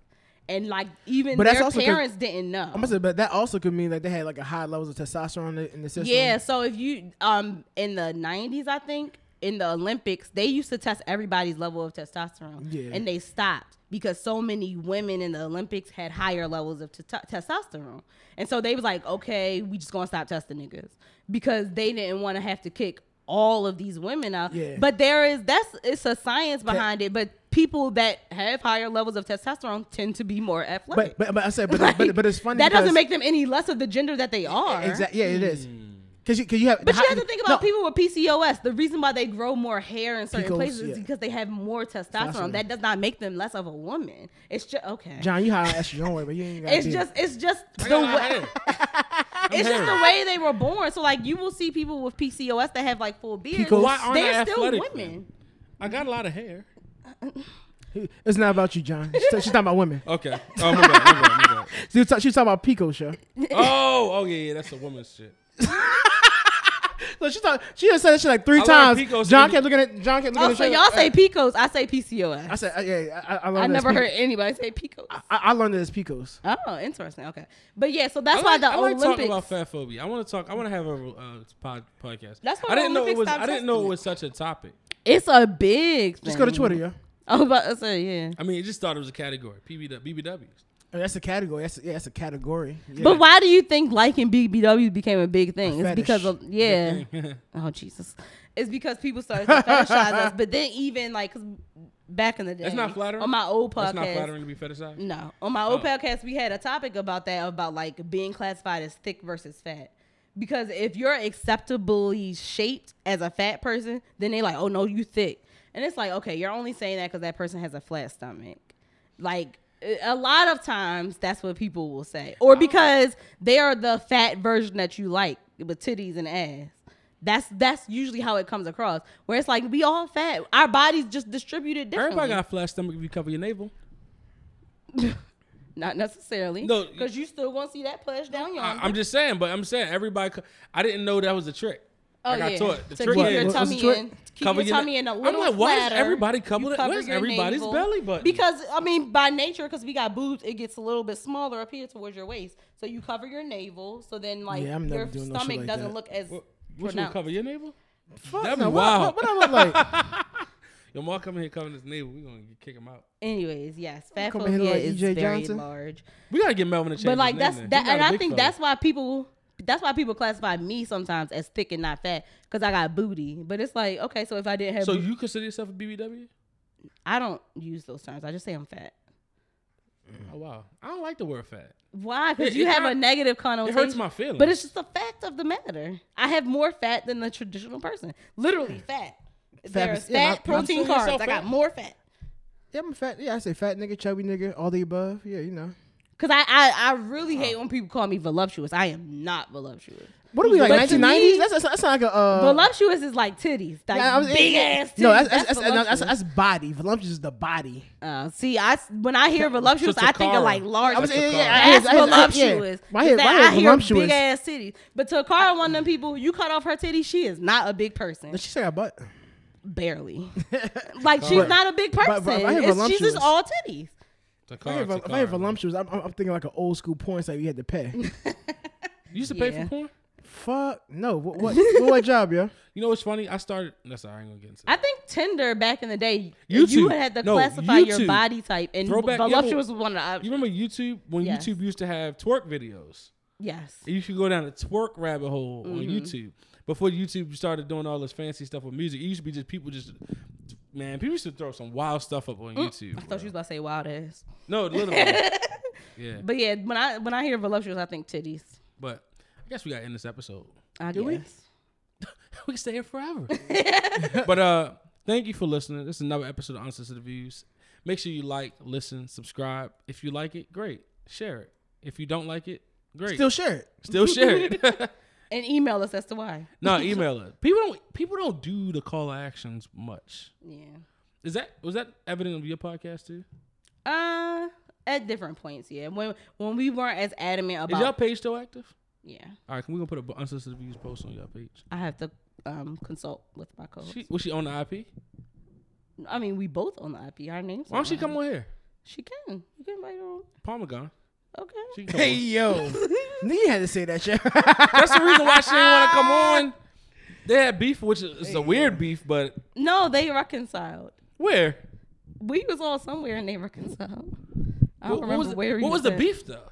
C: and like even
B: But that's
C: their
B: also 'cause-
C: parents didn't know.
B: I must say, but that also could mean that they had like a high levels of testosterone in the, in the system.
C: yeah. So if you um in the nineties, I think in the Olympics they used to test everybody's level of testosterone,
B: Yeah.
C: and they stopped because so many women in the Olympics had higher levels of testo- testosterone, and so they was like, okay, we just gonna stop testing niggas because they didn't want to have to kick all of these women out.
B: Yeah.
C: But there is that's it's a science behind it, but. People that have higher levels of testosterone tend to be more athletic.
B: But but, but I said, but,
C: Like,
B: but but it's funny
C: That doesn't
B: because-
C: make them any less of the gender that they are.
B: exactly. Yeah, it is.
A: Hmm.
B: Because you, cause you have.
C: But you have to think about people with PCOS. The reason why they grow more hair in certain
B: Picos,
C: places is
B: yeah.
C: because they have more testosterone.
B: Testosterone.
C: That does not make them less of a woman. It's just okay.
B: John, you high on estrogen, don't worry, but you ain't got.
C: it's just it's just
A: I
C: the
A: got my
C: way
A: hair.
C: it's just
A: hair.
C: the way they were born. So like you will see people with PCOS that have like full beards.
B: Picos.
A: Why aren't I
C: They're still
A: athletic,
C: women.
A: I got a lot of hair.
B: It's not about you, John. She's, she's talking about women.
A: Okay. Oh my bad. My bad, my bad.
B: She was, ta- she was talking about Pico show.
A: Oh, oh yeah, yeah. That's a woman's shit.
B: So she talk, she just said that shit like three
A: I learned
B: times.
A: Pico
B: John
A: said-
B: kept looking at John kept looking
C: Oh,
B: at
C: so
B: the
C: y'all say
B: shit.
C: picos. I
B: uh,
C: say
B: I, I
C: PCOS.
B: said uh, yeah. I, I, I, learned
C: I
B: that as
C: never
B: Pico-
C: heard anybody say picos.
B: I, I learned it as Picos.
C: Oh, interesting. Okay, but yeah, so that's
A: I like,
C: why the
A: I like
C: Olympics.
A: talking about fat phobia. I want to talk. I want to have a uh, pod, podcast.
C: That's why
A: I
C: the
A: didn't know it
C: Olympics
A: was.
C: stopped
A: I didn't know it
C: testing
A: was such a topic.
C: it's a big. Thing.
B: Just go to Twitter, yeah.
C: I was about to say yeah.
A: I mean, I just thought it was a category. PBW, BBWs.
B: Oh, that's a category. That's yeah, that's a category. Yeah.
C: But why do you think liking BBW became a big thing? it's
B: fetish.
C: because of yeah. oh Jesus, it's because people started to fetishize us. But then even like 'cause back in the day,
A: That's not flattering.
C: On my old podcast,
A: That's not flattering to be fetishized.
C: no, on my
A: Oh.
C: old podcast, we had a topic about that about like being classified as thick versus fat. Because if you're acceptably shaped as a fat person, then they like, oh no, you thick, and it's like, okay, you're only saying that because that person has a flat stomach. Like a- a lot of times, that's what people will say,
A: Oh.
C: or because they are the fat version that you like with titties and ass. That's that's usually how it comes across. Where it's like we all fat, our bodies just distributed differently.
A: Everybody got a flat stomach if you cover your navel.
C: Not necessarily.
A: No.
C: because you still gonna see that push down your.
A: I, am just saying, but I'm saying everybody. co- I didn't know that was a trick.
C: oh
A: like I taught the
C: So
A: trick
C: keep
A: is
C: your
B: What's the
C: tummy
B: trick?
C: in. Keep
A: Cover
C: your
A: your
C: tummy
A: na-
C: in a
A: I'm
C: little
A: like, why is
C: flatter.
A: everybody cover
C: You
A: that- where's
C: your
A: everybody's
C: navel.
A: belly button?
C: Because I mean, by nature, because we got boobs, it gets a little bit smaller up here towards your waist. So you cover your navel. So then, like
B: Yeah, I'm never
C: your
B: doing no shit
C: stomach
B: like
C: doesn't
B: that.
C: look as.
A: Which one
C: pronounced.
A: cover your navel?
B: Fuck
A: That'd
B: no,
A: be
B: what-
A: wild.
B: What, what I look like?
A: Your mom coming here covering his navel. We gonna get- kick him out.
C: Anyways, yes, fat
B: coming here
C: phobia
B: like
C: is
B: E.J.
C: very
B: Johnson.
C: large.
A: We gotta get Melvin to change.
C: but like
A: his
C: that's
A: name then.
C: that,
A: He not
C: and
A: a
C: I
A: big
C: think
A: fella.
C: that's why people that's why people classify me sometimes as thick and not fat because I got booty. But it's like okay, so if I didn't have,
A: So
C: booty-
A: you consider yourself a BBW?
C: I don't use those terms. I just say I'm fat.
A: Oh wow, I don't like the word fat.
C: Why? Because
A: It-
C: you
A: it
C: have
A: kinda-
C: a negative connotation.
A: my feelings.
C: But it's just a fact of the matter. I have more fat than the traditional person. Literally fat. There's
B: is- yeah,
C: fat,
B: my- my-
C: protein,
A: You consider
C: carbs.
A: yourself
C: I got
A: fat?
C: more fat.
B: Yeah, I'm fat. Yeah, I say fat nigga, chubby nigga, all the above. Yeah, you know.
C: Cause I, I, I really hate when people call me voluptuous. I am not voluptuous.
B: What are we like?
C: But to
B: Nineteen nineties?
C: me-
B: That's, that's that's not like a uh,
C: voluptuous is like titties, like
B: yeah, I was-
C: big
B: yeah,
C: ass titties.
B: No, that's that's that's,
C: voluptuous.
B: that's, that's body. Voluptuous is the body.
C: Uh, see, I when I hear voluptuous, I think
A: Takara.
C: of like large.
A: I was-
B: yeah, yeah, yeah, I hear-
C: that's
B: I hear- I hear- yeah.
C: voluptuous.
B: My head-
C: That-
B: my head
C: I hear
B: voluptuous.
C: big ass titties. But Takara, one of them people, you cut off her titty, she is not a big person.
B: Did she say a butt?
C: Barely. like she's
B: But-
C: not a big person.
B: but- but I hear
C: It's- she's
B: voluptuous.
C: just all titties.
B: If I
A: Oh,
B: hear, vol- if I hear voluptuous, I'm, I'm I'm thinking like an old school porn site you had to pay.
A: You used to pay
C: Yeah.
A: for porn.
B: Fuck no. What what what, what job, yo?
A: You know what's funny? I started. That's all right, I ain't gonna get into. it.
C: I think Tinder back in the day, you
A: YouTube.
C: had to
A: No,
C: classify your
A: YouTube.
C: body type, and
A: Throwback-
C: voluptuous was one of the
A: You
C: options.
A: remember YouTube when
C: Yes.
A: YouTube used to have twerk videos?
C: Yes.
A: You could go down a twerk rabbit hole on
C: Mm-hmm.
A: YouTube. Before YouTube started doing all this fancy stuff with music, it used to be just people just man, people used to throw some wild stuff up on YouTube.
C: Mm, I thought you was
A: bro.
C: about to say wild ass.
A: no, literally. yeah,
C: But yeah, when I when I hear voluptuous, I think titties.
A: but I guess we got to end this episode.
C: I
B: Do
C: guess.
B: we?
A: we can stay here forever. but uh, thank you for listening. This is another episode of Answers to the Views. Make sure you like, listen, subscribe. If you like it, great. Share it. If you don't like it, great.
B: Still share it.
A: Still share it.
C: And email us as to why.
A: no, email it. People don't people don't do the call to actions much.
C: Yeah.
A: Is that was that evident of your podcast too?
C: Uh, at different points, yeah. When when we weren't as adamant
A: Is y'all
C: about,
A: page still active?
C: yeah,
A: All right, can we gonna put a unsolicited views post on y'all page?
C: I have to um consult with my co-host.
A: She, was she on the IP?
C: I mean, we both on the IP. Our names.
A: Why don't she
C: on
A: come on here?
C: it. She can. You can invite her. on.
A: Palmer gone.
C: Okay.
A: She can come on.
B: yo, you had to say that shit.
A: That's the reason why she didn't want to come on. They had beef, which is a weird beef, but
C: No, they reconciled.
A: where?
C: We was all somewhere and they reconciled. I
A: What-
C: don't
A: what
C: remember
A: was, the-
C: where.
A: what
C: you
A: was the
C: said.
A: beef though?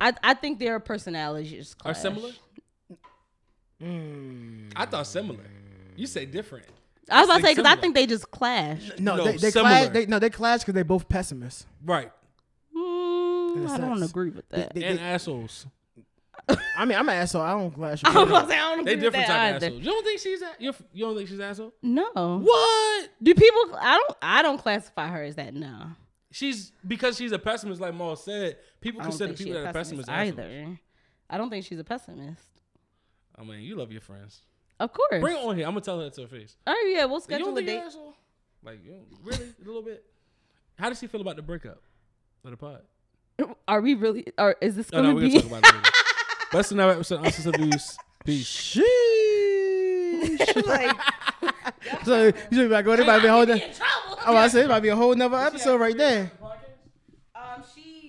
C: I I think their personalities just
A: Are
C: clash.
A: similar? I thought similar. You say different.
C: I was about to say
A: Think
C: because I
A: similar.
C: think they just clash.
B: no,
A: No,
B: they they
A: similar.
B: clash. They, no, they clash because they both pessimists.
A: Right.
C: Mm, I don't
B: sense.
C: agree with that.
B: They-
A: And
B: they-
A: assholes.
B: I mean, I'm an asshole. I don't clash.
C: I was
B: With
C: about to say I don't agree
A: They
C: with
A: different type
C: that
A: of
C: either.
A: assholes. You don't think she's that? You don't- you don't think she's an asshole?
C: No.
A: What?
C: Do people? I don't. I don't classify her as that. No,
A: She's because she's a pessimist, like Maul said. People
C: I don't
A: consider
C: think she's
A: people that
C: a
A: are
C: pessimist
A: pessimists
C: either.
A: assholes.
C: I don't think she's a pessimist.
A: I mean, you love your friends.
C: Of course.
A: Bring it on here. I'm gonna tell her that to her face.
C: oh yeah, we'll
A: you
C: schedule
A: don't
C: a
A: think you're
C: date.
A: an asshole? Like, you don't- really? A little bit. How does she feel about the breakup of the pod?
C: Are we really? Or is this
A: Oh
C: going
A: no,
C: to
A: we're
C: be?
A: gonna talk about it later. That's another episode of Answers to Views. Peace.
B: Shit. like, so you should be like, well, it might be a whole.
C: Get
B: nother-
C: in trouble.
B: Oh, I said it might be a whole nother episode right there.
C: Um, she